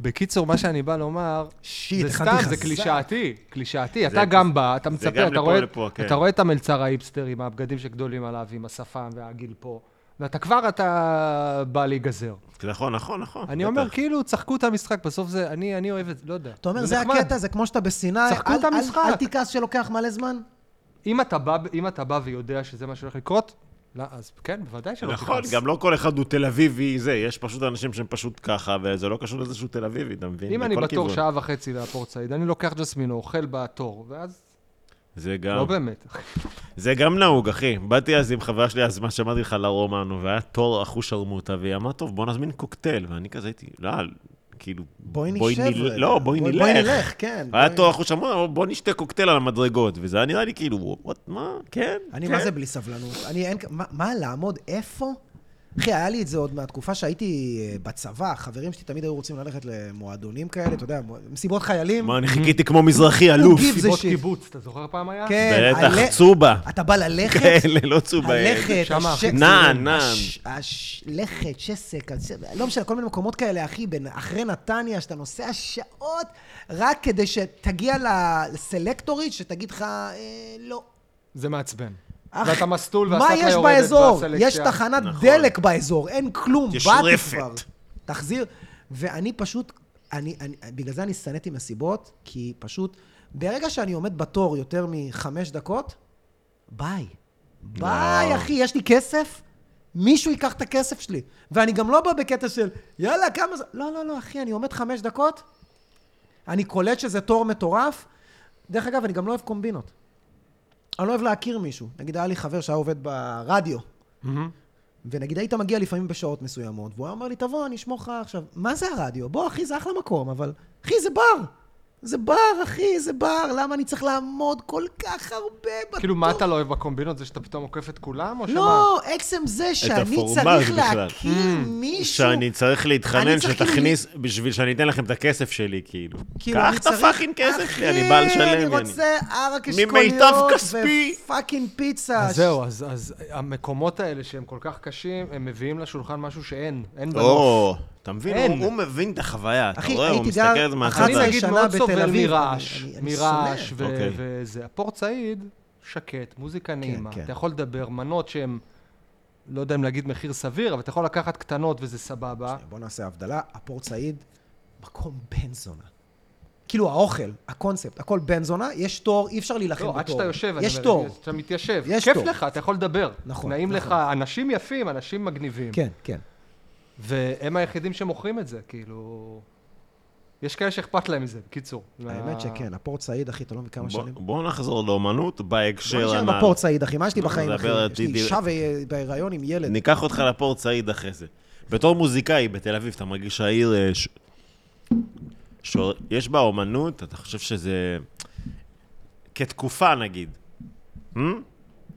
[SPEAKER 3] בקיצור, מה שאני בא לומר,
[SPEAKER 1] שיט,
[SPEAKER 3] זה
[SPEAKER 1] הכנתי
[SPEAKER 3] סתם, זה
[SPEAKER 1] חזק.
[SPEAKER 3] קלישאתי, קלישאתי.
[SPEAKER 2] זה-
[SPEAKER 3] אתה גם בא, אתה
[SPEAKER 2] זה
[SPEAKER 3] מצפה,
[SPEAKER 2] גם
[SPEAKER 3] אתה
[SPEAKER 2] לפה
[SPEAKER 3] רואה-
[SPEAKER 2] ולפה, כן.
[SPEAKER 3] אתה רואה את המלצר האיפסטר עם הבגדים שגדולים עליו, עם השפם והגיל פה, ואתה כבר אתה בא להיגזר.
[SPEAKER 2] נכון, נכון, נכון.
[SPEAKER 3] אני
[SPEAKER 2] בטח.
[SPEAKER 3] אומר, כאילו, צחקו את המשחק, בסוף זה, אני אני אוהב את זה, לא יודע.
[SPEAKER 1] אתה אומר, זה
[SPEAKER 3] נחמד.
[SPEAKER 1] הקטע, זה כמו שאתה בסיני.
[SPEAKER 3] צחקו
[SPEAKER 1] אל-
[SPEAKER 3] את
[SPEAKER 1] אל-
[SPEAKER 3] המשחק.
[SPEAKER 1] אל תכעס שלוקח מלא זמן.
[SPEAKER 3] אם אתה בא- אם אתה בא ויודע שזה מה שהולך לקרות, לא, אז כן, בוודאי שלא
[SPEAKER 2] נכון,
[SPEAKER 3] תכעס.
[SPEAKER 2] גם לא כל אחד הוא תל אביבי זה, יש פשוט אנשים שהם פשוט ככה, וזה לא קשור לזה שהוא תל אביבי, אתה מבין?
[SPEAKER 3] אם אני
[SPEAKER 2] בכל
[SPEAKER 3] בתור
[SPEAKER 2] כיוון.
[SPEAKER 3] שעה וחצי לפורט סעיד, אני לוקח ג'סמינו, אוכל בתור, ואז
[SPEAKER 2] זה
[SPEAKER 3] לא
[SPEAKER 2] גם,
[SPEAKER 3] באמת.
[SPEAKER 2] זה גם נהוג, אחי. באתי אז עם חברה שלי, אז מה שאמרתי לך לרומנו, והיה תור אחוש שרמוטה, והיא אמרה, טוב, בוא נזמין קוקטייל, ואני כזה הייתי, לא, כאילו,
[SPEAKER 1] בואי נשב
[SPEAKER 2] נל-
[SPEAKER 1] רגע.
[SPEAKER 2] לא, בואי נלך.
[SPEAKER 1] בואי נלך, כן.
[SPEAKER 2] היה
[SPEAKER 1] בואי-
[SPEAKER 2] תור אחוש שרמוטה, בוא נשתה קוקטייל על המדרגות, וזה היה נראה לי כאילו, "What, מה, כן,
[SPEAKER 1] אני
[SPEAKER 2] כן."
[SPEAKER 1] מה זה בלי סבלנות? אני אין... כ- מה, מה, לעמוד איפה? אחי, היה לי את זה עוד מהתקופה שהייתי אה, בצבא, חברים שלי תמיד היו רוצים ללכת למועדונים כאלה, אתה יודע, מוע- מסיבות חיילים.
[SPEAKER 2] מה, אני חיכיתי כמו מזרחי, אלוף.
[SPEAKER 1] גיב זה
[SPEAKER 3] סיבות
[SPEAKER 1] שיט.
[SPEAKER 3] קיבוץ, אתה זוכר פעם היה?
[SPEAKER 1] כן,
[SPEAKER 2] בטח,
[SPEAKER 1] הל-
[SPEAKER 2] צובה.
[SPEAKER 1] אתה בא ללכת,
[SPEAKER 2] כאלה, לא צובה.
[SPEAKER 1] הלכת,
[SPEAKER 3] שם
[SPEAKER 1] השק-
[SPEAKER 3] הכי
[SPEAKER 2] נען, נען.
[SPEAKER 1] הש- הש- לכת, שסק, הש- לא משנה, כל מיני מקומות כאלה, אחי, בין- אחרי נתניה, שאתה נוסע שעות, רק כדי שתגיע לסלקטורית, שתגיד לך, אה, לא.
[SPEAKER 3] זה מעצבן.
[SPEAKER 1] אח,
[SPEAKER 3] ואתה מסטול
[SPEAKER 1] מה
[SPEAKER 3] והשק לא
[SPEAKER 1] יש
[SPEAKER 3] יורדת
[SPEAKER 1] באזור?
[SPEAKER 3] והסלקציה.
[SPEAKER 1] יש תחנת
[SPEAKER 2] נכון.
[SPEAKER 1] דלק באזור, אין כלום,
[SPEAKER 2] יש
[SPEAKER 1] באתי
[SPEAKER 2] רפת.
[SPEAKER 1] כבר. תחזיר. ואני פשוט, אני, אני, בגלל זה אני שנאתי מסיבות, כי פשוט, ברגע שאני עומד בתור יותר מחמש דקות, ביי. ביי,
[SPEAKER 2] וואו.
[SPEAKER 1] אחי, יש לי כסף? מישהו ייקח את הכסף שלי. ואני גם לא בא בקטע של, יאללה, כמה זה... לא, לא, לא, אחי, אני עומד חמש דקות, אני קולט שזה תור מטורף. דרך אגב, אני גם לא אוהב קומבינות. אני לא אוהב להכיר מישהו. נגיד, היה לי חבר שהיה עובד ברדיו,
[SPEAKER 3] מהמם.
[SPEAKER 1] ונגיד היית מגיע לפעמים בשעות מסוימות, והוא היה אומר לי, תבוא, אני אשמור לך עכשיו. מה זה הרדיו? בוא, אחי, זה אחלה מקום, אבל... אחי, זה בר! זה בר, אחי, זה בר! למה אני צריך לעמוד כל כך הרבה בתור?
[SPEAKER 3] כאילו, מה אתה לא אוהב בקומבינות? זה שאתה פתאום עוקף את כולם, או שמה?
[SPEAKER 1] לא, עצם זה שאני
[SPEAKER 2] הפורמט
[SPEAKER 1] צריך
[SPEAKER 2] בכלל.
[SPEAKER 1] להכיר מישהו...
[SPEAKER 2] שאני צריך להתחנן
[SPEAKER 1] אני צריך
[SPEAKER 2] שתכניס, בשביל שאני אתן לכם את הכסף שלי, כאילו.
[SPEAKER 1] כאילו,
[SPEAKER 2] קח
[SPEAKER 1] אני
[SPEAKER 2] את
[SPEAKER 1] צריך-
[SPEAKER 2] הפאקינג כסף שלי, אני בא לשלם.
[SPEAKER 1] אחי, אני
[SPEAKER 2] יעני.
[SPEAKER 1] רוצה ערק
[SPEAKER 2] ממיטב
[SPEAKER 1] אשכוליות
[SPEAKER 2] כספי.
[SPEAKER 1] ופאקינג פיצה.
[SPEAKER 3] אז זהו, אז, אז המקומות האלה שהם כל כך קשים, הם מביאים לשולחן משהו שאין, אין בנוף.
[SPEAKER 2] או, אתה מבין?
[SPEAKER 3] אין.
[SPEAKER 2] הוא הוא מבין את החוויה. אתה
[SPEAKER 1] אחי,
[SPEAKER 2] רואה, הוא
[SPEAKER 1] הייתי
[SPEAKER 2] מסתכל
[SPEAKER 1] גר
[SPEAKER 2] על זה מהצד.
[SPEAKER 1] אחרי
[SPEAKER 2] הזה.
[SPEAKER 1] זה-
[SPEAKER 3] נגיד
[SPEAKER 1] שנה
[SPEAKER 3] מאוד
[SPEAKER 1] בתל
[SPEAKER 3] סובל
[SPEAKER 1] אביב,
[SPEAKER 3] מרעש,
[SPEAKER 1] אני- אני- אני
[SPEAKER 3] מרעש,
[SPEAKER 1] שונא.
[SPEAKER 3] ו-
[SPEAKER 2] אוקיי.
[SPEAKER 3] וזה. הפורט סעיד, שקט, מוזיקה נעימה.
[SPEAKER 1] כן.
[SPEAKER 3] אתה יכול לדבר, מנות שהן, לא יודע אם להגיד מחיר סביר, אבל אתה יכול לקחת קטנות וזה סבבה.
[SPEAKER 1] אה? בוא נעשה הבדלה, הפורט סעיד, מקום בן זונה. כאילו האוכל, הקונספט, הכל בן זונה, יש תור, אי אפשר להילחם בתור.
[SPEAKER 3] לא, עד שאתה יושב, אני
[SPEAKER 1] יש
[SPEAKER 3] אומר,
[SPEAKER 1] תור.
[SPEAKER 3] אתה מתיישב.
[SPEAKER 1] יש
[SPEAKER 3] כיף
[SPEAKER 1] תור.
[SPEAKER 3] לך, אתה יכול לדבר.
[SPEAKER 1] נכון,
[SPEAKER 3] נעים
[SPEAKER 1] נכון.
[SPEAKER 3] לך, אנשים יפים, אנשים מגניבים.
[SPEAKER 1] כן, כן.
[SPEAKER 3] והם היחידים שמוכרים את זה, כאילו... יש כאלה שאכפת להם מזה, בקיצור.
[SPEAKER 1] האמת
[SPEAKER 3] מה-
[SPEAKER 1] שכן, הפורט סעיד, אחי, אתה לא מכמה
[SPEAKER 2] בוא-
[SPEAKER 1] שנים.
[SPEAKER 2] בואו נחזור לאומנות
[SPEAKER 1] בוא
[SPEAKER 2] בהקשר
[SPEAKER 1] נשאר
[SPEAKER 2] הנ"ל.
[SPEAKER 1] בפורט סעיד, אחי, מה יש לי
[SPEAKER 2] בוא
[SPEAKER 1] בחיים, אחי?
[SPEAKER 2] נדבר על
[SPEAKER 1] יש לי
[SPEAKER 2] טידי-
[SPEAKER 1] אישה ו- בהיריון עם
[SPEAKER 3] כן.
[SPEAKER 1] ילד.
[SPEAKER 2] ניקח אותך לפורט סעיד אחרי זה. בתור מוזיקאי בתל אביב, אתה מרגיש שהעיר... אה, ש... שור... יש בה אומנות, אתה חושב שזה... כתקופה נגיד. Hmm?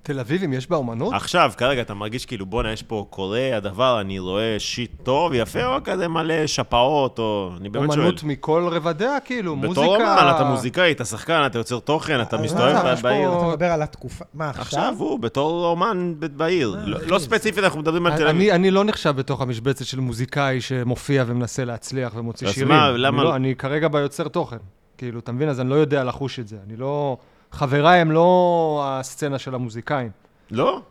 [SPEAKER 3] תל אביבים יש בה אומנות?
[SPEAKER 2] עכשיו, כרגע, אתה מרגיש כאילו, בואנה, יש פה קורה הדבר, אני רואה שיט טוב, יפה, או כזה מלא שפעות, או... אני באמת שואל.
[SPEAKER 3] אומנות מכל רבדיה, כאילו, מוזיקה...
[SPEAKER 2] בתור אומן, אתה מוזיקאי, אתה שחקן, אתה יוצר תוכן, אתה
[SPEAKER 1] אה,
[SPEAKER 2] מסתובב
[SPEAKER 3] אה, יש
[SPEAKER 2] ב- בעיר.
[SPEAKER 3] פה-
[SPEAKER 1] אתה מדבר על התקופה, מה
[SPEAKER 2] עכשיו
[SPEAKER 1] עכשיו?
[SPEAKER 2] הוא, בתור אומן ב- בעיר.
[SPEAKER 3] אה,
[SPEAKER 2] לא- לא ספציפית, אנחנו מדברים על תל אביב.
[SPEAKER 3] אני, אני לא נחשב בתוך המשבצת של מוזיקאי שמופיע ומנסה להצליח ומוציא
[SPEAKER 2] אז
[SPEAKER 3] שירים.
[SPEAKER 2] מה, למה-
[SPEAKER 3] אני, לא, אני כרגע ביוצר תוכן. כאילו, אתה מבין? אז אני לא יודע לחוש את זה. אני לא... חבריי הם לא הסצנה של המוזיקאים.
[SPEAKER 2] לא?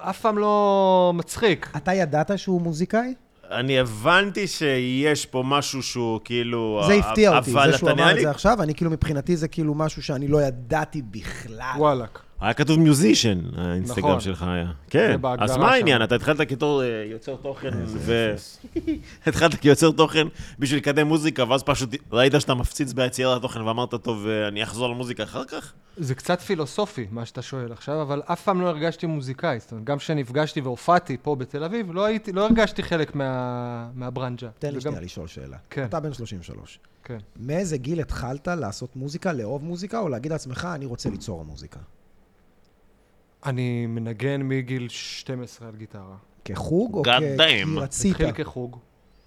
[SPEAKER 3] אף פעם לא מצחיק.
[SPEAKER 1] אתה ידעת שהוא מוזיקאי?
[SPEAKER 2] אני הבנתי שיש פה משהו שהוא כאילו...
[SPEAKER 1] זה הפתיע
[SPEAKER 2] אבל
[SPEAKER 1] אותי, זה שהוא
[SPEAKER 2] אתה נראה
[SPEAKER 1] אמר את
[SPEAKER 2] לי-
[SPEAKER 1] זה עכשיו, אני כאילו מבחינתי זה כאילו משהו שאני לא ידעתי בכלל.
[SPEAKER 3] וואלכ.
[SPEAKER 2] היה כתוב מיוזישן, האינסטגרם
[SPEAKER 3] נכון.
[SPEAKER 2] שלך היה. כן,
[SPEAKER 3] בהגדרה
[SPEAKER 2] אז מה העניין?
[SPEAKER 3] שם.
[SPEAKER 2] אתה התחלת כתור אה, יוצר תוכן ו... התחלת כיוצר תוכן בשביל לקדם מוזיקה, ואז פשוט ראית שאתה מפציץ ביצירת התוכן ואמרת, טוב, אה, אני אחזור למוזיקה אחר כך?
[SPEAKER 3] זה קצת פילוסופי, מה שאתה שואל עכשיו, אבל אף פעם לא הרגשתי מוזיקאי. זאת אומרת, גם כשנפגשתי והופעתי פה בתל אביב, לא, הייתי, לא הרגשתי חלק מה, מהברנג'ה.
[SPEAKER 1] תן לי
[SPEAKER 3] וגם-
[SPEAKER 1] שנייה לשאול שאלה.
[SPEAKER 3] כן.
[SPEAKER 1] אתה בן 33.
[SPEAKER 3] כן.
[SPEAKER 1] מאיזה גיל התחלת לעשות מוזיקה, לאהוב מוזיקה, או להגיד לעצמך, אני רוצה ליצור מוזיקה?
[SPEAKER 3] אני מנגן מגיל 12 על גיטרה.
[SPEAKER 1] כחוג או
[SPEAKER 2] God
[SPEAKER 1] כ... כי
[SPEAKER 2] damn.
[SPEAKER 1] רצית?
[SPEAKER 3] התחיל כחוג.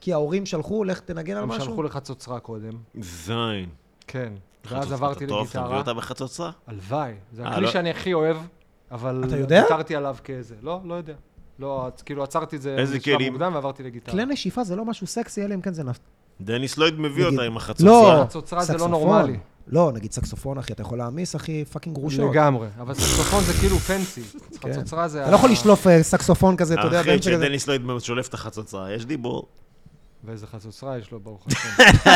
[SPEAKER 1] כי ההורים שלחו, לך תנגן על
[SPEAKER 3] הם
[SPEAKER 1] משהו?
[SPEAKER 3] שלחו לחצוצרה קודם,
[SPEAKER 2] זין.
[SPEAKER 3] כן. ואז עברתי
[SPEAKER 2] טוב, אתה מביא
[SPEAKER 3] לגיטרה.
[SPEAKER 2] אותה בחצוצרה?
[SPEAKER 3] הלוואי, זה
[SPEAKER 2] אה,
[SPEAKER 3] הכלי
[SPEAKER 2] לא-
[SPEAKER 3] שאני הכי אוהב, אבל...
[SPEAKER 1] אתה יודע?
[SPEAKER 3] ויתרתי עליו כאיזה. לא, לא יודע. לא, אז כאילו עצרתי את זה
[SPEAKER 2] איזה
[SPEAKER 3] בשלב
[SPEAKER 2] כלים?
[SPEAKER 3] מוקדם ועברתי לגיטרה.
[SPEAKER 1] כלי נשיפה זה לא משהו סקסי, אלא אם כן זה נפ...
[SPEAKER 2] דניס לויד מביא
[SPEAKER 1] נגיד-
[SPEAKER 2] אותה עם
[SPEAKER 1] לא,
[SPEAKER 2] החצוצרה.
[SPEAKER 3] חצוצרה זה לא
[SPEAKER 1] סקסופון.
[SPEAKER 3] נורמלי.
[SPEAKER 1] לא, נגיד סקסופון, אחי, אתה יכול להעמיס, אחי, פאקינג גרושות.
[SPEAKER 3] לגמרי. אבל סקסופון זה כאילו פנסי. חצוצרה זה...
[SPEAKER 1] אתה לא יכול
[SPEAKER 3] ה-
[SPEAKER 1] לשלוף אה, סקסופון כזה, אתה יודע,
[SPEAKER 2] אחי,
[SPEAKER 1] באמצע כזה.
[SPEAKER 2] כשדניס לויד שולף את החצוצרה, יש דיבור.
[SPEAKER 3] ואיזה חצוצרה יש לו, ברוך השם.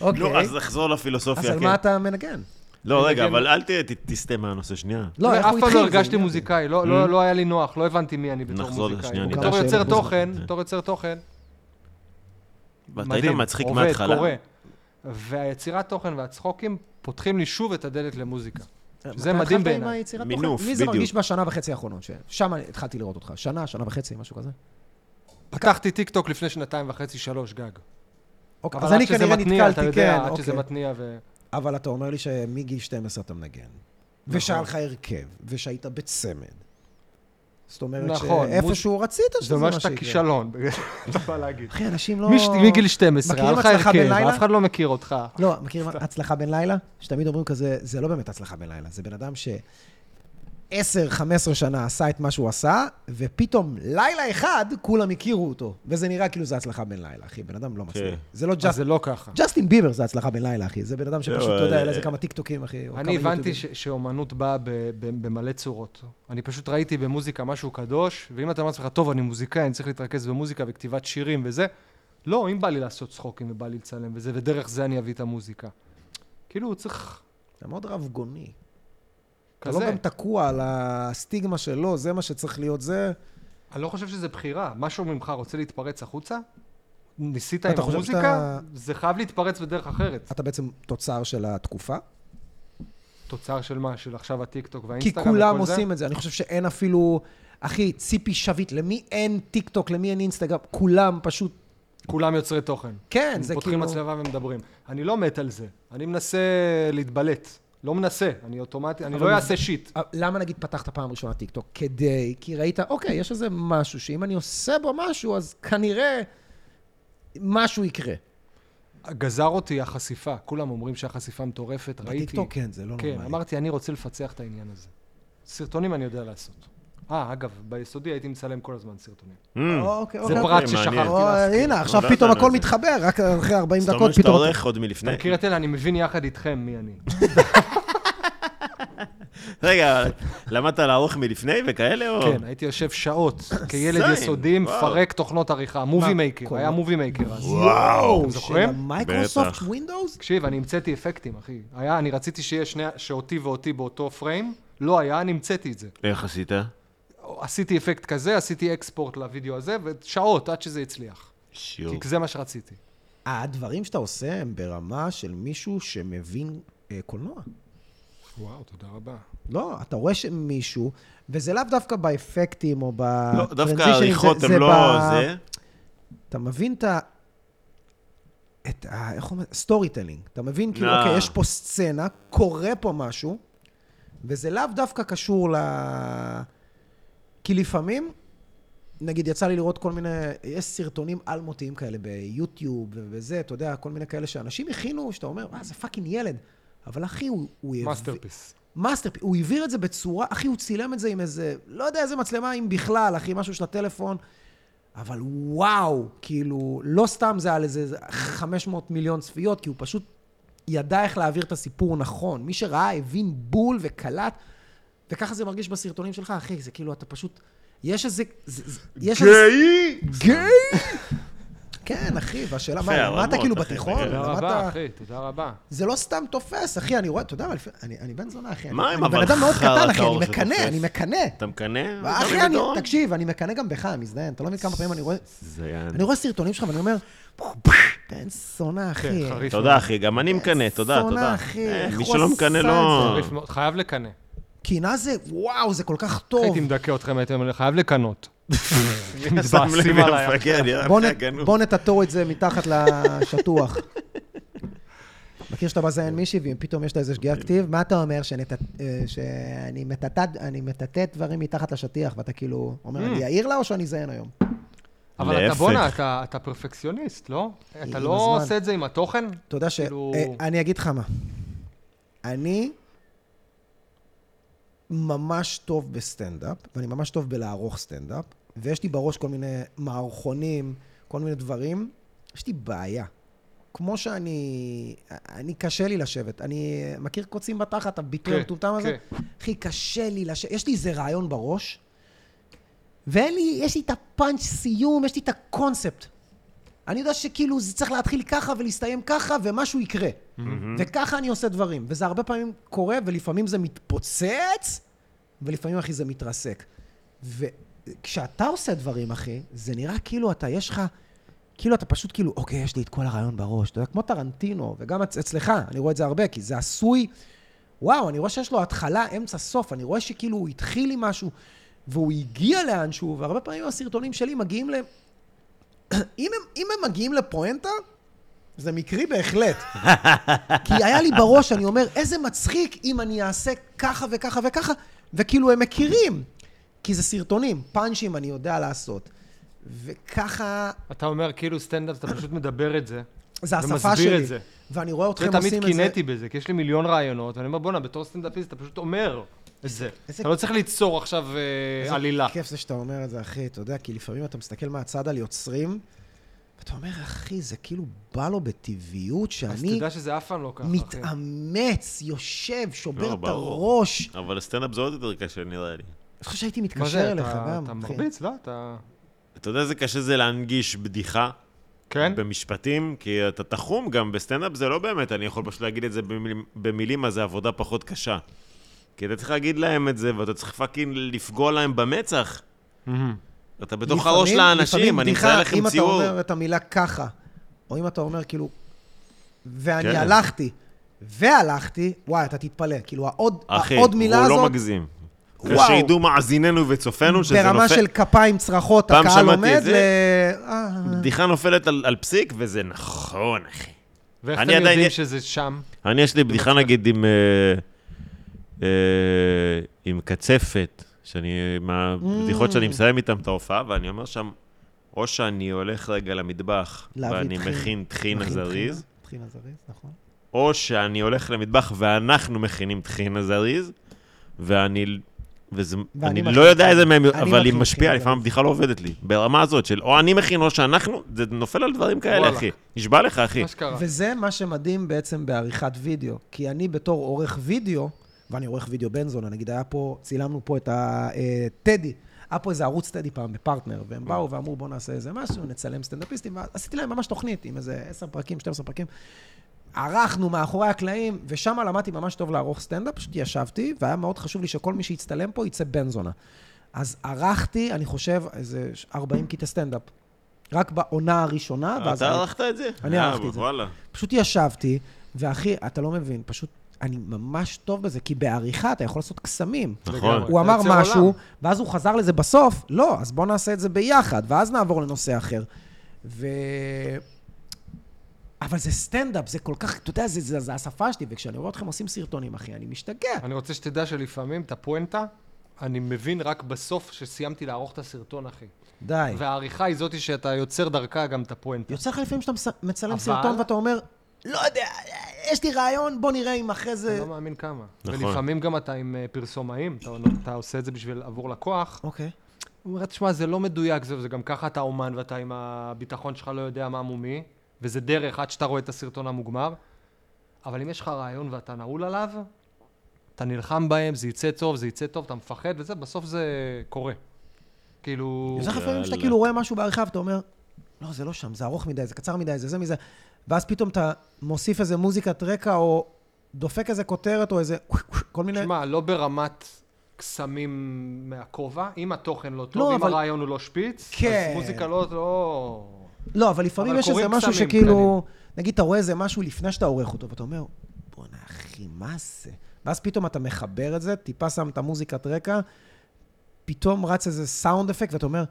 [SPEAKER 1] אוקיי.
[SPEAKER 2] נו, אז נחזור לפילוסופיה.
[SPEAKER 1] אז על
[SPEAKER 2] כן.
[SPEAKER 1] מה אתה מנגן?
[SPEAKER 2] לא, רגע,
[SPEAKER 3] מנגן-
[SPEAKER 2] אבל אל ת- ת- תסטה מהנושא שנייה.
[SPEAKER 1] לא, איך
[SPEAKER 3] אף
[SPEAKER 1] הוא
[SPEAKER 3] פעם
[SPEAKER 1] התחיל?
[SPEAKER 3] לא
[SPEAKER 1] זה
[SPEAKER 3] הרגשתי
[SPEAKER 1] עניין.
[SPEAKER 3] מוזיקאי, לא- לא לא היה לי נוח, לא הבנתי מי אני בתור
[SPEAKER 2] Mm. נחזור כן. לזה
[SPEAKER 3] מוזיקאי.
[SPEAKER 2] שנייה,
[SPEAKER 1] אני
[SPEAKER 3] בתור
[SPEAKER 1] אדע
[SPEAKER 3] יוצר
[SPEAKER 1] שאין בו
[SPEAKER 3] תוכן,
[SPEAKER 2] זמן.
[SPEAKER 3] בתור יוצר תוכן,
[SPEAKER 2] ואתה היית
[SPEAKER 3] מדהים,
[SPEAKER 2] מצחיק
[SPEAKER 3] עובד,
[SPEAKER 2] מההתחלה.
[SPEAKER 3] קורה. והיצירת תוכן והצחוקים פותחים לי שוב את הדלת למוזיקה.
[SPEAKER 2] אה,
[SPEAKER 3] זה
[SPEAKER 1] אה, אתה
[SPEAKER 3] מדהים
[SPEAKER 1] התחלת
[SPEAKER 3] בעיניי.
[SPEAKER 1] עם היצירת תוכן?
[SPEAKER 2] מינוף,
[SPEAKER 1] לי זה
[SPEAKER 2] בדיוק.
[SPEAKER 1] מרגיש בשנה וחצי האחרונות, ששם אני- התחלתי לראות אותך. שנה, שנה וחצי, משהו כזה.
[SPEAKER 3] פתחתי טיק טוק לפני שנתיים וחצי, שלוש גג.
[SPEAKER 1] אוקיי,
[SPEAKER 3] אבל
[SPEAKER 1] אז אני
[SPEAKER 3] עד שזה
[SPEAKER 1] כנראה
[SPEAKER 3] מתניע, אתה
[SPEAKER 1] נתקלתי,
[SPEAKER 3] יודע,
[SPEAKER 1] כן,
[SPEAKER 3] עד שזה
[SPEAKER 1] אוקיי.
[SPEAKER 3] מתניע ו...
[SPEAKER 1] אבל אתה אומר לי שמגיל 12 אתה מנגן. ושהיה לך הרכב, ושהיית בצמד. זאת אומרת
[SPEAKER 3] נכון,
[SPEAKER 1] שאיפשהו רצית
[SPEAKER 3] זה
[SPEAKER 1] שזה מה
[SPEAKER 3] אומר
[SPEAKER 1] שיקרה.
[SPEAKER 3] שאתה כישלון, אתה בא להגיד.
[SPEAKER 1] אחי, אנשים לא...
[SPEAKER 3] מש- מגיל 12,
[SPEAKER 1] מכירים
[SPEAKER 3] היה לך
[SPEAKER 1] הצלחה בן
[SPEAKER 3] הרכב,
[SPEAKER 1] לילה?
[SPEAKER 3] אף אחד לא מכיר אותך.
[SPEAKER 1] לא, מכיר מה- הצלחה בן לילה? שתמיד אומרים כזה, זה לא באמת הצלחה בן לילה, זה בן אדם ש... 10-15 שנה עשה את מה שהוא עשה, ופתאום לילה אחד כולם הכירו אותו. וזה נראה כאילו זה הצלחה בן לילה, אחי. בן אדם לא מצליח.
[SPEAKER 2] כן.
[SPEAKER 1] זה לא
[SPEAKER 3] אז
[SPEAKER 1] ג'סט...
[SPEAKER 3] זה לא ככה.
[SPEAKER 1] ג'סטין ביבר זה הצלחה בן לילה, אחי. זה בן אדם שפשוט,
[SPEAKER 2] לא,
[SPEAKER 1] אתה יודע,
[SPEAKER 2] אה,
[SPEAKER 1] היה לזה כמה טיקטוקים, אחי. או כמה
[SPEAKER 3] אני הבנתי
[SPEAKER 1] יוטיובים.
[SPEAKER 3] ש- שאומנות באה ב- ב- במלא צורות. אני פשוט ראיתי במוזיקה משהו קדוש, ואם אתה אומר לעצמך, טוב, אני מוזיקאי, אני צריך להתרכז במוזיקה וכתיבת שירים וזה, לא, אם בא לי לעשות צחוקים ובא לי לצלם וזה, ודרך זה אני אביא את המוזיקה. כאילו, צריך
[SPEAKER 1] אתה מאוד רבגוני. אתה לא
[SPEAKER 3] כזה.
[SPEAKER 1] גם תקוע על הסטיגמה שלו, זה מה שצריך להיות זה.
[SPEAKER 3] אני לא חושב שזה בחירה. משהו ממך רוצה להתפרץ החוצה? ניסית
[SPEAKER 1] אתה
[SPEAKER 3] עם
[SPEAKER 1] חושב
[SPEAKER 3] המוזיקה?
[SPEAKER 1] שאתה-
[SPEAKER 3] זה חייב להתפרץ בדרך אחרת.
[SPEAKER 1] אתה בעצם תוצר של התקופה.
[SPEAKER 3] תוצר של מה? של עכשיו הטיקטוק
[SPEAKER 1] כי
[SPEAKER 3] והאינסטגרם וכל זה?
[SPEAKER 1] כולם עושים את זה. אני חושב שאין אפילו... אחי, ציפי שביט, למי אין טיק טוק, למי אין אינסטגרם? כולם פשוט...
[SPEAKER 3] כולם יוצרי תוכן.
[SPEAKER 1] כן, זה
[SPEAKER 3] פותחים
[SPEAKER 1] כאילו...
[SPEAKER 3] מצלמה ומדברים. אני לא מת על זה. אני מנסה להתבלט. לא מנסה, אני אוטומטי, אני
[SPEAKER 1] אבל
[SPEAKER 3] לא
[SPEAKER 1] מב-
[SPEAKER 3] אעשה שיט.
[SPEAKER 1] אה, למה נגיד פתחת פעם ראשונה טיק טוק? כדי, כי ראית, אוקיי, יש איזה משהו שאם אני עושה בו משהו, אז כנראה משהו יקרה.
[SPEAKER 3] גזר אותי החשיפה. כולם אומרים שהחשיפה מטורפת, ראיתי.
[SPEAKER 1] בטיקטוק כן, זה לא
[SPEAKER 3] כן,
[SPEAKER 1] נורמלי.
[SPEAKER 3] אמרתי, אני רוצה לפצח את העניין הזה. סרטונים אני יודע לעשות. אה, אגב, ביסודי הייתי מצלם כל הזמן סרטונים.
[SPEAKER 2] Mm.
[SPEAKER 1] אוקיי,
[SPEAKER 3] זה
[SPEAKER 1] אוקיי.
[SPEAKER 3] פרט
[SPEAKER 2] אוקיי, מעניין.
[SPEAKER 3] ששכחתי
[SPEAKER 1] או,
[SPEAKER 3] להזכיר.
[SPEAKER 1] הנה, עכשיו
[SPEAKER 2] לא
[SPEAKER 1] פתאום
[SPEAKER 2] ידענו
[SPEAKER 1] הכל
[SPEAKER 2] את זה.
[SPEAKER 1] מתחבר, רק אחרי 40
[SPEAKER 2] זאת אומרת
[SPEAKER 1] דקות
[SPEAKER 2] שאתה
[SPEAKER 1] פתאום...
[SPEAKER 2] הולך עוד מלפני.
[SPEAKER 1] אוקיי.
[SPEAKER 3] אתה מכיר את אלה? אני מבין יחד איתכם מי אני.
[SPEAKER 2] רגע, למדת לערוך מלפני וכאלה, או?
[SPEAKER 3] כן, הייתי יושב שעות כילד
[SPEAKER 2] זין,
[SPEAKER 3] יסודי,
[SPEAKER 2] וואו.
[SPEAKER 3] מפרק תוכנות עריכה. מובי מייקר,
[SPEAKER 1] קורה?
[SPEAKER 3] היה מובי מייקר אז.
[SPEAKER 2] וואו.
[SPEAKER 3] אתם זוכרים?
[SPEAKER 1] מייקרוסופט
[SPEAKER 2] בטח.
[SPEAKER 1] ווינדוס?
[SPEAKER 3] תקשיב, אני המצאתי אפקטים, אחי. היה, אני רציתי שיהיה שני, שאותי ואותי באותו פריים, לא היה, אני המצאתי את זה.
[SPEAKER 2] איך עשית?
[SPEAKER 3] עשיתי אפקט כזה, עשיתי אקספורט לוידאו הזה, ושעות עד שזה הצליח.
[SPEAKER 2] שיעור.
[SPEAKER 3] כי זה מה שרציתי.
[SPEAKER 1] הדברים שאתה עושה הם ברמה של מישהו שמבין אה, קולנוע.
[SPEAKER 3] וואו, תודה רבה.
[SPEAKER 1] לא, אתה רואה שמישהו, וזה לאו דווקא באפקטים או ב...
[SPEAKER 2] לא, דווקא העריכות הן לא זה.
[SPEAKER 1] אתה מבין את ה... את ה... איך אומרים? סטורי טלינג. אתה מבין, כאילו,
[SPEAKER 2] נא.
[SPEAKER 1] אוקיי, יש פה סצנה, קורה פה משהו, וזה לאו דווקא קשור ל... כי לפעמים, נגיד, יצא לי לראות כל מיני... יש סרטונים אלמותיים כאלה ביוטיוב וזה, אתה יודע, כל מיני כאלה שאנשים הכינו, שאתה אומר, מה, זה פאקינג ילד. אבל אחי, הוא... הוא הביא-
[SPEAKER 3] מאסטרפיס.
[SPEAKER 1] מאסטרפיס, הוא העביר את זה בצורה, אחי, הוא צילם את זה עם איזה, לא יודע איזה מצלמה, אם בכלל, אחי, משהו של הטלפון, אבל וואו, כאילו, לא סתם זה על איזה 500 מיליון צפיות, כי הוא פשוט ידע איך להעביר את הסיפור נכון. מי שראה הבין בול וקלט, וככה זה מרגיש בסרטונים שלך, אחי, זה כאילו, אתה פשוט, יש איזה, זה, זה- יש איזה...
[SPEAKER 2] גיי!
[SPEAKER 1] גיי! כן, אחי, והשאלה,
[SPEAKER 2] יפה,
[SPEAKER 1] מה, למדת
[SPEAKER 2] הרמות,
[SPEAKER 1] כאילו
[SPEAKER 2] אחי,
[SPEAKER 1] בתיכון?
[SPEAKER 2] תודה
[SPEAKER 3] תודה
[SPEAKER 1] למדת-
[SPEAKER 3] רבה, אחי, תודה רבה.
[SPEAKER 1] זה לא סתם תופס, אחי, אני רואה, אתה יודע מה, לפי- אני, אני בן זונה, אחי. אני-
[SPEAKER 2] מה אם
[SPEAKER 1] אני
[SPEAKER 2] אבל
[SPEAKER 1] בן אדם מאוד
[SPEAKER 2] חרא
[SPEAKER 1] קטן, אחי, אני
[SPEAKER 2] טהור שתופס?
[SPEAKER 1] מקנא, אני מקנא.
[SPEAKER 2] אתה מקנא?
[SPEAKER 1] ואחי, אני, תקשיב, אני מקנא גם בך, מזדיין. אתה לא מבין כמה פעמים אני רואה,
[SPEAKER 2] כן. זיין.
[SPEAKER 1] אני רואה סרטונים שלך ואני אומר, בן זונה, אחי.
[SPEAKER 3] כן, חריף
[SPEAKER 2] תודה, אחי, גם אני מקנא, תודה,
[SPEAKER 1] שונא,
[SPEAKER 2] תודה.
[SPEAKER 1] אחי,
[SPEAKER 2] אה,
[SPEAKER 1] איך
[SPEAKER 2] מי
[SPEAKER 1] הוא
[SPEAKER 2] שלא
[SPEAKER 1] עשה
[SPEAKER 2] מקנא
[SPEAKER 1] את
[SPEAKER 2] לא...
[SPEAKER 3] חריף מאוד. חייב לקנא.
[SPEAKER 1] קנאה זה, וואו, זה כל כך טוב.
[SPEAKER 3] הייתי מדכא אתכם, הייתם אומרים, חייב לקנות.
[SPEAKER 2] שם לב, כן,
[SPEAKER 3] מתבאסים עליי.
[SPEAKER 2] המפגר, נראה
[SPEAKER 1] בוא
[SPEAKER 2] מפגר
[SPEAKER 1] נ-
[SPEAKER 2] גנוב.
[SPEAKER 1] בוא נטאטאו את זה מתחת לשטוח. מכיר שאתה מזיין מישהי, ואם פתאום יש לה איזה שגיאת כתיב, מה אתה אומר? שנט- אה, שאני מטאטא- אני מטאטא דברים מתחת לשטיח, ואתה כאילו אומר, אני אעיר לה או שאני אזיין היום?
[SPEAKER 3] אבל אתה
[SPEAKER 2] להפך.
[SPEAKER 3] בואנה, אתה- אתה פרפקציוניסט, לא?
[SPEAKER 1] עם
[SPEAKER 3] אתה לא
[SPEAKER 1] הזמן.
[SPEAKER 3] עושה את זה עם התוכן?
[SPEAKER 1] אתה יודע ש...
[SPEAKER 3] כאילו-
[SPEAKER 1] אה, אני אגיד לך מה. אני ממש טוב בסטנדאפ, ואני ממש טוב בלערוך סטנדאפ, ויש לי בראש כל מיני מערכונים, כל מיני דברים. יש לי בעיה. כמו שאני... אני קשה לי לשבת. אני מכיר קוצים בתחת, הביטוי
[SPEAKER 3] כן,
[SPEAKER 1] המטומטם הזה? אחי, קשה לי לשבת. יש לי איזה רעיון בראש, ואין לי... יש לי את הפאנץ' סיום, יש לי את הקונספט. אני יודע שכאילו זה צריך להתחיל ככה ולהסתיים ככה, ומשהו יקרה. וככה אני עושה דברים. וזה הרבה פעמים קורה, ולפעמים זה מתפוצץ, ולפעמים, אחי, זה מתרסק. וכשאתה עושה דברים, אחי, זה נראה כאילו אתה, יש לך... כאילו אתה פשוט כאילו, אוקיי, יש לי את כל הרעיון בראש. אתה יודע, כמו טרנטינו, וגם אצ- אצלך, אני רואה את זה הרבה, כי זה עשוי... וואו, אני רואה שיש לו התחלה, אמצע, סוף, אני רואה שכאילו הוא התחיל עם משהו, והוא הגיע לאנשהו, והרבה פעמים הסרטונים שלי מגיעים ל... אם הם, אם הם מגיעים לפואנטה, זה מקרי בהחלט. כי היה לי בראש, אני אומר, איזה מצחיק אם אני אעשה ככה וככה וככה, וכאילו הם מכירים, כי זה סרטונים, פאנצ'ים אני יודע לעשות. וככה,
[SPEAKER 3] אתה אומר, כאילו סטנדאפ, אתה פשוט מדבר את זה.
[SPEAKER 1] זה השפה
[SPEAKER 3] ומסביר
[SPEAKER 1] שלי.
[SPEAKER 3] את זה.
[SPEAKER 1] ואני רואה אתכם
[SPEAKER 3] זה
[SPEAKER 1] עושים את זה.
[SPEAKER 3] תמיד קינאתי בזה, כי יש לי מיליון רעיונות, ואני אומר, בואנה, בתור סטנדאפיסט אתה פשוט אומר את זה.
[SPEAKER 1] איזה-
[SPEAKER 3] אתה לא צריך ליצור עכשיו אה,
[SPEAKER 1] איזה
[SPEAKER 3] עלילה.
[SPEAKER 1] כיף זה שאתה אומר את זה, אחי, אתה יודע, כי לפעמים אתה מסתכל מהצד על יוצרים, ואתה אומר, אחי, זה כאילו בא לו בטבעיות
[SPEAKER 3] אז
[SPEAKER 1] שאני
[SPEAKER 3] תדע שזה אף פעם לא ככה,
[SPEAKER 1] אה,
[SPEAKER 3] אחי.
[SPEAKER 1] מתאמץ, יושב, שובר
[SPEAKER 2] לא,
[SPEAKER 1] את
[SPEAKER 2] ברור.
[SPEAKER 1] הראש.
[SPEAKER 2] אבל סטנדאפ זה עוד יותר קשה, נראה לי.
[SPEAKER 1] אני חושב שהייתי
[SPEAKER 3] מה זה,
[SPEAKER 1] מתקשר אליך
[SPEAKER 3] אתה-
[SPEAKER 1] גם, כן.
[SPEAKER 3] אתה
[SPEAKER 1] אחי.
[SPEAKER 3] מרביץ, לא? אתה...
[SPEAKER 2] אתה יודע איזה קשה זה להנגיש בדיחה?
[SPEAKER 3] כן?
[SPEAKER 2] במשפטים, כי אתה תחום גם, בסטנדאפ זה לא באמת, אני יכול פשוט להגיד את זה במילים, במילים אז זה עבודה פחות קשה. כי אתה צריך להגיד להם את זה, ואתה צריך פאקינג לפגוע להם במצח.
[SPEAKER 3] מהמם.
[SPEAKER 2] אתה בתוך
[SPEAKER 1] לפעמים-
[SPEAKER 2] הראש לאנשים,
[SPEAKER 1] לפעמים
[SPEAKER 2] אני
[SPEAKER 1] בדיחה,
[SPEAKER 2] אמצא לכם ציור.
[SPEAKER 1] אם אתה אומר את המילה ככה, או אם אתה אומר כאילו, ואני
[SPEAKER 2] כן.
[SPEAKER 1] הלכתי, והלכתי, וואי, אתה תתפלא. כאילו, העוד
[SPEAKER 2] אחי,
[SPEAKER 1] העוד מילה הזאת...
[SPEAKER 2] הוא לא מגזים.
[SPEAKER 1] וואו.
[SPEAKER 2] ושידעו מאזיננו וצופינו שזה נופל...
[SPEAKER 1] ברמה של כפיים, צרחות,
[SPEAKER 2] פעם
[SPEAKER 1] הקהל
[SPEAKER 2] שמעתי
[SPEAKER 1] עומד
[SPEAKER 2] את
[SPEAKER 1] ל... אה.
[SPEAKER 2] בדיחה נופלת על, על פסיק, וזה נכון, אחי.
[SPEAKER 3] ואיך
[SPEAKER 2] אני
[SPEAKER 3] אתם
[SPEAKER 2] עדיין-
[SPEAKER 3] יודעים שזה שם?
[SPEAKER 2] אני, יש לי בדיחה, נגיד, עם... אה, אה, עם קצפת, שאני... מהבדיחות
[SPEAKER 1] Mm.
[SPEAKER 2] שאני מסיים איתן את ההופעה, ואני אומר שם, או שאני הולך רגע למטבח,
[SPEAKER 1] להביא
[SPEAKER 2] ואני
[SPEAKER 1] טחינה.
[SPEAKER 2] מכין טחינה
[SPEAKER 1] מכין
[SPEAKER 2] זריז,
[SPEAKER 1] טחינה, טחינה זריז, נכון.
[SPEAKER 2] או שאני הולך למטבח ואנחנו מכינים טחינה זריז, ואני... וזה,
[SPEAKER 1] ואני
[SPEAKER 2] אני
[SPEAKER 1] מכין
[SPEAKER 2] לא יודע איזה
[SPEAKER 1] טחינה.
[SPEAKER 2] מהם,
[SPEAKER 1] אני
[SPEAKER 2] אבל היא
[SPEAKER 1] מכין
[SPEAKER 2] משפיעה,
[SPEAKER 1] טחינה
[SPEAKER 2] לפעמים הבדיחה לא עובדת לי. ברמה הזאת של או אני מכין או שאנחנו, זה נופל על דברים כאלה,
[SPEAKER 3] וואלכ.
[SPEAKER 2] אחי. נשבע לך, אחי.
[SPEAKER 3] מה שקרה.
[SPEAKER 1] וזה מה שמדהים בעצם בעריכת וידאו. כי אני בתור עורך וידאו, ואני עורך וידאו בנזון, נגיד היה פה, צילמנו פה את הטדי. היה פה איזה ערוץ טדי פעם בפרטנר, והם באו ואמרו בואו נעשה איזה משהו, נצלם סטנדאפיסטים, ואז עשיתי להם ממש תוכנית עם איזה 10 פרקים, 12 פרקים. ערכנו מאחורי הקלעים, ושם למדתי ממש טוב לערוך סטנדאפ, פשוט ישבתי, והיה מאוד חשוב לי שכל מי שיצטלם פה יצא בן זונה. אז ערכתי, אני חושב, איזה 40 קטעי סטנדאפ. רק בעונה הראשונה, ואז...
[SPEAKER 2] אה, אתה ערכת את זה?
[SPEAKER 1] אני
[SPEAKER 2] אה,
[SPEAKER 1] ערכתי את זה.
[SPEAKER 2] וואלה.
[SPEAKER 1] פשוט ישבתי, ואחי, אתה לא מבין, פשוט, אני ממש טוב בזה, כי בעריכה אתה יכול לעשות קסמים.
[SPEAKER 2] נכון.
[SPEAKER 1] הוא אמר
[SPEAKER 3] יוצר
[SPEAKER 1] משהו,
[SPEAKER 3] עולם.
[SPEAKER 1] ואז הוא חזר לזה בסוף, לא, אז בואו נעשה את זה ביחד, ואז נעבור לנושא אחר. ו... אבל זה סטנדאפ, זה כל כך, אתה יודע, זה, זה, זה השפה שלי, וכשאני רואה אתכם עושים סרטונים, אחי, אני משתגע.
[SPEAKER 3] אני רוצה שתדע שלפעמים את הפואנטה, אני מבין רק בסוף שסיימתי לערוך את הסרטון, אחי.
[SPEAKER 1] די.
[SPEAKER 3] והעריכה היא זאתי שאתה יוצר דרכה גם את הפואנטה.
[SPEAKER 1] יוצא לך לפעמים שאתה מס- מצלם
[SPEAKER 3] אבל-
[SPEAKER 1] סרטון ואתה אומר, לא יודע, יש לי רעיון, בוא נראה אם אחרי
[SPEAKER 3] אתה
[SPEAKER 1] זה...
[SPEAKER 3] לא מאמין כמה.
[SPEAKER 2] נכון.
[SPEAKER 3] ולפעמים גם אתה עם אה, פרסומאים, אתה, אתה עושה את זה בשביל עבור לקוח.
[SPEAKER 1] אוקיי.
[SPEAKER 3] הוא אומר, תשמע, זה לא מדויק, זה, זה גם ככה אתה אומן ואתה עם הביטחון שלך לא יודע מה מומי, וזה דרך עד שאתה רואה את הסרטון המוגמר. אבל אם יש לך רעיון ואתה נעול עליו, אתה נלחם בהם, זה יצא טוב, זה יצא טוב, אתה מפחד וזה, בסוף זה קורה. כאילו...
[SPEAKER 1] יש לך לפעמים שאתה
[SPEAKER 2] יאללה.
[SPEAKER 1] כאילו רואה משהו בעריכה ואתה אומר, לא, זה לא שם, זה ארוך מדי, זה קצר מדי, זה זה מזה. ואז פתאום אתה מוסיף איזה מוזיקת רקע, או דופק איזה כותרת, או איזה... כל מיני...
[SPEAKER 3] תשמע, לא ברמת קסמים מהכובע, אם התוכן לא טוב,
[SPEAKER 1] לא,
[SPEAKER 3] אם
[SPEAKER 1] אבל-
[SPEAKER 3] הרעיון הוא לא שפיץ,
[SPEAKER 1] כן.
[SPEAKER 3] אז מוזיקה לא... לא...
[SPEAKER 1] לא, אבל לפעמים
[SPEAKER 3] אבל
[SPEAKER 1] יש איזה
[SPEAKER 3] קורים
[SPEAKER 1] משהו
[SPEAKER 3] קסמים
[SPEAKER 1] שכאילו... נגיד, אתה רואה איזה משהו לפני שאתה עורך אותו, ואתה אומר, בואנה, אחי, מה זה? ואז פתאום אתה מחבר את זה, טיפה שם את המוזיקת רקע, פתאום רץ איזה סאונד אפקט, ואתה אומר,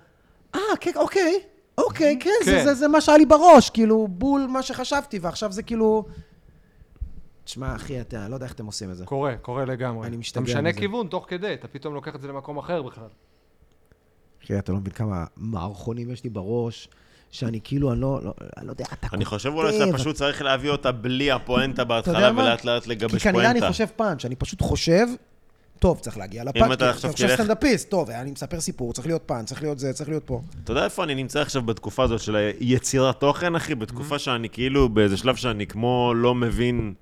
[SPEAKER 1] אה, כן, אוקיי,
[SPEAKER 2] Mm-hmm.
[SPEAKER 1] אוקיי, כן, זה,
[SPEAKER 3] כן.
[SPEAKER 1] זה, זה מה שהיה לי בראש, כאילו, בול מה שחשבתי, ועכשיו זה כאילו... תשמע, אחי, אתה, לא יודע איך אתם עושים את זה.
[SPEAKER 3] קורה, קורה לגמרי.
[SPEAKER 1] אני משתגע
[SPEAKER 3] אתה משנה
[SPEAKER 1] מזה.
[SPEAKER 3] כיוון תוך כדי, אתה פתאום לוקח את זה למקום אחר בכלל.
[SPEAKER 1] אחי, אתה לא מבין כמה מערכונים יש לי בראש, שאני כאילו, אני לא, לא, אני לא יודע, אתה
[SPEAKER 2] אני חושב אולי
[SPEAKER 1] כותב,
[SPEAKER 2] שאתה פשוט צריך להביא אותה בלי הפואנטה בהתחלה,
[SPEAKER 1] יודע מה?
[SPEAKER 2] ולאט לאט לגבש
[SPEAKER 1] כי
[SPEAKER 2] פואנטה.
[SPEAKER 1] כנראה אני חושב פאנץ', אני פשוט חושב, טוב, צריך להגיע לפאנץ',
[SPEAKER 2] אתה
[SPEAKER 1] כי
[SPEAKER 2] עכשיו
[SPEAKER 1] אני חושב
[SPEAKER 2] תלך-
[SPEAKER 1] סטנדאפיסט, טוב, אני מספר סיפור, צריך להיות פאנץ', צריך להיות זה, צריך להיות פה.
[SPEAKER 2] אתה יודע איפה אני נמצא עכשיו בתקופה הזאת של היצירת תוכן, אחי?
[SPEAKER 1] Mm-hmm.
[SPEAKER 2] בתקופה שאני כאילו, באיזה שלב שאני כמו לא מבין,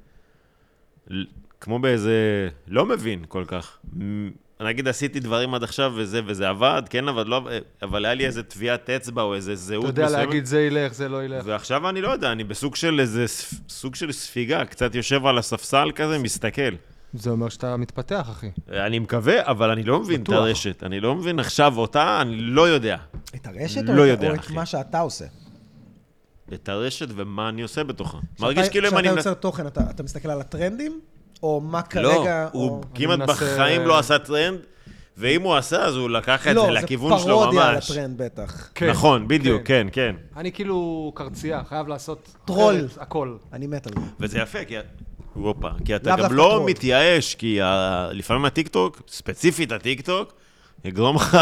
[SPEAKER 2] ל- כמו באיזה... לא מבין כל כך. מ- נגיד עשיתי דברים עד עכשיו וזה, וזה עבד, כן עבד, לא עבד, אבל היה לי איזה טביעת אצבע או איזה זהות
[SPEAKER 3] אתה יודע להגיד זה ילך, זה לא ילך.
[SPEAKER 2] ועכשיו אני לא יודע, אני בסוג של איזה, ספ- סוג של ספיגה, קצת יושב על הספסל כזה, מסתכל.
[SPEAKER 3] זה אומר שאתה מתפתח, אחי.
[SPEAKER 2] אני מקווה, אבל אני לא מבין
[SPEAKER 3] בטוח.
[SPEAKER 2] את הרשת. אני לא מבין עכשיו אותה, אני לא יודע.
[SPEAKER 1] את הרשת
[SPEAKER 2] לא
[SPEAKER 1] או את-
[SPEAKER 2] יודע,
[SPEAKER 1] או את
[SPEAKER 2] אחי.
[SPEAKER 1] מה שאתה עושה?
[SPEAKER 2] את הרשת ומה אני עושה בתוכה.
[SPEAKER 1] כשאתה-
[SPEAKER 2] מרגיש כאילו אם אני...
[SPEAKER 1] כשאתה
[SPEAKER 2] מנס-
[SPEAKER 1] יוצר תוכן, אתה אתה מסתכל על הטרנדים? או מה
[SPEAKER 2] לא,
[SPEAKER 1] כרגע... או-
[SPEAKER 2] הוא כמעט
[SPEAKER 3] מנסה-
[SPEAKER 2] בחיים לא עשה טרנד, ואם הוא עשה, אז הוא לקח את זה לכיוון שלו ממש.
[SPEAKER 1] לא, זה פרודיה על הטרנד בטח.
[SPEAKER 3] כן.
[SPEAKER 2] נכון, בדיוק, כן, כן.
[SPEAKER 3] אני כאילו קרצייה, חייב לעשות...
[SPEAKER 1] טרול.
[SPEAKER 3] אחרת, הכל.
[SPEAKER 1] אני מת על זה.
[SPEAKER 2] וזה יפה, כי... הופה, כי אתה
[SPEAKER 1] לאו
[SPEAKER 2] גם
[SPEAKER 1] דווקא
[SPEAKER 2] לא
[SPEAKER 1] טרול.
[SPEAKER 2] מתייאש, כי ה- לפעמים הטיקטוק, ספציפית הטיקטוק, יגרום לך,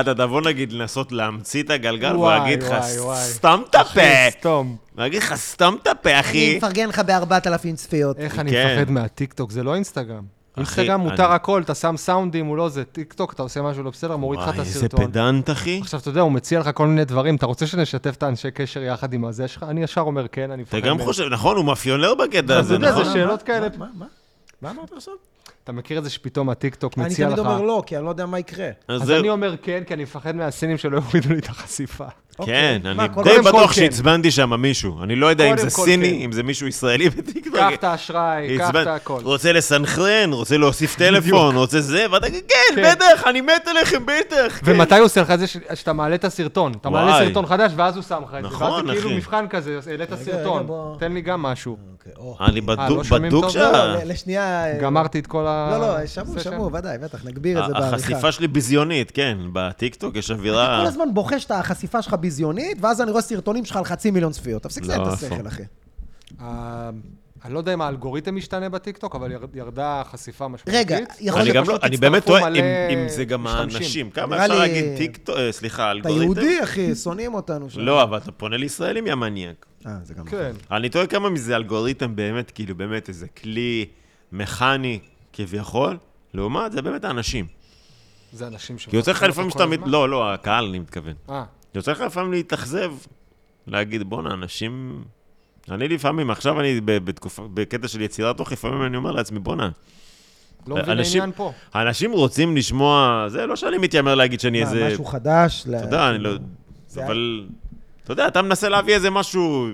[SPEAKER 2] אתה תבוא נגיד לנסות להמציא את הגלגל
[SPEAKER 3] וואי,
[SPEAKER 2] ולהגיד לך,
[SPEAKER 3] וואי, וואי.
[SPEAKER 2] סתם את
[SPEAKER 3] אחי,
[SPEAKER 2] הפה!
[SPEAKER 3] סתום.
[SPEAKER 2] להגיד לך, סתם את הפה,
[SPEAKER 1] אני
[SPEAKER 2] אחי!
[SPEAKER 1] מפרגן לך ב-4,000 צפיות.
[SPEAKER 3] איך אני
[SPEAKER 2] כן.
[SPEAKER 3] מפחד מהטיקטוק, זה לא אינסטגרם.
[SPEAKER 2] אחי,
[SPEAKER 3] אינסטגרם
[SPEAKER 2] אני-
[SPEAKER 3] מותר הכל, אתה שם סאונדים, הוא לא זה. טיקטוק, אתה עושה משהו לא בסדר, מוריד לך
[SPEAKER 2] וואי,
[SPEAKER 3] את
[SPEAKER 2] איזה
[SPEAKER 3] הסרטון.
[SPEAKER 2] פדנט, אחי.
[SPEAKER 3] עכשיו, אתה יודע, הוא מציע לך כל מיני דברים, אתה רוצה שנשתף את האנשי קשר יחד עם הזה שלך? אני ישר אומר כן, אני מפחד.
[SPEAKER 2] אתה גם
[SPEAKER 3] מהם.
[SPEAKER 2] חושב, נכון, הוא מאפיונר בקטע
[SPEAKER 3] אתה
[SPEAKER 2] הזה,
[SPEAKER 3] יודע, זה
[SPEAKER 2] נכון?
[SPEAKER 1] מה,
[SPEAKER 3] שאלות
[SPEAKER 1] מה,
[SPEAKER 3] כאלה.
[SPEAKER 1] מה, מה, מה? מה אמרת עכשיו?
[SPEAKER 3] אתה מכיר את זה שפתאום הטיקטוק
[SPEAKER 1] אני
[SPEAKER 3] מציע לך...
[SPEAKER 1] תמיד אומר לא, כי אני לא יודע מה יקרה.
[SPEAKER 2] אז
[SPEAKER 3] אז
[SPEAKER 2] זה-
[SPEAKER 3] אני אומר כן, כי אני מפחד מהסינים שלא יורידו לי את החשיפה.
[SPEAKER 2] כן,
[SPEAKER 1] אוקיי.
[SPEAKER 2] אני
[SPEAKER 1] מה, כל-
[SPEAKER 2] די
[SPEAKER 3] קודם כל
[SPEAKER 2] בטוח
[SPEAKER 3] כן.
[SPEAKER 2] שעצבנתי שם מישהו. אני לא יודע אם
[SPEAKER 3] קודם
[SPEAKER 2] זה
[SPEAKER 3] כל
[SPEAKER 2] סיני,
[SPEAKER 3] כן.
[SPEAKER 2] אם זה מישהו ישראלי בטיקטוק.
[SPEAKER 3] קח את האשראי, קח את
[SPEAKER 2] עצבן-
[SPEAKER 3] הכל.
[SPEAKER 2] רוצה לסנכרן, רוצה להוסיף טלפון, רוצה זה, ואתה כזה, כן,
[SPEAKER 3] כן.
[SPEAKER 2] בטח, אני מת עליכם, בטח. כן."
[SPEAKER 3] ומתי הוא עושה לך את זה ש- שאתה מעלה את הסרטון? אתה מעלה
[SPEAKER 2] וואי.
[SPEAKER 3] סרטון חדש, ואז הוא שם לך את זה. ואז
[SPEAKER 2] נכון,
[SPEAKER 3] זה כאילו
[SPEAKER 2] אחי.
[SPEAKER 3] מבחן כזה, העלית סרטון,
[SPEAKER 1] בוא.
[SPEAKER 3] תן לי גם משהו.
[SPEAKER 1] אוקיי, או.
[SPEAKER 2] אני
[SPEAKER 3] אה, לא
[SPEAKER 2] בדוק,
[SPEAKER 3] שומעים
[SPEAKER 2] בדוק
[SPEAKER 3] טוב?
[SPEAKER 2] שה-
[SPEAKER 1] לא, לא, לשנייה... אה,
[SPEAKER 3] גמרתי את כל ה...
[SPEAKER 1] לא, לא, שמעו,
[SPEAKER 3] זה שם.
[SPEAKER 1] שמעו, ודאי, בטח, נגביר את זה בעריכה.
[SPEAKER 2] אה, החשיפה שלי ביזיונית, כן, בטיקטוק יש
[SPEAKER 1] אתה כל
[SPEAKER 2] אווירה...
[SPEAKER 1] הזמן בוחש את החשיפה שלך ביזיונית, ואז אני רואה סרטונים שלך על חצי מיליון צפיות. תפסיק
[SPEAKER 2] לא,
[SPEAKER 1] להם את
[SPEAKER 2] אף
[SPEAKER 1] השכל,
[SPEAKER 2] פעם.
[SPEAKER 1] אחי.
[SPEAKER 3] ה- אני לא יודע אם האלגוריתם משתנה בטיקטוק, אבל יר- ירדה חשיפה משמעותית.
[SPEAKER 1] רגע, יכול
[SPEAKER 2] אני
[SPEAKER 1] להיות
[SPEAKER 2] גם לא,
[SPEAKER 3] שפשוט
[SPEAKER 2] אני באמת
[SPEAKER 3] הצטרפו
[SPEAKER 2] טועה אם-
[SPEAKER 3] מלא
[SPEAKER 2] אם זה גם
[SPEAKER 3] משתמשים.
[SPEAKER 2] האנשים. כמה
[SPEAKER 1] נראה
[SPEAKER 2] אפשר
[SPEAKER 1] לי-
[SPEAKER 2] להגיד טיקטוק, אה, סליחה,
[SPEAKER 1] אתה
[SPEAKER 2] אלגוריתם?
[SPEAKER 1] יהודי, אחי, שונאים אותנו שם.
[SPEAKER 2] לא, אבל אתה פונה לישראלים, יא מניאק.
[SPEAKER 1] אה, זה גם...
[SPEAKER 3] כן.
[SPEAKER 2] אני תוהה כמה מזה אלגוריתם באמת, כאילו, באמת איזה כלי מכני כביכול, לעומת זה באמת האנשים.
[SPEAKER 3] זה אנשים ש...
[SPEAKER 2] כי יוצא לך לפעמים לא- שאתה... מת- לא, לא, הקהל, אני מתכוון.
[SPEAKER 3] אה,
[SPEAKER 2] יוצא לך לפעמים להתאכזב, להגיד, בואנה, אנשים... אני לפעמים, עכשיו אני ב- בתקופה, בקטע של יצירת תוך, לפעמים אני אומר לעצמי, בואנה,
[SPEAKER 3] לא מבין
[SPEAKER 2] אנשים-
[SPEAKER 3] העניין פה.
[SPEAKER 2] אנשים רוצים לשמוע... זה לא שאני מתיימר להגיד שאני
[SPEAKER 1] מה,
[SPEAKER 2] איזה...
[SPEAKER 1] משהו חדש?
[SPEAKER 2] אתה יודע, אני לא...
[SPEAKER 1] אה, זה-
[SPEAKER 2] אבל... אתה יודע, אתה מנסה להביא איזה משהו...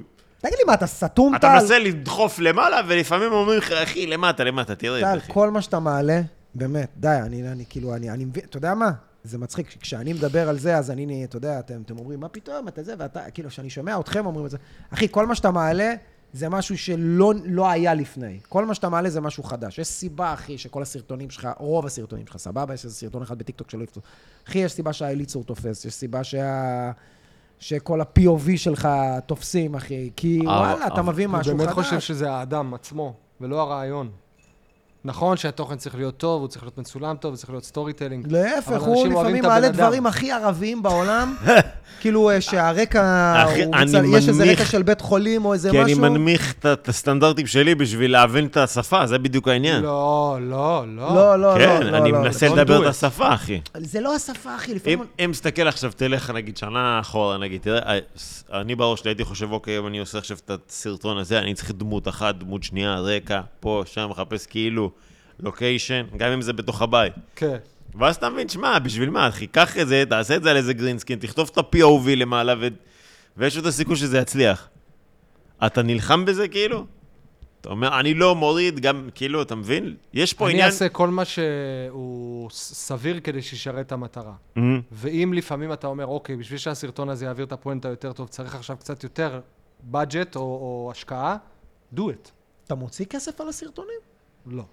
[SPEAKER 1] תגיד לי, מה, אתה סתום,
[SPEAKER 2] אתה
[SPEAKER 1] טל?
[SPEAKER 2] מנסה לדחוף למעלה, ולפעמים אומרים לך, אחי, למטה, למטה, תראה
[SPEAKER 1] טל,
[SPEAKER 2] את זה, אחי.
[SPEAKER 1] כל מה שאתה מעלה, באמת, די, אני, אני כאילו, אני, אני מבין, אתה יודע מה? זה מצחיק, כשאני מדבר על זה, אז אני, נהיה- אתה יודע, אתם, אתם אומרים, מה פתאום, אתה זה, ואתה, כאילו, כשאני שומע אתכם אומרים את זה, אחי, כל מה שאתה מעלה, זה משהו שלא לא היה לפני. כל מה שאתה מעלה זה משהו חדש. יש סיבה, אחי, שכל הסרטונים שלך, רוב הסרטונים שלך, סבבה? יש איזה סרטון אחד בטיקטוק שלא יפתור. אחי, יש סיבה שהאליצור תופס, יש סיבה שה... שכל ה-POV שלך תופסים, אחי, כי
[SPEAKER 2] אבל-
[SPEAKER 1] וואלה, אתה
[SPEAKER 2] אה, אבל-
[SPEAKER 1] מביא
[SPEAKER 3] אני
[SPEAKER 1] משהו חדש.
[SPEAKER 3] באמת חושב שזה האדם עצמו, ולא הרעיון. נכון שהתוכן צריך להיות טוב, הוא צריך להיות מצולם טוב, הוא צריך להיות סטורי טיילינג. אבל
[SPEAKER 1] להפך, הוא
[SPEAKER 3] אנשים אוהבים
[SPEAKER 1] לפעמים
[SPEAKER 3] את הבן
[SPEAKER 1] מעלה
[SPEAKER 3] אדם.
[SPEAKER 1] דברים הכי ערביים בעולם, כאילו אה, שהרקע,
[SPEAKER 2] אחי,
[SPEAKER 1] הוא
[SPEAKER 2] אני
[SPEAKER 1] מצל- יש איזה
[SPEAKER 2] מנמיך-
[SPEAKER 1] רקע של בית חולים או איזה
[SPEAKER 2] כי אני
[SPEAKER 1] משהו.
[SPEAKER 2] מנמיך את- את הסטנדרטים שלי בשביל להבין את השפה, זה בדיוק העניין.
[SPEAKER 3] לא, לא, לא.
[SPEAKER 1] לא, לא, לא,
[SPEAKER 2] כן,
[SPEAKER 1] לא,
[SPEAKER 2] אני
[SPEAKER 1] לא.
[SPEAKER 2] מנסה
[SPEAKER 3] Don't do
[SPEAKER 2] לדבר את
[SPEAKER 3] it.
[SPEAKER 2] השפה, אחי.
[SPEAKER 1] זה לא השפה, אחי, לפעמים...
[SPEAKER 2] אם אם תסתכל עכשיו, תלך נגיד שנה אחורה, נגיד, תראה, אה, ס- אני בראש שלי הייתי חושב, אוקיי, אם אני עושה עכשיו את הסרטון הזה, אני צריך דמות אחת, דמות שנייה, רקע, פה, שם, מחפש כאילו לוקיישן, גם אם זה בתוך הבית.
[SPEAKER 3] כן.
[SPEAKER 2] ואז אתה מבין, שמע, בשביל מה, אחי, קח את זה, תעשה את זה על איזה גרינסקין, תכתוב את ה-POV למעלה, ו... ויש עוד הסיכוי שזה יצליח. אתה נלחם בזה, כאילו? אתה אומר, אני לא מוריד, גם, כאילו, אתה מבין? יש פה
[SPEAKER 3] אני
[SPEAKER 2] עניין...
[SPEAKER 3] אעשה כל מה שהוא ס- סביר כדי שישרת את המטרה.
[SPEAKER 2] מהמם.
[SPEAKER 3] ואם לפעמים אתה אומר, אוקיי, בשביל שהסרטון הזה יעביר את הפואנטה יותר טוב, צריך עכשיו קצת יותר budget או, או השקעה, do it.
[SPEAKER 1] אתה מוציא כסף על הסרטונים?
[SPEAKER 3] לא.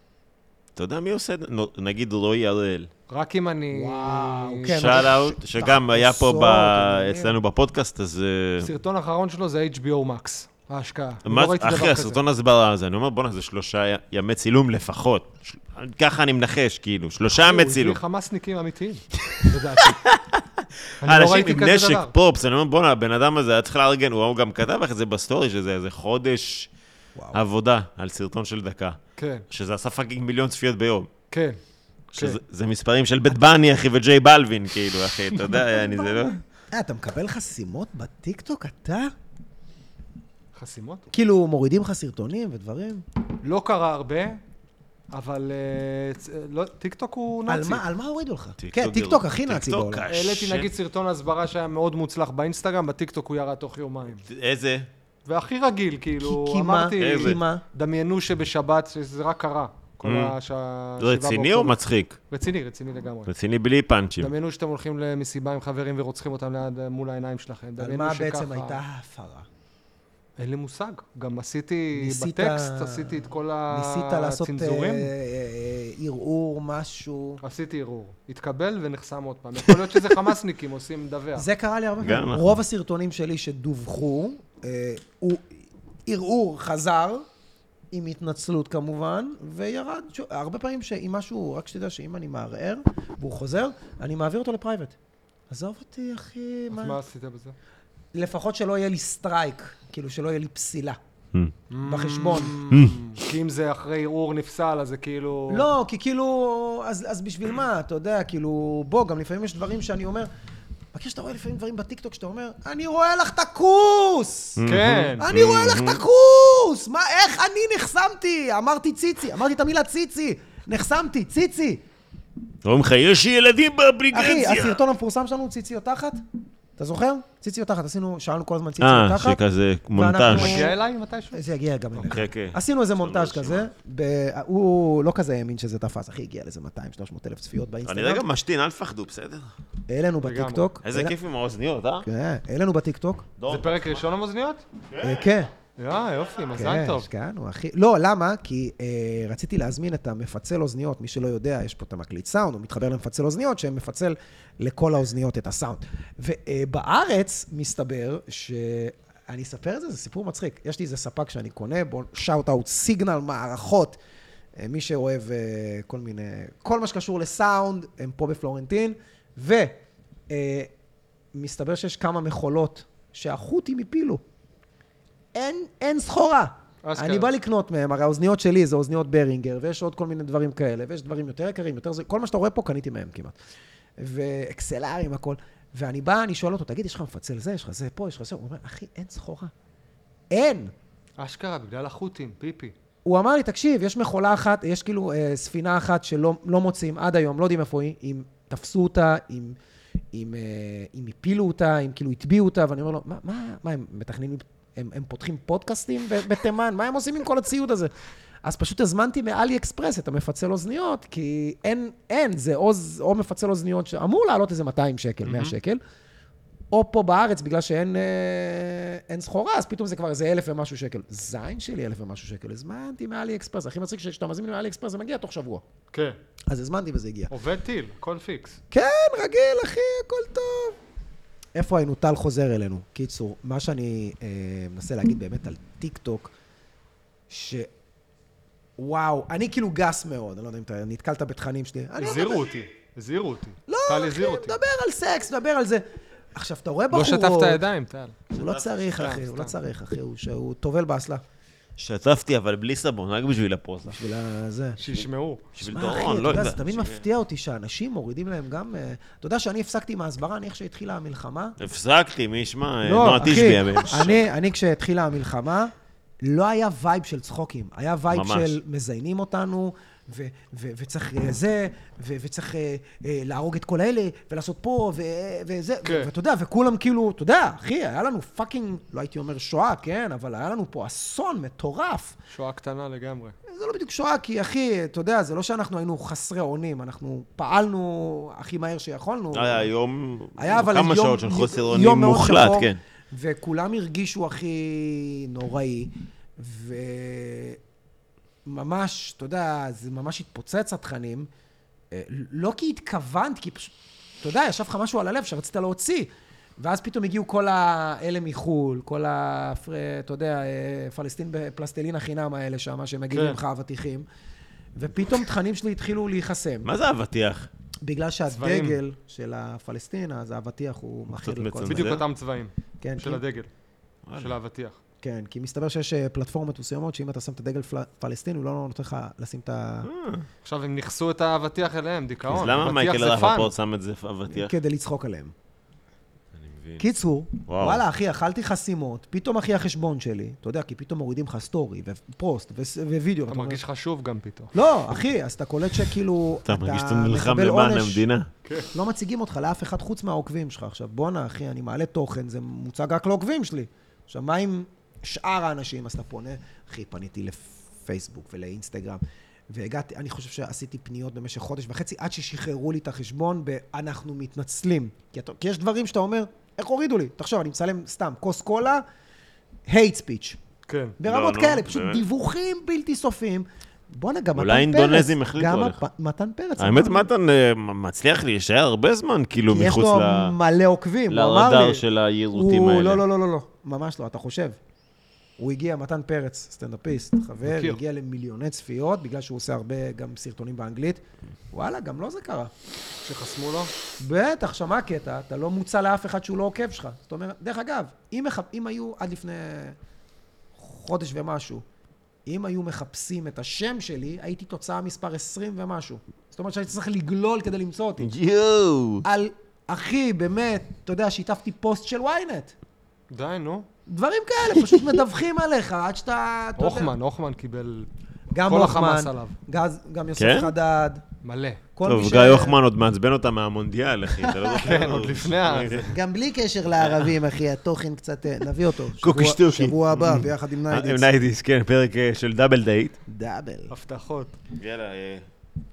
[SPEAKER 2] אתה יודע מי עושה את זה? נו, נגיד רועי הראל.
[SPEAKER 3] רק אם אני...
[SPEAKER 1] וואו, כן.
[SPEAKER 2] שאל אאוט,
[SPEAKER 1] ש-
[SPEAKER 2] שגם היה פה
[SPEAKER 1] תחפושות,
[SPEAKER 2] ב-
[SPEAKER 1] עניינים.
[SPEAKER 2] אצלנו בפודקאסט, אז... אה,
[SPEAKER 3] הסרטון האחרון שלו זה HBO Max, ההשקעה. אני
[SPEAKER 2] מה-
[SPEAKER 3] לא ראיתי דבר
[SPEAKER 2] אחי,
[SPEAKER 3] כזה.
[SPEAKER 2] הסרטון הסברה הזה, אני אומר, בואנה, זה שלושה י- ימי צילום לפחות. ש- ככה אני מנחש, כאילו, שלושה ימי
[SPEAKER 3] הוא
[SPEAKER 2] צילום.
[SPEAKER 3] הביא חמאסניקים אמיתיים, לדעתי. אני לא
[SPEAKER 2] אנשים
[SPEAKER 3] ראיתי
[SPEAKER 2] עם
[SPEAKER 3] כזה
[SPEAKER 2] נשק,
[SPEAKER 3] דבר.
[SPEAKER 2] פופס, אני אומר, בואנה, הבן אדם הזה היה צריך לארגן, הוא גם כתב לך את זה בסטורי, שזה איזה חודש
[SPEAKER 1] וואו.
[SPEAKER 2] עבודה על סרטון של דקה,
[SPEAKER 3] כן,
[SPEAKER 2] שזה עשה פאקינג מיליון צפיות ביום.
[SPEAKER 3] כן.
[SPEAKER 2] שזה- זה מספרים של בית בני, אחי, וג'יי בלווין, כאילו, אחי, אתה יודע, אני זה לא...
[SPEAKER 1] אה, אתה מקבל חסימות בטיקטוק, אתה?
[SPEAKER 3] חסימות? כן,
[SPEAKER 1] כאילו, מורידים לך סרטונים ודברים?
[SPEAKER 3] לא קרה הרבה, אבל אה, צ- אה, לא, טיקטוק הוא
[SPEAKER 1] על
[SPEAKER 3] נאצי.
[SPEAKER 1] מה- על מה הורידו לך?
[SPEAKER 2] טיקטוק
[SPEAKER 1] כן,
[SPEAKER 2] גרוע.
[SPEAKER 1] טיקטוק הכי נאצי
[SPEAKER 2] טיקטוק
[SPEAKER 1] בעולם.
[SPEAKER 2] קשה.
[SPEAKER 3] העליתי נגיד סרטון הסברה שהיה מאוד מוצלח באינסטגרם, בטיקטוק הוא ירד תוך יומיים.
[SPEAKER 2] איזה?
[SPEAKER 3] והכי רגיל, כאילו,
[SPEAKER 1] כי- כי מה?
[SPEAKER 3] אמרתי,
[SPEAKER 2] איזה?
[SPEAKER 1] כי מה?
[SPEAKER 3] דמיינו שבשבת שזה רק קרה. כל
[SPEAKER 2] Mm.
[SPEAKER 3] השעה...
[SPEAKER 2] רציני או מצחיק?
[SPEAKER 3] רציני, רציני לגמרי.
[SPEAKER 2] רציני בלי פאנצ'ים.
[SPEAKER 3] דמיינו שאתם הולכים למסיבה עם חברים ורוצחים אותם ליד, מול העיניים שלכם.
[SPEAKER 1] על
[SPEAKER 3] דמיינו
[SPEAKER 1] מה
[SPEAKER 3] שככה-
[SPEAKER 1] בעצם הייתה ההפרה?
[SPEAKER 3] אין לי מושג. גם עשיתי
[SPEAKER 1] ניסית-
[SPEAKER 3] בטקסט, עשיתי את כל
[SPEAKER 1] ניסית לעשות אה,
[SPEAKER 3] הצנזורים.
[SPEAKER 1] אה, אה, ערעור, משהו.
[SPEAKER 3] עשיתי ערעור. התקבל ונחסם עוד פעם. יכול להיות שזה חמאסניקים עושים מדווח.
[SPEAKER 1] זה קרה לי הרבה
[SPEAKER 2] גם
[SPEAKER 1] פעמים.
[SPEAKER 2] אנחנו.
[SPEAKER 1] רוב הסרטונים שלי שדווחו, אה, הוא ערעור חזר, עם התנצלות כמובן, וירד. ש- הרבה פעמים שאם משהו, רק שתדע שאם אני מערער והוא חוזר, אני מעביר אותו לפרייבט. עזוב אותי, אחי,
[SPEAKER 3] אז מה
[SPEAKER 1] מה...
[SPEAKER 3] עשית בזה?
[SPEAKER 1] לפחות שלא יהיה לי סטרייק, כאילו שלא יהיה לי פסילה.
[SPEAKER 2] Hmm.
[SPEAKER 3] Mm.
[SPEAKER 1] בחשבון.
[SPEAKER 3] כי אם זה אחרי ערעור נפסל, אז זה כאילו...
[SPEAKER 1] לא, כי כאילו, אז, אז בשביל מה, אתה יודע, כאילו, בוא, גם לפעמים יש דברים שאני אומר, מכיר שאתה רואה לפעמים דברים בטיקטוק שאתה אומר, אני רואה לך את הכוס!
[SPEAKER 3] כן.
[SPEAKER 1] אני רואה לך את הכוס! מה, איך אני נחסמתי? אמרתי ציצי, אמרתי את המילה ציצי, נחסמתי, ציצי!
[SPEAKER 2] אומרים לך, יש לי ילדים
[SPEAKER 1] אחי,
[SPEAKER 2] באפליקציה.
[SPEAKER 1] הסרטון המפורסם שלנו הוא ציציות תחת? אתה זוכר? ציציות תחת, עשינו, שאלנו כל הזמן ציציות
[SPEAKER 2] אה,
[SPEAKER 1] תחת.
[SPEAKER 2] שכזה
[SPEAKER 1] ואנחנו-
[SPEAKER 2] מונטאז'.
[SPEAKER 3] מגיע אליי מתישהו?
[SPEAKER 1] אה, זה יגיע גם אליך.
[SPEAKER 2] אוקיי, כן.
[SPEAKER 1] עשינו איזה מונטאז' כזה, ב- הוא לא כזה האמין שזה תפס, אחי, הגיע לאיזה 200-300 אלף צפיות
[SPEAKER 2] אני
[SPEAKER 1] באינסטגרם.
[SPEAKER 2] רגע משתין, אל תפחדו, בסדר?
[SPEAKER 1] העלינו
[SPEAKER 3] לגמרי.
[SPEAKER 1] בטיקטוק.
[SPEAKER 2] איזה
[SPEAKER 1] העלה-
[SPEAKER 2] כיף עם האוזניות, אה?
[SPEAKER 1] כן, העלינו בטיקטוק.
[SPEAKER 2] דור.
[SPEAKER 3] זה פרק ראשון עם אוזניות?
[SPEAKER 1] אה, כן,
[SPEAKER 3] יא, יופי, מזל
[SPEAKER 1] כן,
[SPEAKER 3] טוב.
[SPEAKER 1] השקענו, אחי. לא, למה? כי אה, רציתי להזמין את המפצל אוזניות, מי שלא יודע, יש פה את המקליט סאונד, הוא מתחבר למפצל אוזניות, שמפצל לכל האוזניות את הסאונד. ובארץ מסתבר ש... אני אספר את זה, זה סיפור מצחיק. יש לי איזה ספק שאני קונה, בו שאוט אאוט סיגנל מערכות. אה, מי שאוהב אה, כל מיני... כל מה שקשור לסאונד, הם פה בפלורנטין. ו... אה, מסתבר שיש כמה מכולות שהחות'ים הפילו. אין, אין סחורה.
[SPEAKER 3] אשכרה.
[SPEAKER 1] אני בא לקנות מהם, הרי האוזניות שלי זה אוזניות ברינגר, ויש עוד כל מיני דברים כאלה, ויש דברים יותר יקרים, יותר זה, כל מה שאתה רואה פה קניתי מהם כמעט. ואקסלרים, הכל. ואני בא, אני שואל אותו, תגיד, יש לך מפצל זה, יש לך זה פה, יש לך זה? הוא אומר, אחי, אין סחורה. אין.
[SPEAKER 3] אשכרה, בגלל החות'ים, פיפי.
[SPEAKER 1] הוא אמר לי, תקשיב, יש מכולה אחת, יש כאילו אה, ספינה אחת שלא לא מוצאים עד היום, לא יודעים איפה היא, אם תפסו אותה, אם, אם, אה, אם הפילו אותה, אם כאילו הטביעו אותה, ואני אומר לו, מה, מה, מה הם מתכננים, הם, הם פותחים פודקאסטים ב- בתימן, מה הם עושים עם כל הציוד הזה? אז פשוט הזמנתי מאלי אקספרס את המפצל אוזניות, כי אין, אין, זה או, ז- או מפצל אוזניות שאמור לעלות איזה 200 שקל, 100 שקל, או פה בארץ, בגלל שאין אה, אין סחורה, אז פתאום זה כבר איזה אלף ומשהו שקל. זין שלי אלף ומשהו שקל. הזמנתי מאלי אקספרס. הכי מצחיק שכשאתה מזמין מאלי אקספרס זה מגיע תוך שבוע.
[SPEAKER 3] כן.
[SPEAKER 1] אז הזמנתי וזה הגיע.
[SPEAKER 3] עובד טיל, הכל פיקס.
[SPEAKER 1] כן, רגיל, אחי, הכל טוב. איפה היינו? טל חוזר אלינו. קיצור, מה שאני אה, מנסה להגיד באמת על טיק טוק, ש... וואו, אני כאילו גס מאוד, אני לא יודע אם אתה נתקלת בתכנים שלי. אני לא
[SPEAKER 3] הזהירו אותי, הזהירו אותי.
[SPEAKER 1] לא,
[SPEAKER 3] טל
[SPEAKER 1] אחי,
[SPEAKER 3] הזהיר אותי.
[SPEAKER 1] מדבר על סקס, מדבר על זה. עכשיו, אתה רואה
[SPEAKER 3] לא
[SPEAKER 1] בחורות...
[SPEAKER 3] שטפת ידיים, טל.
[SPEAKER 1] הוא לא צריך,
[SPEAKER 3] סתם,
[SPEAKER 1] אחי, הוא לא
[SPEAKER 3] סתם.
[SPEAKER 1] צריך, אחי, הוא שהוא טובל באסלה.
[SPEAKER 2] שטפתי, אבל בלי סבון, רק בשביל הפוסט.
[SPEAKER 1] בשביל הזה.
[SPEAKER 3] שישמעו.
[SPEAKER 2] בשביל
[SPEAKER 1] מה, אחי,
[SPEAKER 2] דורון,
[SPEAKER 1] אתה
[SPEAKER 2] לא
[SPEAKER 1] יודע, זה
[SPEAKER 2] יודע.
[SPEAKER 1] תמיד מפתיע אותי שאנשים מורידים להם גם... אה, אתה יודע שאני הפסקתי מההסברה, אני איך שהתחילה המלחמה?
[SPEAKER 2] הפסקתי, מי ישמע?
[SPEAKER 1] לא,
[SPEAKER 2] נועה
[SPEAKER 1] אחי,
[SPEAKER 2] תשבי אמש.
[SPEAKER 1] אני- אני כשהתחילה המלחמה, לא היה וייב של צחוקים, היה וייב
[SPEAKER 2] ממש.
[SPEAKER 1] של מזיינים אותנו, ו- ו- וצריך אה, זה, ו- וצריך אה, אה, להרוג את כל אלה, ולעשות פה, ו- וזה, ו-
[SPEAKER 3] כן.
[SPEAKER 1] ואתה יודע, וכולם כאילו, אתה יודע, אחי, היה לנו פאקינג, לא הייתי אומר שואה, כן, אבל היה לנו פה אסון מטורף.
[SPEAKER 3] שואה קטנה לגמרי.
[SPEAKER 1] זה לא בדיוק שואה, כי אחי, אתה יודע, זה לא שאנחנו היינו חסרי אונים, אנחנו פעלנו הכי מהר שיכולנו.
[SPEAKER 2] היה יום,
[SPEAKER 1] היה אבל
[SPEAKER 2] כמה
[SPEAKER 1] יום-
[SPEAKER 2] שעות של חוסר
[SPEAKER 1] יום
[SPEAKER 2] אונים
[SPEAKER 1] מאוד
[SPEAKER 2] מוחלט,
[SPEAKER 1] שחור,
[SPEAKER 2] כן.
[SPEAKER 1] וכולם הרגישו הכי נוראי, וממש, אתה יודע, זה ממש התפוצץ התכנים. אה, לא כי התכוונת, כי פשוט, אתה יודע, ישב לך משהו על הלב שרצית להוציא. ואז פתאום הגיעו כל האלה מחו"ל, כל ה... אתה יודע, אה, פלסטין בפלסטלין החינם האלה שם, שמגיעים
[SPEAKER 3] כן.
[SPEAKER 1] ממך אבטיחים. ופתאום תכנים שלי התחילו להיחסם.
[SPEAKER 2] מה זה אבטיח?
[SPEAKER 1] בגלל
[SPEAKER 3] צבעים.
[SPEAKER 1] שהדגל של הפלסטינה, אז האבטיח הוא מכיר
[SPEAKER 2] קצת
[SPEAKER 1] לכל
[SPEAKER 2] מצמצם.
[SPEAKER 1] זה.
[SPEAKER 3] בדיוק
[SPEAKER 2] זה?
[SPEAKER 3] אותם צבעים.
[SPEAKER 1] כן,
[SPEAKER 3] של
[SPEAKER 1] כי-
[SPEAKER 3] הדגל. של האבטיח.
[SPEAKER 1] כן, כי מסתבר שיש אה, פלטפורמות מסוימות, שאם אתה שם את הדגל פל- פלסטיני, הוא לא נותן לך לשים את ה...
[SPEAKER 2] אה,
[SPEAKER 3] עכשיו הם נכסו את האבטיח אליהם, דיכאון.
[SPEAKER 2] אז למה
[SPEAKER 3] לא, אבטיח
[SPEAKER 2] מייקל
[SPEAKER 3] זה פאן.
[SPEAKER 1] כן,
[SPEAKER 2] רפפורט שם את זה אבטיח?
[SPEAKER 1] כדי לצחוק עליהם.
[SPEAKER 2] אני מבין.
[SPEAKER 1] קיצור,
[SPEAKER 2] וואו.
[SPEAKER 1] וואלה, אחי, אכלתי חסימות, פתאום אחי החשבון שלי, אתה יודע, כי פתאום מורידים לך סטורי ופוסט וס- ווידאו.
[SPEAKER 3] אתה
[SPEAKER 1] ואתה אומר,
[SPEAKER 3] מרגיש חשוב גם פתאום.
[SPEAKER 1] לא, אחי, אז אתה קולט שכאילו,
[SPEAKER 2] אתה מרגיש שאתה נלחם
[SPEAKER 1] מקבל
[SPEAKER 2] למען
[SPEAKER 1] עונש.
[SPEAKER 2] המדינה?
[SPEAKER 1] לא מציגים אותך לאף אחד חוץ מהעוקבים שלך. עכשיו, בואנה, אחי, אני מעלה תוכן, זה מוצג רק לעוקבים שלי. עכשיו, מה עם שאר האנשים? אז אתה פונה, אחי, פניתי לפייסבוק ולאינסטגרם, והגעתי, אני חושב שעשיתי פניות במשך חודש וחצי, עד ששחררו לי את החשבון ב"אנחנו מתנצלים". כי, אתה, כי יש דברים שאתה אומר, איך הורידו לי? תחשוב, אני מצלם סתם כוס קולה, hate speech.
[SPEAKER 3] כן.
[SPEAKER 1] ברמות
[SPEAKER 2] לא, נו,
[SPEAKER 1] כאלה, פשוט
[SPEAKER 2] באמת.
[SPEAKER 1] דיווחים בלתי סופיים. בואנה, גם מתן פרץ.
[SPEAKER 2] אולי האינדונזים החליטו
[SPEAKER 1] גם
[SPEAKER 2] עליך.
[SPEAKER 1] הפ- מתן פרץ.
[SPEAKER 2] האמת,
[SPEAKER 1] אמר-
[SPEAKER 2] מתן אה, מצליח להישאר הרבה זמן, כאילו,
[SPEAKER 1] לא- כי יש
[SPEAKER 2] מחוץ
[SPEAKER 1] לו
[SPEAKER 2] ל-
[SPEAKER 1] מלא עוקבים, הוא אמר לי.
[SPEAKER 2] לרדאר של היירוטים
[SPEAKER 1] הוא-
[SPEAKER 2] האלה.
[SPEAKER 1] לא, לא, לא, לא, לא, ממש לא, אתה חושב. הוא הגיע, מתן פרץ, סטנדאפיסט, חבר,
[SPEAKER 3] מכיר.
[SPEAKER 1] הגיע למיליוני צפיות, בגלל שהוא עושה הרבה גם סרטונים באנגלית. וואלה, גם לו זה קרה.
[SPEAKER 3] שחסמו לו?
[SPEAKER 1] בטח, שמע קטע, אתה לא מוצע לאף אחד שהוא לא עוקב שלך. זאת אומרת, דרך אגב, אם, מח... אם היו עד לפני חודש ומשהו, אם היו מחפשים את השם שלי, הייתי תוצאה מספר 20 ומשהו. זאת אומרת שהייתי צריך לגלול כדי למצוא אותי.
[SPEAKER 2] יואו!
[SPEAKER 1] על, אחי, באמת, אתה יודע, שיתפתי פוסט של ynet.
[SPEAKER 3] די, נו.
[SPEAKER 1] דברים כאלה, פשוט מדווחים עליך, עד שאתה... אתה יודע.
[SPEAKER 3] הוכמן, הוכמן קיבל
[SPEAKER 1] גם
[SPEAKER 3] כל
[SPEAKER 1] הוכמן,
[SPEAKER 3] החמאס עליו.
[SPEAKER 1] גז- גם יוסף
[SPEAKER 2] כן?
[SPEAKER 1] חדד,
[SPEAKER 3] מלא.
[SPEAKER 1] כל מי
[SPEAKER 2] טוב,
[SPEAKER 1] ש...
[SPEAKER 2] גיא הוחמן עוד מעצבן אותה מהמונדיאל, אחי, אתה לא זוכר?
[SPEAKER 3] כן, עוד
[SPEAKER 2] הוא-
[SPEAKER 3] לפני ה- זה.
[SPEAKER 1] גם בלי קשר לערבים, אחי, התוכן קצת... אה, נביא אותו. שבוע-
[SPEAKER 2] קוקי שטוקי.
[SPEAKER 1] שבוע הבא, ביחד עם
[SPEAKER 2] אה,
[SPEAKER 1] ניידיץ.
[SPEAKER 2] עם ניידיס, כן, פרק אה, של דאבל דייט.
[SPEAKER 1] דאבל.
[SPEAKER 3] הבטחות.
[SPEAKER 2] יאללה, אה,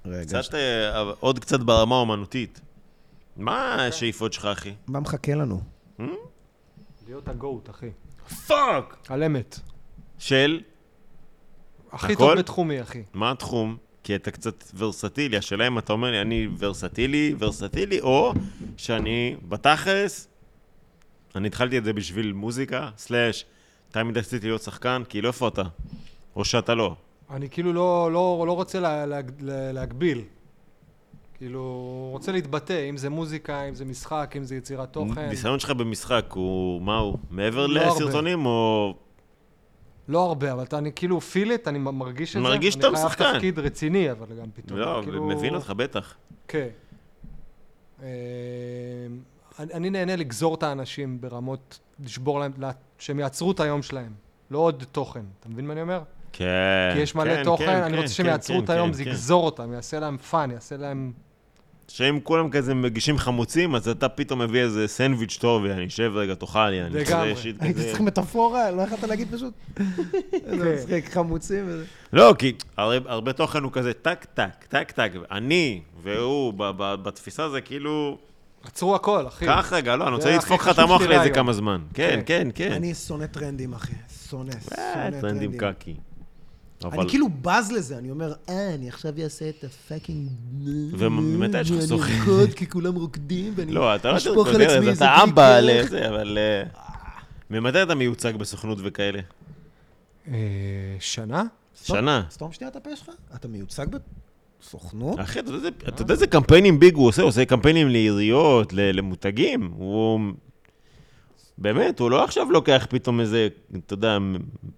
[SPEAKER 1] רגע.
[SPEAKER 2] קצת, אה, עוד קצת ברמה האומנותית. מה השאיפות שלך, אחי?
[SPEAKER 1] מה מחכה לנו?
[SPEAKER 3] להיות הגואות, אחי.
[SPEAKER 2] פאק!
[SPEAKER 3] על אמת.
[SPEAKER 2] של?
[SPEAKER 3] הכי
[SPEAKER 2] הכל?
[SPEAKER 3] טוב בתחומי, אחי.
[SPEAKER 2] מה התחום? כי אתה קצת ורסטילי, השאלה אם אתה אומר לי, אני ורסטילי, ורסטילי, או שאני בתכלס, אני התחלתי את זה בשביל מוזיקה, סלאש, תמיד רציתי להיות שחקן, כאילו איפה אתה? או שאתה לא.
[SPEAKER 3] אני כאילו לא, לא, לא רוצה לה, לה, לה, להגביל. כאילו, רוצה להתבטא, אם זה מוזיקה, אם זה משחק, אם זה יצירת תוכן.
[SPEAKER 2] ניסיון שלך במשחק הוא, מה הוא? מעבר
[SPEAKER 3] לא הרבה.
[SPEAKER 2] לסרטונים או...
[SPEAKER 3] לא הרבה, אבל אתה, אני כאילו פיל את, אני מרגיש את זה.
[SPEAKER 2] מרגיש שאתה
[SPEAKER 3] אני
[SPEAKER 2] שחקן.
[SPEAKER 3] חייב תפקיד רציני, אבל גם פתאום.
[SPEAKER 2] לא,
[SPEAKER 3] כאילו-
[SPEAKER 2] מבין אותך, בטח.
[SPEAKER 3] כן. אה, אני, אני נהנה לגזור את האנשים ברמות, לשבור להם, לה- שהם יעצרו את היום שלהם. לא עוד תוכן. אתה מבין מה אני אומר?
[SPEAKER 2] כן,
[SPEAKER 3] כי יש מלא
[SPEAKER 2] כן,
[SPEAKER 3] תוכן,
[SPEAKER 2] כן,
[SPEAKER 3] אני
[SPEAKER 2] כן,
[SPEAKER 3] רוצה שהם
[SPEAKER 2] כן,
[SPEAKER 3] יעצרו
[SPEAKER 2] כן,
[SPEAKER 3] את היום,
[SPEAKER 2] כן,
[SPEAKER 3] זה
[SPEAKER 2] כן.
[SPEAKER 3] יגזור אותם, יעשה להם פאן, יעשה להם...
[SPEAKER 2] שאם כולם כזה מגישים חמוצים, אז אתה פתאום מביא איזה סנדוויץ' טוב, יעני, שב רגע, תאכל, יעני.
[SPEAKER 3] לגמרי.
[SPEAKER 2] זה שיט
[SPEAKER 1] הייתי
[SPEAKER 2] כזה.
[SPEAKER 1] צריך מטאפורה? לא יכולת להגיד פשוט?
[SPEAKER 3] כן.
[SPEAKER 1] איזה מצחיק, חמוצים וזה.
[SPEAKER 2] לא, כי הרי הרבה תוכן הוא כזה טק, טק, טק, טק, אני והוא, ב- ב- בתפיסה זה כאילו,
[SPEAKER 3] עצרו הכל, אחי.
[SPEAKER 2] קח רגע, לא, אני רוצה
[SPEAKER 3] הכי
[SPEAKER 2] לדפוק לך את
[SPEAKER 3] חשוב
[SPEAKER 2] המוח
[SPEAKER 3] כן. שלי
[SPEAKER 2] לאיזה
[SPEAKER 3] היום.
[SPEAKER 2] כמה זמן. כן, כן, כן.
[SPEAKER 1] אני שונא טרנדים, אחי. שונא,
[SPEAKER 2] אה,
[SPEAKER 1] שונא
[SPEAKER 2] טרנדים
[SPEAKER 1] טרנדים.
[SPEAKER 2] קקי. אבל...
[SPEAKER 1] אני כאילו בז לזה, אני אומר, אה, אני עכשיו אעשה את הפאקינג...
[SPEAKER 2] ומתי יש לך סוכן?
[SPEAKER 1] ואני ארקוד כי כולם רוקדים, ואני
[SPEAKER 2] לא, אתה לא יודע,
[SPEAKER 1] אשפוך
[SPEAKER 2] אתה
[SPEAKER 1] על
[SPEAKER 2] יודע,
[SPEAKER 1] עצמי,
[SPEAKER 2] זה
[SPEAKER 1] איזה
[SPEAKER 2] אתה
[SPEAKER 1] כלי
[SPEAKER 2] אמבה על
[SPEAKER 1] קרח.
[SPEAKER 2] זה, אבל... אה, ממתי אתה מיוצג בסוכנות וכאלה?
[SPEAKER 3] אה, שנה?
[SPEAKER 1] סתום-
[SPEAKER 2] שנה.
[SPEAKER 1] סתום שנייה את הפה שלך? אתה מיוצג בסוכנות?
[SPEAKER 2] אחי, אתה יודע איזה- אתה יודע איזה קמפיינים ביג הוא עושה? הוא עושה קמפיינים לעיריות, ל- למותגים. הוא... באמת, הוא לא עכשיו לוקח פתאום איזה, אתה יודע,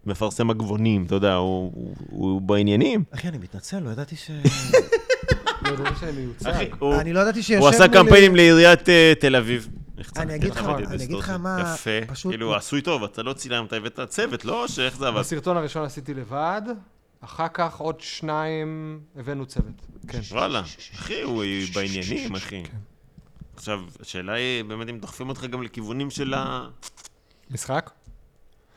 [SPEAKER 2] מפרסם עגבונים, אתה יודע, הוא- הוא- הוא בעניינים.
[SPEAKER 1] אחי, אני מתנצל, לא ידעתי ש...
[SPEAKER 3] לא יודע שאני מיוצג.
[SPEAKER 2] אחי, הוא-
[SPEAKER 1] אני לא ידעתי שיושב
[SPEAKER 2] הוא עשה
[SPEAKER 1] מולי-
[SPEAKER 2] קמפיינים לעיריית אה, תל אביב.
[SPEAKER 1] אני אגיד לך,
[SPEAKER 2] החמצתי את
[SPEAKER 1] אני אגיד
[SPEAKER 2] ההיסטוריה.
[SPEAKER 1] לך מה,
[SPEAKER 2] יפה,
[SPEAKER 1] פשוט-
[SPEAKER 2] כאילו, עשוי טוב, אתה לא צילמת, הבאת צוות, לא? שאיך זה עבד?
[SPEAKER 3] בסרטון הראשון עשיתי לבד, אחר כך עוד שניים הבאנו צוות. כן.
[SPEAKER 2] וואלה, אחי, הוא בעניינים, אחי. עכשיו, השאלה היא באמת אם דוחפים אותך גם לכיוונים של ה...
[SPEAKER 3] משחק?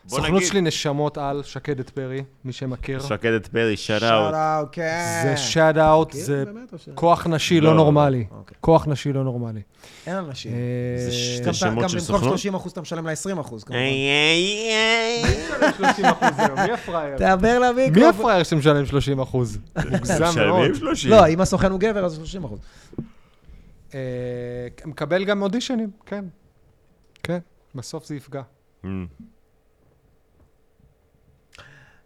[SPEAKER 2] בוא
[SPEAKER 3] סוכנות
[SPEAKER 2] נגיד-
[SPEAKER 3] שלי נשמות על, שקדת פרי, מי שמכיר.
[SPEAKER 2] שקדת פרי, שאט
[SPEAKER 1] שאט
[SPEAKER 2] אאוט.
[SPEAKER 1] אאוט, כן.
[SPEAKER 3] זה שאט אאוט,
[SPEAKER 1] כן,
[SPEAKER 3] זה
[SPEAKER 1] באמת, או ש-
[SPEAKER 3] כוח נשי
[SPEAKER 2] לא,
[SPEAKER 3] לא נורמלי.
[SPEAKER 1] אוקיי.
[SPEAKER 3] כוח נשי לא נורמלי.
[SPEAKER 1] אין אנשים.
[SPEAKER 3] אה,
[SPEAKER 2] זה
[SPEAKER 1] גם
[SPEAKER 2] שתי
[SPEAKER 1] אתה-
[SPEAKER 2] שמות של
[SPEAKER 1] גם במקום
[SPEAKER 2] סוכנות? אה.
[SPEAKER 1] 30 אחוז אתה משלם ל-20 אחוז, כמובן.
[SPEAKER 2] איי, איי, איי.
[SPEAKER 3] 30% היום, מי הפראייר?
[SPEAKER 1] תעבר
[SPEAKER 3] מי
[SPEAKER 1] למיקרופון.
[SPEAKER 3] הפראייר שמשלם 30 אחוז? מוגזם מאוד.
[SPEAKER 2] משלמים 30.
[SPEAKER 1] לא, אם הסוכן הוא גבר, אז 30 אחוז.
[SPEAKER 3] אה, מקבל גם אודישנים, כן. כן, בסוף זה יפגע.
[SPEAKER 2] אמ,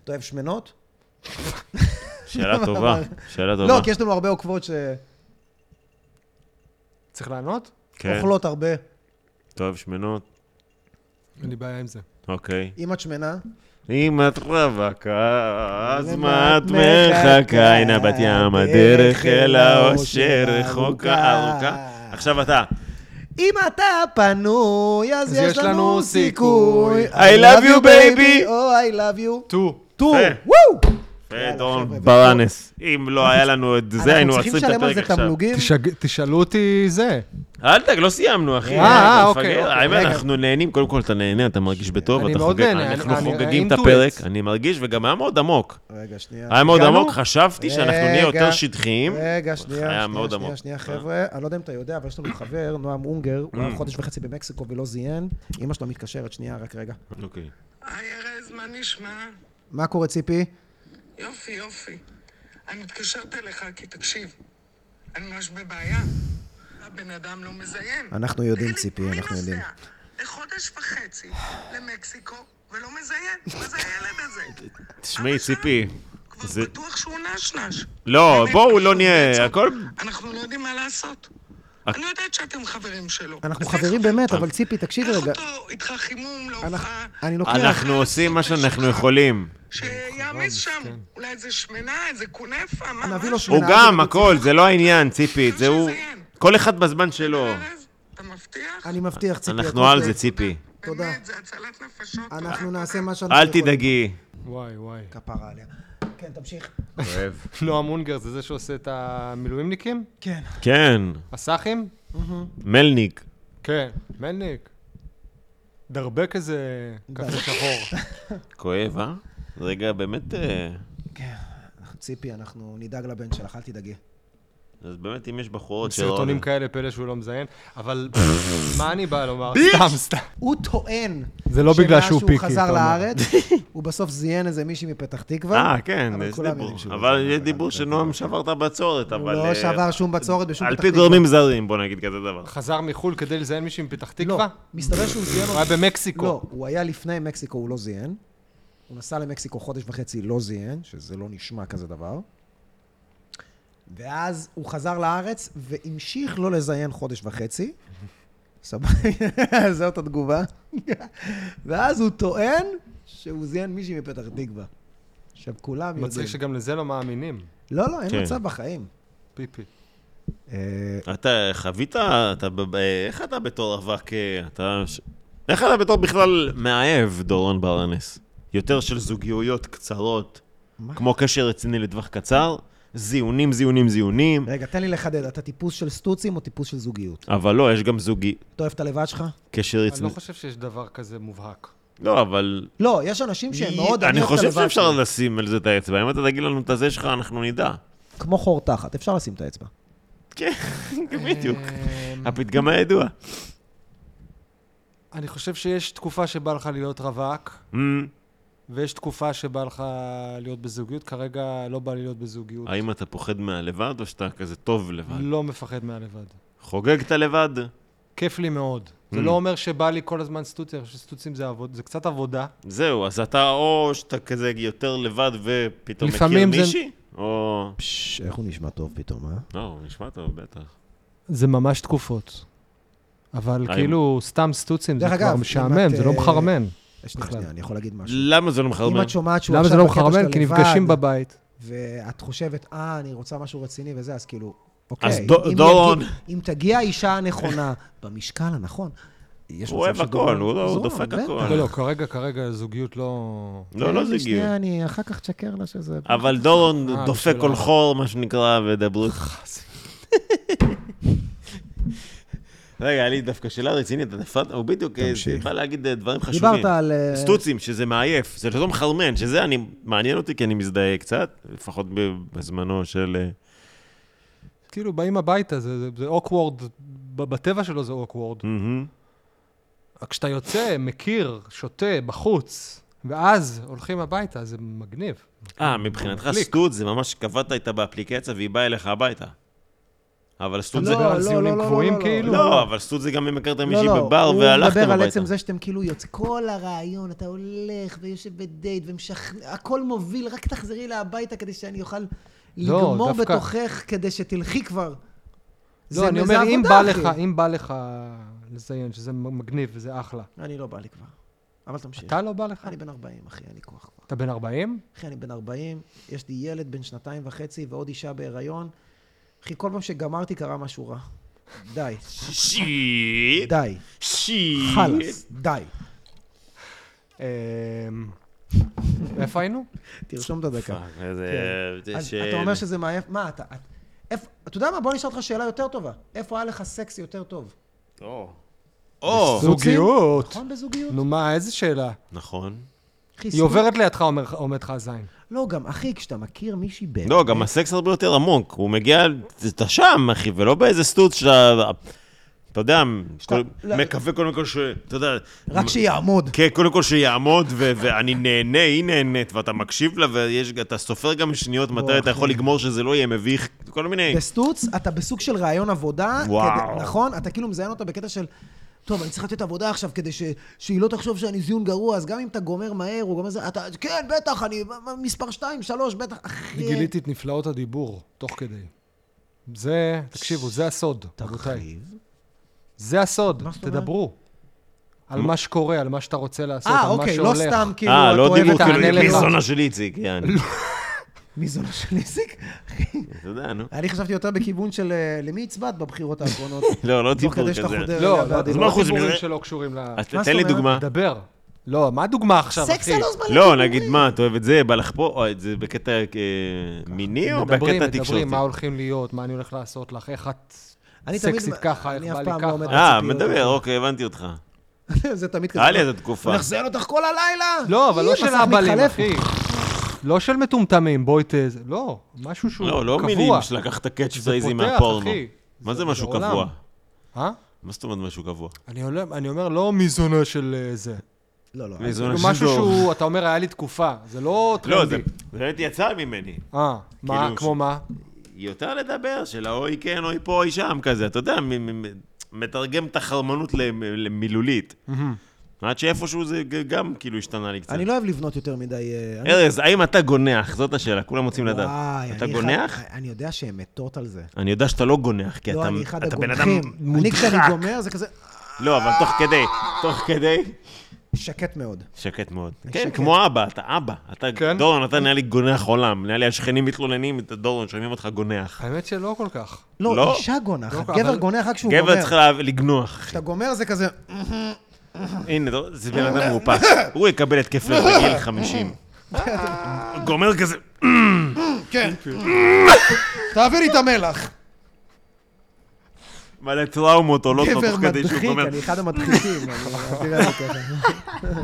[SPEAKER 1] אתה אוהב שמנות?
[SPEAKER 2] שאלה טובה, שאלה טובה.
[SPEAKER 1] לא, כי יש לנו הרבה עוקבות שאוכלות
[SPEAKER 3] צריך לענות?
[SPEAKER 2] כן,
[SPEAKER 1] הרבה.
[SPEAKER 2] אתה אוהב שמנות,
[SPEAKER 3] אין לי בעיה עם זה.
[SPEAKER 2] אוקיי.
[SPEAKER 1] אם את שמנה,
[SPEAKER 2] אם את רווקה, אז
[SPEAKER 1] למה
[SPEAKER 2] מה
[SPEAKER 1] את
[SPEAKER 2] את מחכה?
[SPEAKER 1] מחכה?
[SPEAKER 2] הנה בת ים, הדרך אל האושר רחוקה, ארוכה. עכשיו אתה.
[SPEAKER 1] אם אתה פנוי, אז יש לנו סיכוי.
[SPEAKER 2] I love you, baby.
[SPEAKER 1] או Oh, I love you.
[SPEAKER 3] טו.
[SPEAKER 1] טו,
[SPEAKER 2] יפה.
[SPEAKER 1] וואו! יאללה, חבר'ה,
[SPEAKER 2] דורון ברנס. אם לא היה לנו את זה, היינו
[SPEAKER 1] אנחנו
[SPEAKER 2] עוצרים את
[SPEAKER 1] צריכים לשלם על
[SPEAKER 2] הפרק
[SPEAKER 1] זה
[SPEAKER 2] עכשיו.
[SPEAKER 1] תמלוגים.
[SPEAKER 3] תשג- תשאלו אותי זה.
[SPEAKER 2] אל תג, לא סיימנו, אחי.
[SPEAKER 1] אה,
[SPEAKER 2] אתה מפגר.
[SPEAKER 3] אה, אוקיי, אוקיי,
[SPEAKER 2] האמת,
[SPEAKER 1] רגע.
[SPEAKER 2] אנחנו נהנים, קודם כל אתה נהנה, אתה מרגיש בטוב,
[SPEAKER 3] אני
[SPEAKER 2] אתה
[SPEAKER 3] מאוד
[SPEAKER 2] חוגג.
[SPEAKER 3] נהנה,
[SPEAKER 2] אנחנו
[SPEAKER 3] אני- אני-
[SPEAKER 2] חוגגים את
[SPEAKER 3] into it.
[SPEAKER 2] הפרק, אני מרגיש, וגם היה מאוד עמוק.
[SPEAKER 1] רגע, שנייה.
[SPEAKER 2] היה מאוד
[SPEAKER 3] הגענו?
[SPEAKER 2] עמוק, חשבתי שאנחנו נהיה
[SPEAKER 1] רגע.
[SPEAKER 2] יותר שטחיים.
[SPEAKER 1] רגע, שנייה,
[SPEAKER 2] היה
[SPEAKER 1] שנייה,
[SPEAKER 2] מאוד
[SPEAKER 1] שנייה,
[SPEAKER 2] עמוק.
[SPEAKER 1] שנייה,
[SPEAKER 2] אה.
[SPEAKER 1] חבר'ה. אני לא יודע אם אתה יודע, אבל יש לנו חבר, נועם אונגר, הוא
[SPEAKER 2] Mm.
[SPEAKER 1] היה חודש וחצי במקסיקו ולא זיין. אמא שלו מתקשרת, שנייה, רק רגע.
[SPEAKER 2] אוקיי.
[SPEAKER 4] היי ארז, מה נשמע?
[SPEAKER 1] מה קורה, ציפי?
[SPEAKER 4] יופי, יופי. אני מתקשרת אליך כי תקשיב, אני ממש בבעיה. הבן אדם לא מזיין.
[SPEAKER 1] אנחנו יודעים,
[SPEAKER 4] תגיד לי,
[SPEAKER 1] ציפי,
[SPEAKER 4] מי
[SPEAKER 1] אנחנו
[SPEAKER 4] נוסע
[SPEAKER 1] יודעים.
[SPEAKER 4] לחודש וחצי למקסיקו ולא מזיין? מה זה הילד הזה?
[SPEAKER 2] תשמעי,
[SPEAKER 4] אבא שלו
[SPEAKER 2] ציפי.
[SPEAKER 4] כבר
[SPEAKER 2] זה-
[SPEAKER 4] בטוח שהוא נשנש.
[SPEAKER 2] לא,
[SPEAKER 4] באמת,
[SPEAKER 2] בואו
[SPEAKER 4] אנחנו
[SPEAKER 2] לא נהיה,
[SPEAKER 4] בעצם-
[SPEAKER 2] הכל...
[SPEAKER 4] אנחנו לא יודעים מה לעשות. אני יודעת שאתם חברים שלו.
[SPEAKER 1] אנחנו
[SPEAKER 4] אז
[SPEAKER 1] חברים
[SPEAKER 4] איך-
[SPEAKER 1] באמת, אבל ציפי, תקשיב
[SPEAKER 4] איך
[SPEAKER 1] רגע.
[SPEAKER 4] אותו איתך חימום לא
[SPEAKER 1] אנחנו-
[SPEAKER 4] להופעה?
[SPEAKER 1] אני לוקח...
[SPEAKER 2] אנחנו עושים מה שאנחנו יכולים.
[SPEAKER 4] שיעמיס אה, שם, אולי איזה שמנה, איזה כונפה, מה?
[SPEAKER 1] נביא
[SPEAKER 4] משהו.
[SPEAKER 1] לו שמנה.
[SPEAKER 2] הוא גם, הכל, זה לא העניין, ציפי, זה הוא... כל אחד בזמן שלו.
[SPEAKER 4] ארז, אתה מבטיח?
[SPEAKER 1] אני מבטיח, ציפי.
[SPEAKER 2] אנחנו
[SPEAKER 1] הכל
[SPEAKER 2] על
[SPEAKER 1] טוב.
[SPEAKER 2] זה, ציפי.
[SPEAKER 1] אה, תודה.
[SPEAKER 4] באמת, זה הצלת נפשות. אה? תודה,
[SPEAKER 1] אנחנו
[SPEAKER 4] תודה.
[SPEAKER 1] נעשה מה שאנחנו
[SPEAKER 2] אל
[SPEAKER 1] יכולים.
[SPEAKER 2] תדאגי.
[SPEAKER 3] וואי, וואי.
[SPEAKER 1] כפרה עליה. כן, תמשיך.
[SPEAKER 2] אוהב.
[SPEAKER 3] נועם אונגר זה זה שעושה את המילואימניקים?
[SPEAKER 1] כן.
[SPEAKER 2] כן,
[SPEAKER 3] הסאחים?
[SPEAKER 2] מלניק.
[SPEAKER 3] כן. מלניק. דרבק איזה קפה שחור.
[SPEAKER 2] כואב, אה? רגע, באמת... אה,
[SPEAKER 1] כן. אנחנו- ציפי, אנחנו נדאג לבן שלך, אל תדאגי.
[SPEAKER 2] אז באמת, אם יש בחורות שלא...
[SPEAKER 3] סרטונים כאלה, פלא שהוא לא מזיין. אבל מה אני בא לומר? סתם, סתם.
[SPEAKER 1] הוא טוען...
[SPEAKER 3] זה לא בגלל שהוא פיקי,
[SPEAKER 1] שמאז שהוא
[SPEAKER 3] אתה
[SPEAKER 1] חזר
[SPEAKER 3] אומר.
[SPEAKER 1] לארץ, הוא בסוף זיין איזה מישהי מפתח תקווה.
[SPEAKER 2] אה, כן,
[SPEAKER 1] אבל
[SPEAKER 2] יש
[SPEAKER 1] כולם
[SPEAKER 2] דיבור.
[SPEAKER 1] יודעים שהוא
[SPEAKER 2] אבל
[SPEAKER 1] מזיין,
[SPEAKER 2] יש
[SPEAKER 1] אבל
[SPEAKER 2] דיבור
[SPEAKER 1] זה-
[SPEAKER 2] שנועם שבר את הבצורת, אבל...
[SPEAKER 1] הוא לא
[SPEAKER 2] אה,
[SPEAKER 1] שבר שום בצורת בשום
[SPEAKER 2] על
[SPEAKER 1] פתח
[SPEAKER 2] פי
[SPEAKER 1] תקווה.
[SPEAKER 2] גורמים זרים, בוא נגיד כזה דבר.
[SPEAKER 3] חזר מחו"ל כדי לזיין מישהי מפתח
[SPEAKER 1] לא,
[SPEAKER 3] תקווה?
[SPEAKER 1] מסתבר שהוא זיין
[SPEAKER 3] הוא היה במקסיקו.
[SPEAKER 1] לא, הוא היה לפני מקסיקו, הוא לא זיין. הוא נסע למקסיקו חודש וחצי, לא זיין, שזה לא נשמע כזה דבר. ואז הוא חזר לארץ והמשיך לא לזיין חודש וחצי. סבבה, זאת התגובה. ואז הוא טוען שהוא זיין מישהי מפתח תקווה. עכשיו, כולם יודעים.
[SPEAKER 3] מצחיק שגם לזה לא מאמינים.
[SPEAKER 1] לא, לא,
[SPEAKER 2] כן.
[SPEAKER 1] אין מצב בחיים.
[SPEAKER 3] פיפי.
[SPEAKER 1] אה,
[SPEAKER 2] אתה חווית, אתה, ב- ב- איך אתה בתור אבק, אה, אתה, ש- איך אתה בתור בכלל מאהב, דורון ברנס? יותר של זוגיויות קצרות,
[SPEAKER 1] מה?
[SPEAKER 2] כמו קשר רציני לטווח קצר, זיונים, זיונים, זיונים,
[SPEAKER 1] רגע, תן לי לחדד, אתה טיפוס של סטוצים או טיפוס של זוגיות?
[SPEAKER 2] אבל לא, יש גם זוגי,
[SPEAKER 1] אתה אוהב את הלבד שלך?
[SPEAKER 2] קשר
[SPEAKER 3] אני לא
[SPEAKER 2] רציני.
[SPEAKER 3] חושב שיש דבר כזה מובהק.
[SPEAKER 2] לא, אבל...
[SPEAKER 1] לא, יש אנשים שהם מאוד...
[SPEAKER 2] אני
[SPEAKER 1] אוהב את
[SPEAKER 2] חושב
[SPEAKER 1] הלבד
[SPEAKER 2] שאפשר
[SPEAKER 1] שלי.
[SPEAKER 2] לשים על זה את האצבע, אם אתה תגיד לנו את הזה שלך, אנחנו נדע.
[SPEAKER 1] כמו חור תחת, אפשר לשים את האצבע.
[SPEAKER 2] כן, בדיוק.
[SPEAKER 3] אה,
[SPEAKER 2] הפתגם הידוע.
[SPEAKER 3] אני חושב שיש תקופה שבא לך להיות רווק,
[SPEAKER 2] Mm,
[SPEAKER 3] ויש תקופה שבא לך להיות בזוגיות. כרגע לא בא לי להיות בזוגיות.
[SPEAKER 2] האם אתה פוחד מהלבד, או שאתה כזה טוב לבד?
[SPEAKER 3] לא מפחד מהלבד.
[SPEAKER 2] חוגג את הלבד?
[SPEAKER 3] כיף לי מאוד. זה
[SPEAKER 2] Mm.
[SPEAKER 3] לא אומר שבא לי כל הזמן סטוצים, אני חושב שסטוצים זה עבוד- זה קצת עבודה.
[SPEAKER 2] זהו, אז אתה או שאתה כזה יותר לבד ופתאום מכיר
[SPEAKER 3] לפעמים זה-
[SPEAKER 2] מישהי, או...
[SPEAKER 1] פשש, איך הוא נשמע טוב פתאום, אה?
[SPEAKER 2] לא, הוא נשמע טוב, בטח.
[SPEAKER 3] זה ממש תקופות. אבל
[SPEAKER 2] האם-
[SPEAKER 3] כאילו, סתם סטוצים זה
[SPEAKER 1] דרך
[SPEAKER 3] כבר
[SPEAKER 1] אגב, אם
[SPEAKER 3] משעמם,
[SPEAKER 1] את,
[SPEAKER 3] זה לא
[SPEAKER 1] אה,
[SPEAKER 3] מחרמן.
[SPEAKER 1] שנייה,
[SPEAKER 3] בכלל.
[SPEAKER 1] שנייה, אני יכול להגיד משהו.
[SPEAKER 2] למה זה לא מחרמן?
[SPEAKER 1] אם את שומעת שהוא
[SPEAKER 3] למה זה
[SPEAKER 1] עכשיו
[SPEAKER 3] לא
[SPEAKER 1] בקטע
[SPEAKER 3] מחרמן?
[SPEAKER 1] של
[SPEAKER 3] כי
[SPEAKER 1] לבד,
[SPEAKER 3] נפגשים בבית.
[SPEAKER 1] ואת חושבת, אה, אני רוצה משהו רציני וזה, אז כאילו, אוקיי.
[SPEAKER 2] אז דו-
[SPEAKER 1] אם
[SPEAKER 2] דורון.
[SPEAKER 1] יגיע- אם תגיע האישה הנכונה, במשקל הנכון, יש מצב
[SPEAKER 2] הוא אוהב
[SPEAKER 1] שדורון-
[SPEAKER 2] הכל, הוא לא- הוא
[SPEAKER 1] זורם,
[SPEAKER 2] דופק
[SPEAKER 1] בטח.
[SPEAKER 2] הכל.
[SPEAKER 3] לא, לא, כרגע, כרגע זוגיות לא...
[SPEAKER 2] לא, לא
[SPEAKER 1] תן לי
[SPEAKER 2] זה גיור.
[SPEAKER 1] שנייה, אני אחר כך תשקר לה שזה...
[SPEAKER 2] אבל דורון
[SPEAKER 3] אה,
[SPEAKER 2] דופק
[SPEAKER 3] בשביל
[SPEAKER 2] כל
[SPEAKER 3] ה-
[SPEAKER 2] חור, מה שנקרא, ודברו איתך. רגע, היה לי דווקא שאלה רצינית, אתה נפלת, הוא בדיוק אה,
[SPEAKER 1] תמשיך.
[SPEAKER 2] בא להגיד אה, דברים חשובים.
[SPEAKER 1] דיברת על... אה,
[SPEAKER 2] סטוצים, שזה מעייף, זה לא מחרמן, שזה אני, מעניין אותי כי אני מזדהה קצת, לפחות בזמנו של... אה,
[SPEAKER 3] כאילו, באים הביתה, זה- זה- זה אוקוורד, בטבע שלו זה אוקוורד.
[SPEAKER 2] מהמם.
[SPEAKER 3] כשאתה יוצא, מכיר, שותה, בחוץ, ואז הולכים הביתה, זה מגניב.
[SPEAKER 2] אה, מבחינתך
[SPEAKER 3] קליק.
[SPEAKER 2] סטוט זה ממש קבעת איתה באפליקציה והיא באה אליך הביתה. אבל סטוט
[SPEAKER 3] אתה
[SPEAKER 2] זה...
[SPEAKER 1] לא,
[SPEAKER 3] מדבר על
[SPEAKER 1] לא,
[SPEAKER 3] זיונים
[SPEAKER 1] לא, לא,
[SPEAKER 3] קבועים
[SPEAKER 1] לא, לא.
[SPEAKER 3] כאילו?
[SPEAKER 2] לא, אבל סטוט זה גם אם הכרת מישהי
[SPEAKER 1] לא, לא,
[SPEAKER 2] בבר והלכתם
[SPEAKER 1] הוא מדבר על
[SPEAKER 2] הביתה.
[SPEAKER 1] עצם זה שאתם כאילו יוצאים, כל הרעיון, אתה הולך ויושב בדייט ומשכנע, הכל מוביל, רק תחזרי לה הביתה כדי שאני אוכל לגמור
[SPEAKER 3] לא, דווקא-
[SPEAKER 1] בתוכך כדי שתלכי כבר.
[SPEAKER 3] לא, אני
[SPEAKER 1] זה
[SPEAKER 3] אומר, אם
[SPEAKER 1] עבודה,
[SPEAKER 3] בא
[SPEAKER 1] אחי.
[SPEAKER 3] לך, אם בא לך לזיין, שזה מגניב וזה אחלה.
[SPEAKER 1] אני לא בא לי כבר, אבל
[SPEAKER 2] כן.
[SPEAKER 1] תמשיך.
[SPEAKER 3] אתה לא בא לך?
[SPEAKER 1] אני בן 40, אחי, אין לי כוח כבר.
[SPEAKER 3] אתה בן 40?
[SPEAKER 1] אחי, אני בן 40, יש לי ילד בן שנתיים וחצי ועוד אישה בהיריון. אחי, כל פעם שגמרתי קרה משהו רע. די,
[SPEAKER 2] שיט.
[SPEAKER 1] די,
[SPEAKER 2] שיט.
[SPEAKER 1] חלאס, די.
[SPEAKER 3] אמ, איפה היינו?
[SPEAKER 1] תרשום את הדקה.
[SPEAKER 2] פאק, איזה- זה
[SPEAKER 1] כן. אז
[SPEAKER 2] ש-
[SPEAKER 1] אתה אומר שזה מעייף, מה אתה, את- איפה, אתה יודע מה, בוא נשאל אותך שאלה יותר טובה. איפה היה לך סקס יותר טוב?
[SPEAKER 2] או. או.
[SPEAKER 3] זוגיות.
[SPEAKER 1] נכון בזוגיות?
[SPEAKER 3] נו מה, איזה שאלה?
[SPEAKER 2] נכון.
[SPEAKER 1] אחי,
[SPEAKER 3] היא עוברת לידך, אומר- עומד לך הזין.
[SPEAKER 1] לא, גם אחי, כשאתה מכיר מישהי באמת...
[SPEAKER 2] לא, גם הסקס הרבה יותר עמוק. הוא מגיע, אתה שם, אחי, ולא באיזה סטוץ שאתה... אתה יודע,
[SPEAKER 1] שאתה-
[SPEAKER 2] כל-
[SPEAKER 1] לא-
[SPEAKER 2] מקווה קודם כל ש... אתה יודע...
[SPEAKER 1] רק שיעמוד.
[SPEAKER 2] כן, קודם כל שיעמוד, ו- ואני נהנה, היא נהנית, ואתה מקשיב לה, ואתה סופר גם שניות מתי אתה
[SPEAKER 1] אחי.
[SPEAKER 2] יכול לגמור שזה לא יהיה מביך, כל
[SPEAKER 3] כן.
[SPEAKER 2] מיני...
[SPEAKER 1] בסטוץ, אתה בסוג של ראיון עבודה,
[SPEAKER 2] וואו.
[SPEAKER 1] כדי, נכון? אתה כאילו מזיין אותה בקטע של, טוב, אני צריך לתת עבודה עכשיו כדי ש, שהיא לא תחשוב שאני זיון גרוע, אז גם אם אתה גומר מהר, הוא גומר זה, אתה, כן, בטח, אני מספר 2, 3, בטח,
[SPEAKER 3] אני
[SPEAKER 1] אחי...
[SPEAKER 3] גיליתי את נפלאות הדיבור, תוך כדי. זה, תקשיבו, זה הסוד, רבותיי.
[SPEAKER 1] תחליב.
[SPEAKER 3] זה הסוד,
[SPEAKER 1] מה זאת אומרת?
[SPEAKER 3] תדברו. על מה שקורה, על מה שאתה רוצה לעשות,
[SPEAKER 1] אה,
[SPEAKER 3] על מה
[SPEAKER 1] אוקיי, לא
[SPEAKER 3] שהולך.
[SPEAKER 1] סתם כאילו,
[SPEAKER 2] אה,
[SPEAKER 1] את לא.
[SPEAKER 2] לא דיברו
[SPEAKER 1] אוהבת
[SPEAKER 3] תענה
[SPEAKER 2] כאילו,
[SPEAKER 3] לבד.
[SPEAKER 2] מי
[SPEAKER 1] לבד.
[SPEAKER 2] זונה של איציק, יעני.
[SPEAKER 1] מי זונה של איציק? אחי,
[SPEAKER 2] אתה יודע, נו.
[SPEAKER 1] אני חשבתי יותר בכיוון של אה, למי הצבעת בבחירות האחרונות.
[SPEAKER 2] לא, לא
[SPEAKER 1] תוך
[SPEAKER 2] דיבור
[SPEAKER 1] כדי שאתה
[SPEAKER 2] כזה.
[SPEAKER 1] חודר
[SPEAKER 3] לא,
[SPEAKER 1] אליה
[SPEAKER 3] לא,
[SPEAKER 1] בעדינות.
[SPEAKER 2] מה
[SPEAKER 3] לא
[SPEAKER 2] חוץ
[SPEAKER 3] דיבורים
[SPEAKER 2] מזה?
[SPEAKER 3] שלא קשורים ל...
[SPEAKER 2] אז
[SPEAKER 1] מה זאת
[SPEAKER 2] תתן לי
[SPEAKER 1] אומרת?
[SPEAKER 2] דוגמה.
[SPEAKER 3] דבר. לא, מה הדוגמה עכשיו, אחי?
[SPEAKER 1] סקס זה לא זמן
[SPEAKER 2] לא,
[SPEAKER 1] לדיבורים.
[SPEAKER 2] נגיד מה, את אוהבת זה, בא לך פה, או את זה בקטע אה, מיני או
[SPEAKER 3] מדברים,
[SPEAKER 2] בקטע
[SPEAKER 3] מדברים,
[SPEAKER 2] תקשורתי?
[SPEAKER 3] מה הולכים להיות, מה אני הולך לעשות לך, איך את
[SPEAKER 1] אני תמיד-
[SPEAKER 3] סקסית ככה, איך
[SPEAKER 1] אני
[SPEAKER 3] בא
[SPEAKER 1] אף
[SPEAKER 3] לי
[SPEAKER 1] פעם לא עומד
[SPEAKER 3] ככה.
[SPEAKER 2] אה,
[SPEAKER 1] הציפיות.
[SPEAKER 2] מדבר, אוקיי, הבנתי אותך.
[SPEAKER 3] Mm,
[SPEAKER 1] זה תמיד כזה.
[SPEAKER 2] היה לי איזו תקופה.
[SPEAKER 1] הוא נחזיין אותך כל הלילה!
[SPEAKER 3] לא, אבל לא
[SPEAKER 1] אי,
[SPEAKER 3] של
[SPEAKER 1] מסך
[SPEAKER 3] אהבלים,
[SPEAKER 1] מתחלף.
[SPEAKER 3] אחי. לא של מטומטמים, בואי ת... לא, משהו שהוא קבוע.
[SPEAKER 2] לא, לא מינים שלקח את הקאץ'
[SPEAKER 3] זה
[SPEAKER 2] פרייזים
[SPEAKER 3] פותח,
[SPEAKER 2] מהפורנו.
[SPEAKER 3] אחי.
[SPEAKER 2] מה
[SPEAKER 3] זה
[SPEAKER 2] זה משהו
[SPEAKER 3] לעולם.
[SPEAKER 2] קבוע?
[SPEAKER 3] אה?
[SPEAKER 2] מה זאת אומרת משהו קבוע?
[SPEAKER 3] אני עולה- אני אומר, לא מזונה של אה, זה.
[SPEAKER 1] לא, לא.
[SPEAKER 2] איזה
[SPEAKER 3] כאילו
[SPEAKER 2] אנשים
[SPEAKER 3] משהו
[SPEAKER 2] דור.
[SPEAKER 3] שהוא, אתה אומר, היה לי תקופה. זה לא
[SPEAKER 2] לא, זה
[SPEAKER 3] טרנדי.
[SPEAKER 2] זה באמת יצא ממני.
[SPEAKER 3] אה, מה,
[SPEAKER 2] כאילו,
[SPEAKER 3] כמו מה?
[SPEAKER 2] יותר לדבר של האוי כן, אוי פה, אוי שם, כזה, אתה יודע, מ- מ- מ- מתרגם את החרמנות למ- למילולית. עד שאיפשהו זה ג- גם כאילו השתנה לי קצת.
[SPEAKER 1] אני לא אוהב לבנות יותר מדי... אה, אני-
[SPEAKER 2] ארז, האם אתה גונח? זאת השאלה, כולם רוצים לדעת.
[SPEAKER 1] וואי,
[SPEAKER 2] אתה
[SPEAKER 1] אני
[SPEAKER 2] גונח?
[SPEAKER 1] אחד- אני יודע שהן מתות על זה.
[SPEAKER 2] אני יודע שאתה לא גונח, כי
[SPEAKER 1] לא,
[SPEAKER 2] אתה-
[SPEAKER 1] אני אחד
[SPEAKER 2] אתה בן אדם
[SPEAKER 1] הגונחים. אני כשאני
[SPEAKER 2] מודחק.
[SPEAKER 1] גומר, זה כזה
[SPEAKER 2] לא, אבל תוך כדי, תוך כדי,
[SPEAKER 1] שקט מאוד.
[SPEAKER 2] שקט מאוד. כן,
[SPEAKER 1] שקט.
[SPEAKER 2] כמו אבא, אתה אבא. אתה,
[SPEAKER 3] כן?
[SPEAKER 2] דורון, אתה נראה לי גונח עולם. נראה לי השכנים מתלוננים, אתה דורון, שומעים אותך גונח.
[SPEAKER 3] האמת שלא כל כך.
[SPEAKER 1] לא,
[SPEAKER 2] לא.
[SPEAKER 1] אישה גונחת.
[SPEAKER 3] לא,
[SPEAKER 1] גבר
[SPEAKER 3] אבל-
[SPEAKER 1] גונח רק כשהוא גומר.
[SPEAKER 2] גבר צריך לה- לגנוח, אחי.
[SPEAKER 1] כשאתה גומר זה כזה...
[SPEAKER 2] הנה, דור- זה בן אדם מאופס. הוא יקבל התקף לב בגיל 50. גומר כזה,
[SPEAKER 1] כן. תעביר לי את המלח.
[SPEAKER 2] מלא טראומות עולות לו
[SPEAKER 1] גבר
[SPEAKER 2] תוך כדי שהוא
[SPEAKER 1] מדחיק,
[SPEAKER 2] גומר.
[SPEAKER 1] אני אחד המדחיקים. אני- אל תראה לי ככה.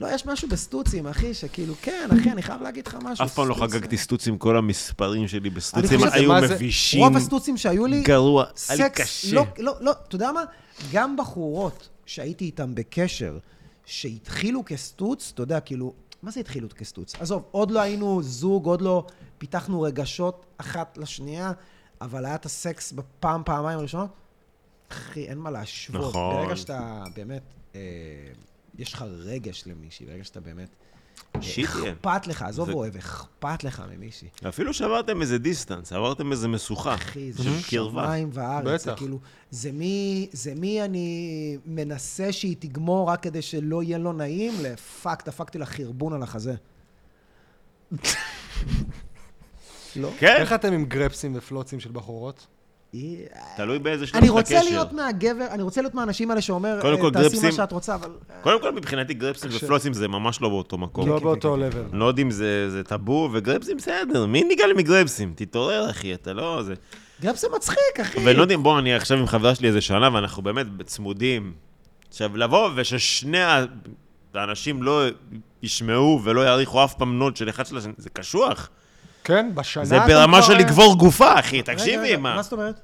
[SPEAKER 1] לא, יש משהו בסטוצים, אחי, שכאילו, כן, אחי, אני חייב להגיד לך משהו.
[SPEAKER 2] אף פעם לא
[SPEAKER 1] סטוץ.
[SPEAKER 2] חגגתי סטוצים, כל המספרים שלי בסטוצים
[SPEAKER 1] חושב-
[SPEAKER 2] היו
[SPEAKER 3] מה זה-
[SPEAKER 2] מבישים.
[SPEAKER 1] רוב הסטוצים שהיו לי,
[SPEAKER 2] גרוע, היה לי
[SPEAKER 1] סקס,
[SPEAKER 2] קשה.
[SPEAKER 1] לא, לא, לא, אתה יודע מה? גם בחורות שהייתי איתן בקשר, שהתחילו כסטוץ, אתה יודע, כאילו, מה זה התחילו כסטוץ? עזוב, עוד לא היינו זוג, עוד לא פיתחנו רגשות אחת לשנייה, אבל היה את הסקס בפעם, פעמיים הראשונות, אחי, אין מה להשוות.
[SPEAKER 2] נכון.
[SPEAKER 1] ברגע שאתה באמת, אה, יש לך רגש למישהי, ברגע שאתה באמת... אה,
[SPEAKER 2] שיט, כן.
[SPEAKER 1] אכפת לך, עזוב
[SPEAKER 2] זה-
[SPEAKER 1] אוהב, אכפת לך ממישהי.
[SPEAKER 2] אפילו שעברתם איזה דיסטנס, עברתם איזה משוכה.
[SPEAKER 1] אחי, זה כאילו
[SPEAKER 2] של קרבה.
[SPEAKER 1] שמיים וארץ, זה
[SPEAKER 3] בטח.
[SPEAKER 1] כאילו, זה מי, זה מי אני מנסה שהיא תגמור רק כדי שלא יהיה לא נעים, לפאק, דפקתי לה חרבון על החזה. לא?
[SPEAKER 2] כן,
[SPEAKER 3] איך אתם עם גרפסים ופלוצים של בחורות?
[SPEAKER 1] היא-
[SPEAKER 2] תלוי באיזה שלב
[SPEAKER 1] אני
[SPEAKER 2] של
[SPEAKER 1] רוצה
[SPEAKER 2] הקשר.
[SPEAKER 1] להיות מהגבר, אני רוצה להיות מהאנשים האלה שאומר,
[SPEAKER 2] קודם
[SPEAKER 1] אה,
[SPEAKER 2] כל,
[SPEAKER 1] תעשי
[SPEAKER 2] גרפסים-
[SPEAKER 1] מה שאת רוצה, אבל... אה,
[SPEAKER 2] קודם כל, מבחינתי גרפסים ופלוסים זה ממש לא באותו מקום.
[SPEAKER 3] לא
[SPEAKER 1] כן,
[SPEAKER 3] באותו
[SPEAKER 1] כן,
[SPEAKER 3] לבל.
[SPEAKER 2] אני לא יודע אם זה זה טאבו, וגרפסים בסדר, מי ניגע לי מגרפסים? תתעורר, אחי, אתה לא... זה...
[SPEAKER 1] גרפס זה מצחיק, אחי.
[SPEAKER 2] ואני לא יודע אם, בוא, אני עכשיו עם חברה שלי איזה שנה, ואנחנו באמת צמודים. עכשיו, לבוא וששני ה- האנשים לא ישמעו ולא יעריכו אף פעם נוט של אחד של השני, זה קשוח.
[SPEAKER 3] כן, בשנה...
[SPEAKER 2] זה
[SPEAKER 3] אתם
[SPEAKER 2] ברמה
[SPEAKER 3] כבר,
[SPEAKER 2] של
[SPEAKER 3] אה,
[SPEAKER 2] לגבור גופה, אחי,
[SPEAKER 1] רגע,
[SPEAKER 2] תקשיבי,
[SPEAKER 1] רגע,
[SPEAKER 2] מה?
[SPEAKER 1] מה זאת אומרת?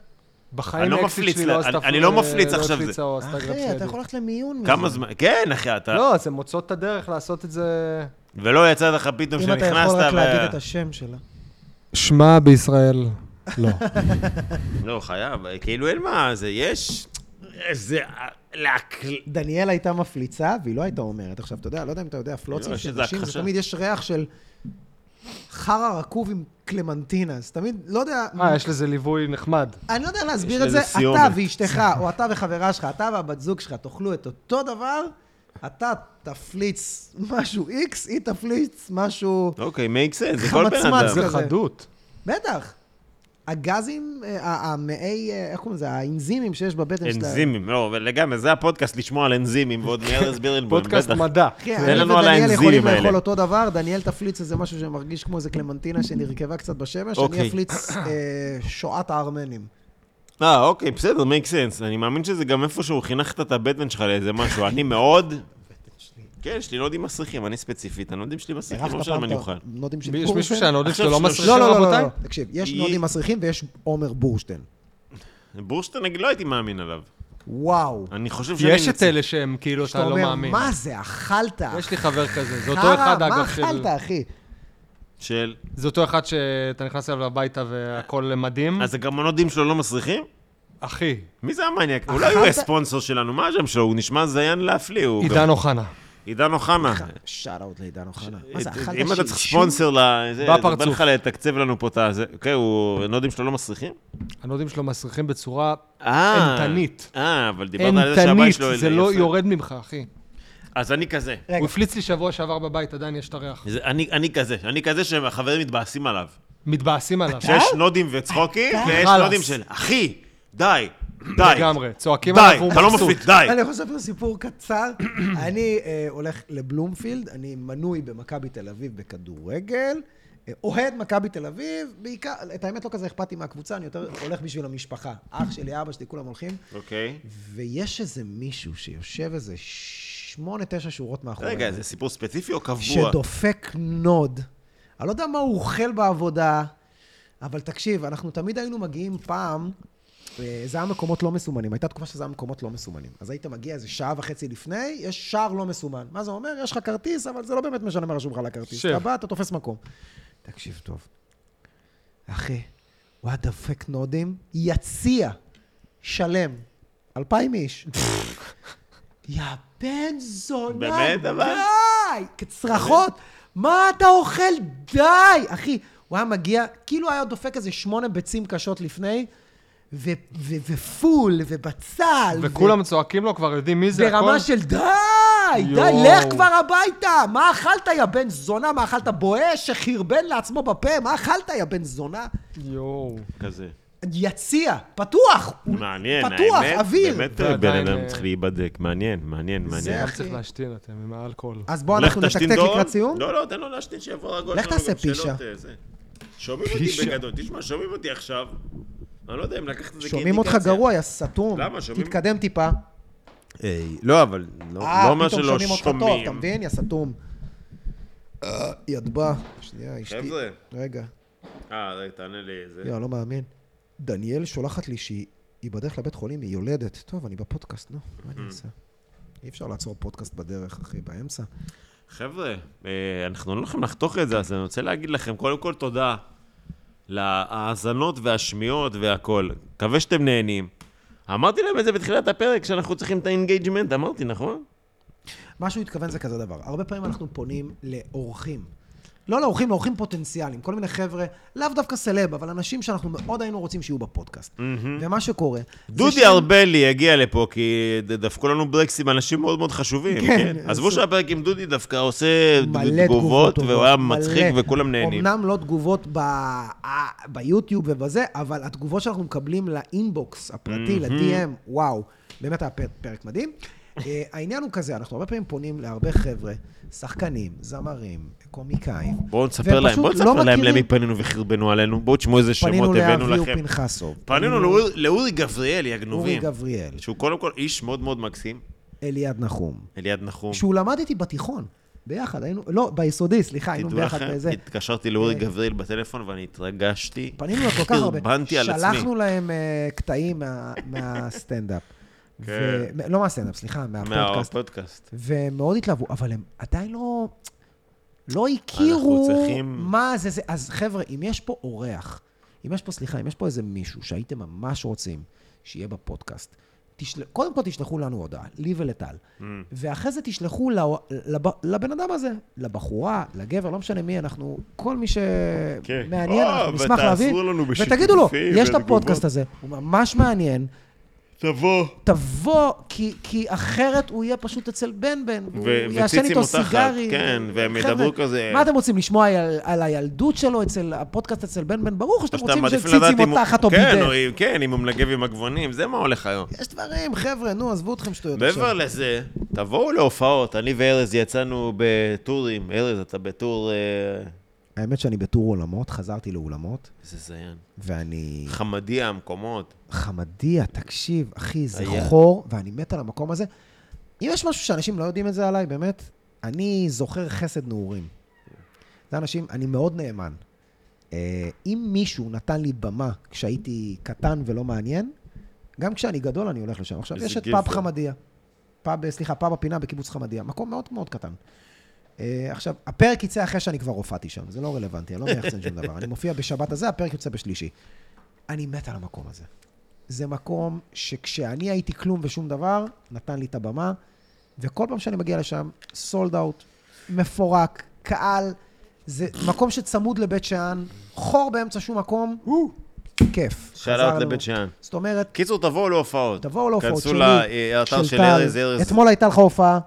[SPEAKER 3] בחיים
[SPEAKER 2] אני לא
[SPEAKER 3] האקסיט
[SPEAKER 2] מפליץ
[SPEAKER 3] שלי
[SPEAKER 2] לה-
[SPEAKER 3] עשתה
[SPEAKER 2] אני-
[SPEAKER 3] פלו-
[SPEAKER 2] אני לא מפליץ
[SPEAKER 3] לא
[SPEAKER 2] עכשיו זה.
[SPEAKER 3] הפליצה או עשתה גרפס
[SPEAKER 1] אחי, אתה
[SPEAKER 3] לידי.
[SPEAKER 1] יכול ללכת למיון מזה.
[SPEAKER 2] כמה זמן? כן, אחי, אתה...
[SPEAKER 3] לא, אז הן מוצאות את הדרך לעשות את זה...
[SPEAKER 2] ולא יצא לך פתאום
[SPEAKER 1] אם אתה יכול
[SPEAKER 2] שנכנסת
[SPEAKER 1] רק להגיד את השם שלה.
[SPEAKER 3] שמע בישראל, לא.
[SPEAKER 2] לא, חייב, כאילו אין מה, זה יש... זה... אה, להקל...
[SPEAKER 1] דניאל הייתה מפליצה, והיא לא הייתה אומרת. עכשיו, אתה יודע, לא יודע אם אתה יודע, פלוצים
[SPEAKER 2] לא, יש
[SPEAKER 1] של
[SPEAKER 2] איזה
[SPEAKER 1] נשים, זה
[SPEAKER 2] הכחשה.
[SPEAKER 1] תמיד יש ריח של חרא רקוב עם קלמנטינה, אז תמיד, לא יודע,
[SPEAKER 3] אה, יש לזה ליווי נחמד.
[SPEAKER 1] אני לא יודע
[SPEAKER 2] יש
[SPEAKER 1] להסביר את זה,
[SPEAKER 2] לזה סיומת.
[SPEAKER 1] אתה ואשתך, או אתה וחברה שלך, אתה והבת זוג שלך, תאכלו את אותו דבר, אתה תפליץ משהו איקס, היא תפליץ משהו...
[SPEAKER 2] אוקיי, make sense, זה כל בן
[SPEAKER 1] חמצמץ
[SPEAKER 2] אדם.
[SPEAKER 3] זה
[SPEAKER 1] כזה.
[SPEAKER 3] חדות.
[SPEAKER 1] בטח. הגזים, אה, ה- המעי, אה, איך קוראים לזה? האנזימים שיש בבטן שלה.
[SPEAKER 2] אנזימים, לא, אבל לגמרי, זה הפודקאסט לשמוע על אנזימים, ועוד מארז בירנבוים,
[SPEAKER 3] פודקאסט
[SPEAKER 2] בטח.
[SPEAKER 3] מדע.
[SPEAKER 1] אחי,
[SPEAKER 2] תן
[SPEAKER 1] אני
[SPEAKER 2] לנו על
[SPEAKER 1] ודניאל יכולים
[SPEAKER 2] האנזימים האלה.
[SPEAKER 1] לאכול אותו דבר, דניאל תפליץ איזה משהו שמרגיש כמו איזה קלמנטינה שנרכבה קצת בשמש, אני
[SPEAKER 2] אוקיי.
[SPEAKER 1] אפליץ אה, שואת הארמנים.
[SPEAKER 2] אה, אוקיי, בסדר, מייק סנס. אני מאמין שזה גם איפשהו חינכת את הבטן שלך לאיזה משהו. אני מאוד... כן, יש לי נודים מסריחים, אני ספציפית, הנודים שלי מסריחים, לא
[SPEAKER 1] הרחת
[SPEAKER 2] משנה
[SPEAKER 1] פעם
[SPEAKER 2] מה אני
[SPEAKER 1] את
[SPEAKER 2] אוכל.
[SPEAKER 1] הנודים של
[SPEAKER 3] יש מישהו
[SPEAKER 1] בורשטיין?
[SPEAKER 3] שהנודים שלו
[SPEAKER 2] עכשיו
[SPEAKER 3] לא
[SPEAKER 2] שלוש-
[SPEAKER 1] לא, לא,
[SPEAKER 3] מסריחים,
[SPEAKER 1] לא, לא,
[SPEAKER 3] רבותיי?
[SPEAKER 1] לא, תקשיב, יש
[SPEAKER 2] היא-
[SPEAKER 1] נודים מסריחים ויש עומר בורשטיין.
[SPEAKER 2] בורשטיין, נגיד, לא הייתי מאמין עליו.
[SPEAKER 1] וואו.
[SPEAKER 2] אני חושב שאני...
[SPEAKER 3] יש את
[SPEAKER 2] נציג.
[SPEAKER 3] אלה שהם כאילו,
[SPEAKER 1] שאתה
[SPEAKER 3] אתה לא
[SPEAKER 1] אומר,
[SPEAKER 3] מאמין.
[SPEAKER 1] מה זה, אכלת?
[SPEAKER 3] יש לי חבר כזה, זה
[SPEAKER 1] חרא,
[SPEAKER 3] אותו אחד,
[SPEAKER 1] מה
[SPEAKER 3] אגב,
[SPEAKER 1] אכלת,
[SPEAKER 3] של...
[SPEAKER 1] אחי?
[SPEAKER 2] של...
[SPEAKER 3] זה אותו אחד שאתה נכנס אליו הביתה והכל מדהים.
[SPEAKER 2] אז גם הנודים שלו לא מסריחים?
[SPEAKER 3] אחי,
[SPEAKER 2] מי זה המניאק? אולי הוא
[SPEAKER 1] אכלת?
[SPEAKER 2] יהיה ספונסר שלנו, מה השם שלו? הוא נשמע זיין להפליא. הוא גם-
[SPEAKER 3] עידן אוחנה.
[SPEAKER 2] עידן אוכנה.
[SPEAKER 1] שאט אאוט לעידן אוחנה.
[SPEAKER 3] אה,
[SPEAKER 1] מה זה, אכלת
[SPEAKER 2] אם אתה צריך
[SPEAKER 1] שישום?
[SPEAKER 2] ספונסר ל... זה,
[SPEAKER 3] בפרצוף.
[SPEAKER 2] בא לך לתקצב לנו פה את ה... זה- אוקיי, הוא... הנודים שלו לא מסריחים?
[SPEAKER 3] הנודים שלו מסריחים בצורה
[SPEAKER 2] אה.
[SPEAKER 3] אימתנית.
[SPEAKER 2] אה, אבל דיברת על זה שהבית
[SPEAKER 3] אימתנית,
[SPEAKER 2] שלו...
[SPEAKER 3] זה
[SPEAKER 2] יפה.
[SPEAKER 3] לא יורד ממך, אחי.
[SPEAKER 2] אז אני כזה.
[SPEAKER 1] רגע.
[SPEAKER 3] הוא הפליץ לי שבוע שעבר בבית, עדיין יש את הריח.
[SPEAKER 2] זה- אני אני כזה. אני כזה שהחברים מתבאסים עליו.
[SPEAKER 3] מתבאסים עליו.
[SPEAKER 2] שיש נודים וצחוקים, ויש
[SPEAKER 3] חלאס.
[SPEAKER 2] נודים של אחי, די, די.
[SPEAKER 3] לגמרי. צועקים עליו
[SPEAKER 2] די,
[SPEAKER 3] והוא
[SPEAKER 2] אתה לא
[SPEAKER 3] מבסוט.
[SPEAKER 2] מפריד, די.
[SPEAKER 1] אני יכול לספר סיפור קצר. אני אה, הולך לבלומפילד, אני מנוי במכבי תל אביב בכדורגל. אה, אוהד מכבי תל אביב, בעיקר, את האמת לא כזה אכפת לי מהקבוצה, אני יותר הולך בשביל המשפחה. אח שלי, אבא שלי, כולם הולכים.
[SPEAKER 2] אוקיי.
[SPEAKER 1] ויש איזה מישהו שיושב איזה שמונה, תשע שורות מאחורי.
[SPEAKER 2] רגע, זה סיפור ספציפי או קבוע?
[SPEAKER 1] שדופק נוד. אני לא יודע מה הוא אוכל בעבודה, אבל תקשיב, אנחנו תמיד היינו מגיעים פעם, אה, זה היה מקומות לא מסומנים, הייתה תקופה שזה היה מקומות לא מסומנים. אז היית מגיע איזה שעה וחצי לפני, יש שער לא מסומן. מה זה אומר? יש לך כרטיס, אבל זה לא באמת משנה מה רשום לך על הכרטיס.
[SPEAKER 3] שב.
[SPEAKER 1] אתה בא, אתה תופס מקום. תקשיב טוב. אחי, הוא היה דופק נודים, יציע, שלם, אלפיים איש. יא בן זונה,
[SPEAKER 2] באמת, אבל?
[SPEAKER 1] די! כצרחות, מה אתה אוכל? די! אחי, הוא היה מגיע, כאילו היה דופק איזה שמונה ביצים קשות לפני, ו- ו- ופול, ובצל, ו-
[SPEAKER 3] וכולם צועקים לו, כבר יודעים מי זה הכל.
[SPEAKER 1] ברמה של די! די,
[SPEAKER 3] יואו.
[SPEAKER 1] לך כבר הביתה! מה אכלת, יא בן זונה? מה אכלת? בואש שחרבן לעצמו בפה? מה אכלת, יא בן זונה?
[SPEAKER 3] יואו.
[SPEAKER 2] כזה.
[SPEAKER 1] יציע, פתוח! הוא-
[SPEAKER 2] מעניין,
[SPEAKER 1] פתוח,
[SPEAKER 2] האמת,
[SPEAKER 1] אוויר!
[SPEAKER 2] באמת
[SPEAKER 3] ועדיין,
[SPEAKER 2] בן אדם
[SPEAKER 3] אה,
[SPEAKER 2] צריך להיבדק, מעניין, מעניין, מעניין.
[SPEAKER 3] גם
[SPEAKER 1] אחי.
[SPEAKER 3] צריך להשתין אתם עם האלכוהול.
[SPEAKER 1] אז בואו
[SPEAKER 2] לך
[SPEAKER 1] אנחנו
[SPEAKER 2] תשתין
[SPEAKER 1] נתקתק
[SPEAKER 2] דורון.
[SPEAKER 1] לקראת סיום.
[SPEAKER 2] לא, לא, תן לו להשתין שיבוא רגוע.
[SPEAKER 1] לך תעשה פישה.
[SPEAKER 2] אה, שומעים
[SPEAKER 3] פישה.
[SPEAKER 2] אותי בגדול, תשמע, שומעים אותי עכשיו. אני לא יודע אם לקחת את זה
[SPEAKER 1] שומעים אותך גרוע, יא סתום.
[SPEAKER 2] למה? שומעים-
[SPEAKER 1] תתקדם טיפה.
[SPEAKER 2] לא, אבל לא אומר שלא
[SPEAKER 1] אה, פתאום שומעים אותך טוב,
[SPEAKER 2] שומעים.
[SPEAKER 1] אתה מבין? יא סתום. אה, ידבה. שנייה, אשתי.
[SPEAKER 2] חבר'ה.
[SPEAKER 1] רגע.
[SPEAKER 2] אה, רגע, תענה לי איזה...
[SPEAKER 1] יא, לא מאמין. דניאל שולחת לי שהיא היא בדרך לבית חולים, היא יולדת. טוב, אני בפודקאסט, נו, מה
[SPEAKER 2] Mm-hmm.
[SPEAKER 1] אני אעשה? אי אפשר לעצור פודקאסט בדרך, אחי, באמצע.
[SPEAKER 2] חבר'ה, אה, אנחנו לא יכולים לחתוך את זה, אז אני רוצה להגיד לכם, קודם כל תודה להאזנות והשמיעות והכול. מקווה שאתם נהנים. אמרתי להם את זה בתחילת הפרק, שאנחנו צריכים את האינגייג'מנט, אמרתי, נכון?
[SPEAKER 1] מה שהוא התכוון זה כזה דבר. הרבה פעמים אנחנו פונים לאורחים. לא לאורחים, לאורחים פוטנציאליים. כל מיני חבר'ה, לאו דווקא סלב, אבל אנשים שאנחנו מאוד היינו רוצים שיהיו בפודקאסט. ומה שקורה... זה
[SPEAKER 2] Mm-hmm. דודי
[SPEAKER 1] שהם-
[SPEAKER 2] ארבלי הגיע לפה, כי ד- דפקו לנו ברקס עם אנשים מאוד מאוד חשובים,
[SPEAKER 1] כן,
[SPEAKER 2] כן?
[SPEAKER 1] אז-
[SPEAKER 2] עזבו שהפרק עם דודי דווקא עושה
[SPEAKER 1] מלא תגובות
[SPEAKER 2] תגובות,
[SPEAKER 1] טובות,
[SPEAKER 2] והוא היה
[SPEAKER 1] מלא.
[SPEAKER 2] מצחיק וכולם נהנים.
[SPEAKER 1] אמנם לא תגובות ב... אה, ביוטיוב ובזה, אבל התגובות שאנחנו מקבלים לאינבוקס הפרטי, ל-DM, וואו, באמת היה פר- פרק מדהים. אה, העניין הוא כזה, אנחנו הרבה פעמים פונים להרבה חבר'ה, שחקנים, זמרים, קומיקאים.
[SPEAKER 2] בואו נספר
[SPEAKER 1] והם
[SPEAKER 2] להם, בואו
[SPEAKER 1] פשוט
[SPEAKER 2] נספר
[SPEAKER 1] לא
[SPEAKER 2] להם
[SPEAKER 1] מכירים.
[SPEAKER 2] למי פנינו וחרבנו עלינו. בואו תשמעו איזה
[SPEAKER 1] פנינו
[SPEAKER 2] שמות הבאנו
[SPEAKER 1] לאבי
[SPEAKER 2] לכם.
[SPEAKER 1] ופנחסוב.
[SPEAKER 2] פנינו לאור- לאורי גבריאלי הגנובים.
[SPEAKER 1] אורי גבריאל,
[SPEAKER 2] שהוא קודם כל איש מאוד מאוד מקסים,
[SPEAKER 1] אליעד נחום,
[SPEAKER 2] אליעד נחום.
[SPEAKER 1] שהוא למד איתי בתיכון, ביחד, היינו, לא, ביסודי, סליחה, היינו
[SPEAKER 2] תדעו
[SPEAKER 1] ביחד
[SPEAKER 2] לכם,
[SPEAKER 1] בזה.
[SPEAKER 2] התקשרתי לאורי
[SPEAKER 1] אה,
[SPEAKER 2] גבריאל בטלפון ואני התרגשתי.
[SPEAKER 1] פנינו לכל כך הרבה.
[SPEAKER 2] חרבנתי כן, על עצמי.
[SPEAKER 1] שלחנו להם אה, קטעים מה- מהסטנדאפ.
[SPEAKER 2] כן.
[SPEAKER 1] ו- לא מהסטנדאפ, סליחה, מהפודקאסט.
[SPEAKER 2] מהפודקאסט.
[SPEAKER 1] והם מאוד התלהבו, אבל הם עדיין לא... לא
[SPEAKER 2] אנחנו
[SPEAKER 1] הכירו
[SPEAKER 2] צריכים-
[SPEAKER 1] מה זה זה. אז חבר'ה, אם יש פה אורח, אם יש פה, סליחה, אם יש פה איזה מישהו שהייתם ממש רוצים שיהיה בפודקאסט, תשל... קודם כל תשלחו לנו הודעה, לי ולטל,
[SPEAKER 2] Mm.
[SPEAKER 1] ואחרי זה תשלחו ל... לב... לבן אדם הזה, לבחורה, לגבר, לא משנה מי, אנחנו, כל מי
[SPEAKER 2] כן.
[SPEAKER 1] שמעניין,
[SPEAKER 2] אה,
[SPEAKER 1] אנחנו נשמח להביא,
[SPEAKER 2] ותעזרו לנו
[SPEAKER 1] ותגידו לו,
[SPEAKER 2] בשיתופים
[SPEAKER 1] יש את
[SPEAKER 2] ובתגובות."
[SPEAKER 1] הפודקאסט הזה, הוא ממש מעניין,
[SPEAKER 2] תבוא.
[SPEAKER 1] תבוא, כי, כי אחרת הוא יהיה פשוט אצל בן בן. הוא
[SPEAKER 2] ו-
[SPEAKER 1] יעשן
[SPEAKER 2] וציצי
[SPEAKER 1] איתו
[SPEAKER 2] מותחת,
[SPEAKER 1] סיגרים.
[SPEAKER 2] כן, והם
[SPEAKER 1] חבר'ה,
[SPEAKER 2] ידברו כזה-
[SPEAKER 1] מה אתם רוצים, לשמוע על, על הילדות שלו אצל הפודקאסט אצל בן בן? ברור שאתם
[SPEAKER 2] או שאתה
[SPEAKER 1] רוצים
[SPEAKER 2] מעדיף
[SPEAKER 1] שציצי
[SPEAKER 2] לדעת אם הוא-
[SPEAKER 1] מותחת או כן,
[SPEAKER 2] כן,
[SPEAKER 1] בידה.
[SPEAKER 2] אם- כן, אם הוא מנגב עם עגבונים, זה מה הולך היום.
[SPEAKER 1] יש דברים, חבר'ה, נו, עזבו אתכם שטויות
[SPEAKER 2] מעבר
[SPEAKER 1] עכשיו.
[SPEAKER 2] לזה, תבואו להופעות. אני וארז יצאנו בטורים. ארז, אתה בטור... אה,
[SPEAKER 1] האמת שאני בטור אולמות, חזרתי לאולמות,
[SPEAKER 2] איזה זיין.
[SPEAKER 1] ואני...
[SPEAKER 2] חמדיה, המקומות.
[SPEAKER 1] חמדיה, תקשיב, אחי, זה
[SPEAKER 2] היה.
[SPEAKER 1] חור, ואני מת על המקום הזה. אם יש משהו שאנשים לא יודעים את זה עליי, באמת, אני זוכר חסד נעורים. זה אנשים, אני מאוד נאמן. אה, אם מישהו נתן לי במה כשהייתי קטן ולא מעניין, גם כשאני גדול אני הולך לשם. עכשיו,
[SPEAKER 2] איזה
[SPEAKER 1] יש את
[SPEAKER 2] גבר.
[SPEAKER 1] פאב חמדיה. פאב, אה, סליחה, פאב הפינה בקיבוץ חמדיה. מקום מאוד מאוד קטן. אה, עכשיו, הפרק יצא אחרי שאני כבר הופעתי שם, זה לא רלוונטי, אני לא מייחסן שום דבר. אני מופיע בשבת הזה, הפרק יוצא בשלישי. אני מת על המקום הזה. זה מקום שכשאני הייתי כלום ושום דבר, נתן לי את הבמה, וכל פעם שאני מגיע לשם, סולד אאוט, מפורק, קהל, זה מקום שצמוד לבית שאן, חור באמצע שום מקום, כיף.
[SPEAKER 2] שאלה
[SPEAKER 1] חזרנו.
[SPEAKER 2] לבית שאן.
[SPEAKER 1] זאת אומרת,
[SPEAKER 2] קיצור, תבואו להופעות.
[SPEAKER 1] תבואו להופעות שלי,
[SPEAKER 2] כנסו לאתר של ארז, ארז.
[SPEAKER 1] אתמול הייתה לך הופעה,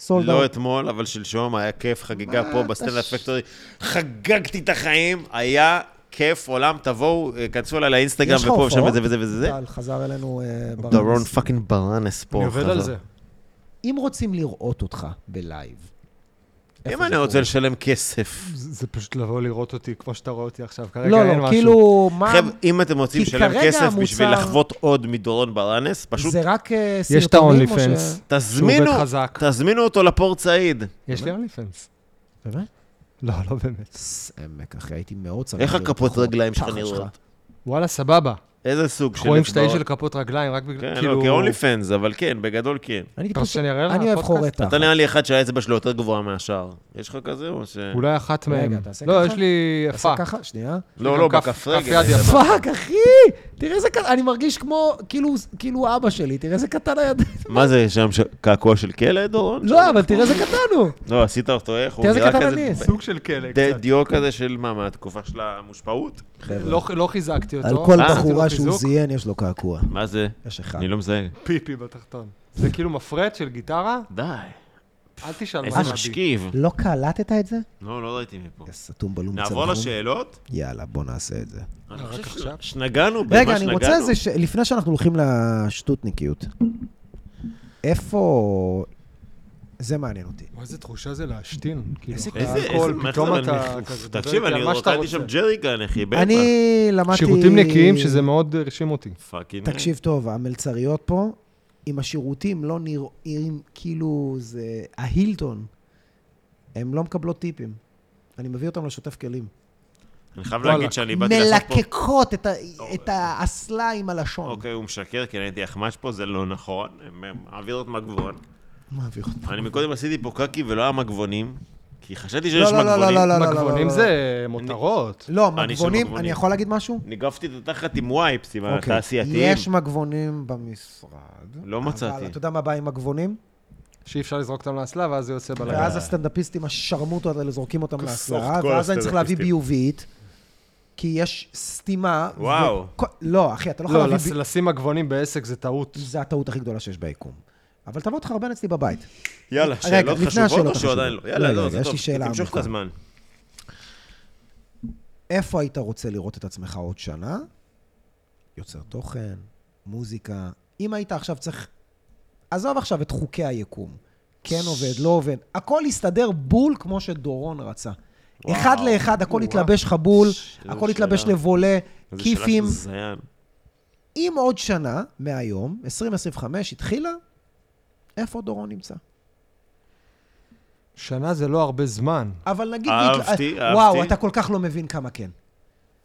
[SPEAKER 1] סולד
[SPEAKER 2] לא
[SPEAKER 1] אאוט.
[SPEAKER 2] אתמול, אבל שלשום, היה כיף, חגיגה
[SPEAKER 1] מה
[SPEAKER 2] פה
[SPEAKER 1] אתה
[SPEAKER 2] בסטנדאפ
[SPEAKER 1] ש-
[SPEAKER 2] פקטורי. חגגתי את החיים, היה כיף, עולם, תבואו, אה, כנסו אליי לאינסטגרם
[SPEAKER 1] יש לך
[SPEAKER 2] ופה ושם
[SPEAKER 1] הופעות?
[SPEAKER 2] וזה וזה וזה.
[SPEAKER 1] טל חזר אלינו אה, ברנס.
[SPEAKER 2] דורון פאקינג ברנס פה.
[SPEAKER 3] אני עובד
[SPEAKER 2] חזר.
[SPEAKER 3] על זה.
[SPEAKER 1] אם רוצים לראות אותך בלייב,
[SPEAKER 2] אם
[SPEAKER 1] איפה
[SPEAKER 2] אני
[SPEAKER 1] זה
[SPEAKER 2] רוצה
[SPEAKER 1] קורה?
[SPEAKER 2] לשלם כסף.
[SPEAKER 3] זה זה פשוט לבוא לראות אותי כמו שאתה רואה אותי עכשיו. כרגע
[SPEAKER 1] לא,
[SPEAKER 3] אין
[SPEAKER 1] לא,
[SPEAKER 3] משהו.
[SPEAKER 1] כאילו, מה...
[SPEAKER 2] חבר'ה, אם אתם רוצים
[SPEAKER 1] כי
[SPEAKER 2] לשלם
[SPEAKER 1] כרגע
[SPEAKER 2] כסף
[SPEAKER 1] המוצר-
[SPEAKER 2] בשביל לחוות עוד מדורון ברנס, פשוט
[SPEAKER 1] זה רק אה, סרטונים
[SPEAKER 3] יש את ה-only
[SPEAKER 1] או ש-
[SPEAKER 3] fans. שהוא
[SPEAKER 2] תזמינו,
[SPEAKER 3] עובד חזק.
[SPEAKER 2] תזמינו אותו לפורט סעיד.
[SPEAKER 3] יש לי אונלי פנס.
[SPEAKER 1] באמת?
[SPEAKER 3] לא, לא באמת.
[SPEAKER 1] עמק, אחי, הייתי מאוד צריך...
[SPEAKER 2] איך
[SPEAKER 1] לראות
[SPEAKER 2] הכפות
[SPEAKER 1] אותך,
[SPEAKER 2] רגליים שלך
[SPEAKER 1] הפחד
[SPEAKER 2] נראות?
[SPEAKER 3] וואלה, סבבה.
[SPEAKER 2] איזה סוג של...
[SPEAKER 3] אנחנו רואים שתי
[SPEAKER 2] אצבעות?
[SPEAKER 3] של כפות רגליים, רק בגלל,
[SPEAKER 2] כן,
[SPEAKER 3] כאילו...
[SPEAKER 2] לא, כאונלי פנס, אבל כן, בגדול כן.
[SPEAKER 1] אני
[SPEAKER 3] אתה רוצה שאני אראה לך
[SPEAKER 1] אני אוהב
[SPEAKER 3] בפודקאסט?
[SPEAKER 1] חורי תחת.
[SPEAKER 2] אתה נראה לי אחד שהאצבע שלו יותר גבוהה מהשאר. יש לך כזה או ש...
[SPEAKER 3] אולי אחת
[SPEAKER 1] רגע,
[SPEAKER 3] מהם.
[SPEAKER 1] תעשה
[SPEAKER 3] לא,
[SPEAKER 1] ככה?
[SPEAKER 3] יש לי
[SPEAKER 1] תעשה
[SPEAKER 3] יפה.
[SPEAKER 1] ככה, שנייה.
[SPEAKER 2] לא,
[SPEAKER 3] גם
[SPEAKER 2] לא,
[SPEAKER 3] כף-
[SPEAKER 2] בכף
[SPEAKER 3] כף
[SPEAKER 2] רגל.
[SPEAKER 3] יד יפה.
[SPEAKER 1] פאק, אחי! תראה איזה קטן, אני מרגיש כמו, כאילו, כאילו אבא שלי, תראה איזה קטן היה...
[SPEAKER 2] מה זה, שם ש- קעקוע של כלד, דורון?
[SPEAKER 1] לא, אבל תראה איזה קטן הוא!
[SPEAKER 2] לא, עשית אותו איך? הוא
[SPEAKER 1] תראה איזה
[SPEAKER 2] נראה
[SPEAKER 1] קטן
[SPEAKER 2] כזה
[SPEAKER 1] אני.
[SPEAKER 2] ב-
[SPEAKER 3] סוג של כלא
[SPEAKER 2] ד-
[SPEAKER 3] קצת.
[SPEAKER 2] דיו כזה של מה, מהתקופה של המושפעות?
[SPEAKER 3] לא- לא חיזקתי אותו.
[SPEAKER 1] על כל
[SPEAKER 2] אה,
[SPEAKER 3] עשיתי לו
[SPEAKER 1] בחורה שהוא
[SPEAKER 3] חיזוק.
[SPEAKER 1] זיין, יש לו קעקוע.
[SPEAKER 2] מה זה?
[SPEAKER 3] אה.
[SPEAKER 1] יש אחד.
[SPEAKER 2] אני לא מזהה.
[SPEAKER 3] פיפי בתחתון. זה כאילו מפרט של גיטרה?
[SPEAKER 2] די.
[SPEAKER 3] אל תשאל מה
[SPEAKER 2] איזה
[SPEAKER 3] זה.
[SPEAKER 2] משכיב.
[SPEAKER 1] לא קלטת את זה?
[SPEAKER 2] לא, לא ראיתי מפה.
[SPEAKER 1] יא סתום בלום
[SPEAKER 2] נעבור
[SPEAKER 1] צנחום.
[SPEAKER 2] לשאלות?
[SPEAKER 1] יאללה, בוא נעשה את זה.
[SPEAKER 2] אני
[SPEAKER 3] רק
[SPEAKER 2] חושב
[SPEAKER 3] עכשיו?
[SPEAKER 2] ש- שנגענו במה שנגענו.
[SPEAKER 1] רגע, אני רוצה איזה, ש... לפני שאנחנו הולכים לשטותניקיות, איפה... זה מעניין אותי.
[SPEAKER 3] וואי, איזה תחושה זה להשתין. כאילו,
[SPEAKER 1] איזה-
[SPEAKER 3] אחרי
[SPEAKER 2] איזה, איזה,
[SPEAKER 3] אלכוהול,
[SPEAKER 2] מה
[SPEAKER 3] פתאום
[SPEAKER 2] זה,
[SPEAKER 3] אתה
[SPEAKER 2] אני-
[SPEAKER 3] כזה מדבר
[SPEAKER 2] תקשיב,
[SPEAKER 3] איתי
[SPEAKER 2] אני
[SPEAKER 3] על מה שאתה
[SPEAKER 2] הורדתי
[SPEAKER 3] רוצה.
[SPEAKER 2] שם ג'ריקן, אחי, בטח.
[SPEAKER 1] אני למדתי...
[SPEAKER 3] שירותים נקיים, שזה מאוד הרשים אותי.
[SPEAKER 1] לא,
[SPEAKER 2] פאקינג.
[SPEAKER 1] תקשיב טוב, המלצריות פה, אם השירותים לא נראים כאילו זה ההילטון, הן לא מקבלות טיפים. אני מביא אותם לשוטף כלים.
[SPEAKER 2] אני חייב
[SPEAKER 3] וואלה.
[SPEAKER 2] להגיד שאני באתי לעשות פה... לא,
[SPEAKER 1] מלקקות את, ה... את האסלה עם הלשון.
[SPEAKER 2] אוקיי, הוא משקר, כי אני הייתי אחמ"ש פה, זה לא נכון. הם- הם- העבירות מגבון.
[SPEAKER 1] מעביר אותם.
[SPEAKER 2] אני מקודם עשיתי פה קקי ולא היה מגבונים, כי חשבתי שיש
[SPEAKER 1] לא, לא, לא, לא,
[SPEAKER 2] מגבונים.
[SPEAKER 1] לא, לא, לא, לא, לא,
[SPEAKER 3] מגבונים
[SPEAKER 1] לא.
[SPEAKER 3] זה מותרות.
[SPEAKER 1] לא,
[SPEAKER 2] אני של
[SPEAKER 1] מגבונים,
[SPEAKER 2] מגבונים.
[SPEAKER 1] אני יכול להגיד משהו?
[SPEAKER 2] ניגפתי את התחת עם וייפס, עם
[SPEAKER 1] אוקיי.
[SPEAKER 2] התעשייתיים.
[SPEAKER 1] יש מגבונים במשרד.
[SPEAKER 2] לא מצאתי.
[SPEAKER 1] אבל אתה יודע מה הבעיה עם מגבונים?
[SPEAKER 3] שאי אפשר לזרוק אותם לאסלה, ואז זה יוצא בלילה.
[SPEAKER 1] ואז הסטנדאפיסטים, השרמוטות האלה, זורקים אותם
[SPEAKER 2] סוף
[SPEAKER 1] להסלעה,
[SPEAKER 2] כל
[SPEAKER 1] ואז אני צריך להביא
[SPEAKER 2] הסטנדאפיסטים.
[SPEAKER 1] ביובית, כי יש סתימה. ו-
[SPEAKER 2] וואו.
[SPEAKER 1] כל- לא, אחי, אתה לא יכול
[SPEAKER 3] לא,
[SPEAKER 1] להביא...
[SPEAKER 3] לס-
[SPEAKER 1] בי-
[SPEAKER 3] לשים מגבונים בעסק זה טעות.
[SPEAKER 1] זה הטעות הכי גדולה שיש ביקום. אבל תבוא תחרבן אצלי בבית.
[SPEAKER 2] יאללה,
[SPEAKER 1] רגע,
[SPEAKER 2] שאלות
[SPEAKER 1] לפני
[SPEAKER 2] חשובות
[SPEAKER 1] השאלות
[SPEAKER 2] או שעדיין
[SPEAKER 1] החשובות.
[SPEAKER 2] לא? יאללה,
[SPEAKER 1] רגע,
[SPEAKER 2] לא,
[SPEAKER 1] רגע,
[SPEAKER 2] זה
[SPEAKER 1] יש
[SPEAKER 2] טוב.
[SPEAKER 1] לי שאלה
[SPEAKER 2] תמשוך את
[SPEAKER 1] עמוקה.
[SPEAKER 2] הזמן.
[SPEAKER 1] איפה היית רוצה לראות את עצמך עוד שנה? יוצר תוכן, מוזיקה. אם היית עכשיו צריך... עזוב עכשיו את חוקי היקום. כן עובד, לא עובד. הכל הסתדר בול כמו שדורון רצה.
[SPEAKER 2] וואו.
[SPEAKER 1] אחד לאחד, הכל
[SPEAKER 3] וואו.
[SPEAKER 1] התלבש לך בול,
[SPEAKER 2] ש- איזו
[SPEAKER 1] הכל התלבש
[SPEAKER 2] שאלה.
[SPEAKER 1] לבולה,
[SPEAKER 2] איזה שאלה של
[SPEAKER 1] כיפים.
[SPEAKER 2] זיין.
[SPEAKER 1] אם עוד שנה מהיום, 2025 התחילה, איפה דורון נמצא?
[SPEAKER 3] שנה זה לא הרבה זמן.
[SPEAKER 1] אבל נגיד...
[SPEAKER 2] אהבתי,
[SPEAKER 1] אה, וואו,
[SPEAKER 2] אהבתי.
[SPEAKER 1] אתה כל כך לא מבין כמה כן.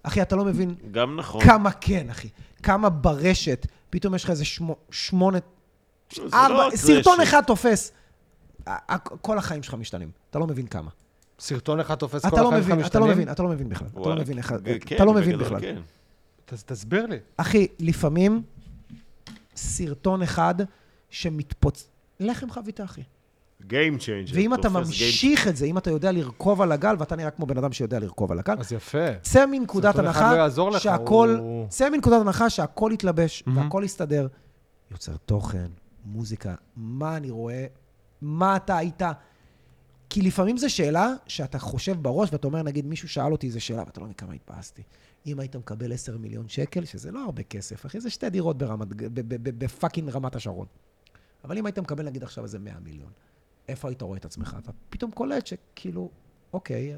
[SPEAKER 1] אחי, אתה לא מבין
[SPEAKER 2] גם נכון.
[SPEAKER 1] כמה כן, אחי. כמה ברשת, פתאום יש לך איזה שמו- שמונה,
[SPEAKER 2] זה לא רק
[SPEAKER 1] ארבע,
[SPEAKER 2] רשת.
[SPEAKER 1] סרטון אחד תופס. ה- ה- כל החיים שלך משתנים, אתה לא מבין כמה.
[SPEAKER 3] סרטון אחד תופס כל
[SPEAKER 1] אתה לא
[SPEAKER 3] החיים שלך
[SPEAKER 1] מבין, אתה לא
[SPEAKER 3] משתנים?
[SPEAKER 1] מבין, אתה לא מבין בכלל. אתה לא
[SPEAKER 2] וואלה,
[SPEAKER 1] מבין איך...
[SPEAKER 2] כן,
[SPEAKER 1] אתה לא מבין
[SPEAKER 2] בגדול,
[SPEAKER 1] בכלל.
[SPEAKER 2] כן.
[SPEAKER 3] ת- תסביר לי.
[SPEAKER 1] אחי, לפעמים סרטון אחד שמתפוצ... לחם חביתה, אחי.
[SPEAKER 2] Game changer.
[SPEAKER 1] ואם אתה
[SPEAKER 2] תופס game-
[SPEAKER 1] ממשיך את זה, אם אתה יודע לרכוב על הגל, ואתה נראה כמו בן אדם שיודע לרכוב על הגל,
[SPEAKER 3] אז יפה.
[SPEAKER 1] צא מנקודת
[SPEAKER 3] סרטון אחד
[SPEAKER 1] הנחה
[SPEAKER 3] לא יעזור לך,
[SPEAKER 1] שהכל,
[SPEAKER 3] הוא-
[SPEAKER 1] צא מנקודת הנחה שהכל יתלבש והכל יסתדר. יוצר תוכן, מוזיקה, מה אני רואה, מה אתה היית. כי לפעמים זו שאלה שאתה חושב בראש ואתה אומר, נגיד, מישהו שאל אותי איזו שאלה, ואתה לא יודע כמה התבאסתי. אם היית מקבל 10 מיליון שקל, שזה לא הרבה כסף, אחי, זה שתי דירות ברמת, ג- ב- ב- ב- בפאקינג רמת השרון. אבל אם היית מקבל, נגיד, עכשיו איזה 100 מיליון, איפה היית רואה את עצמך? אתה פתאום קולט שכאילו, אוקיי,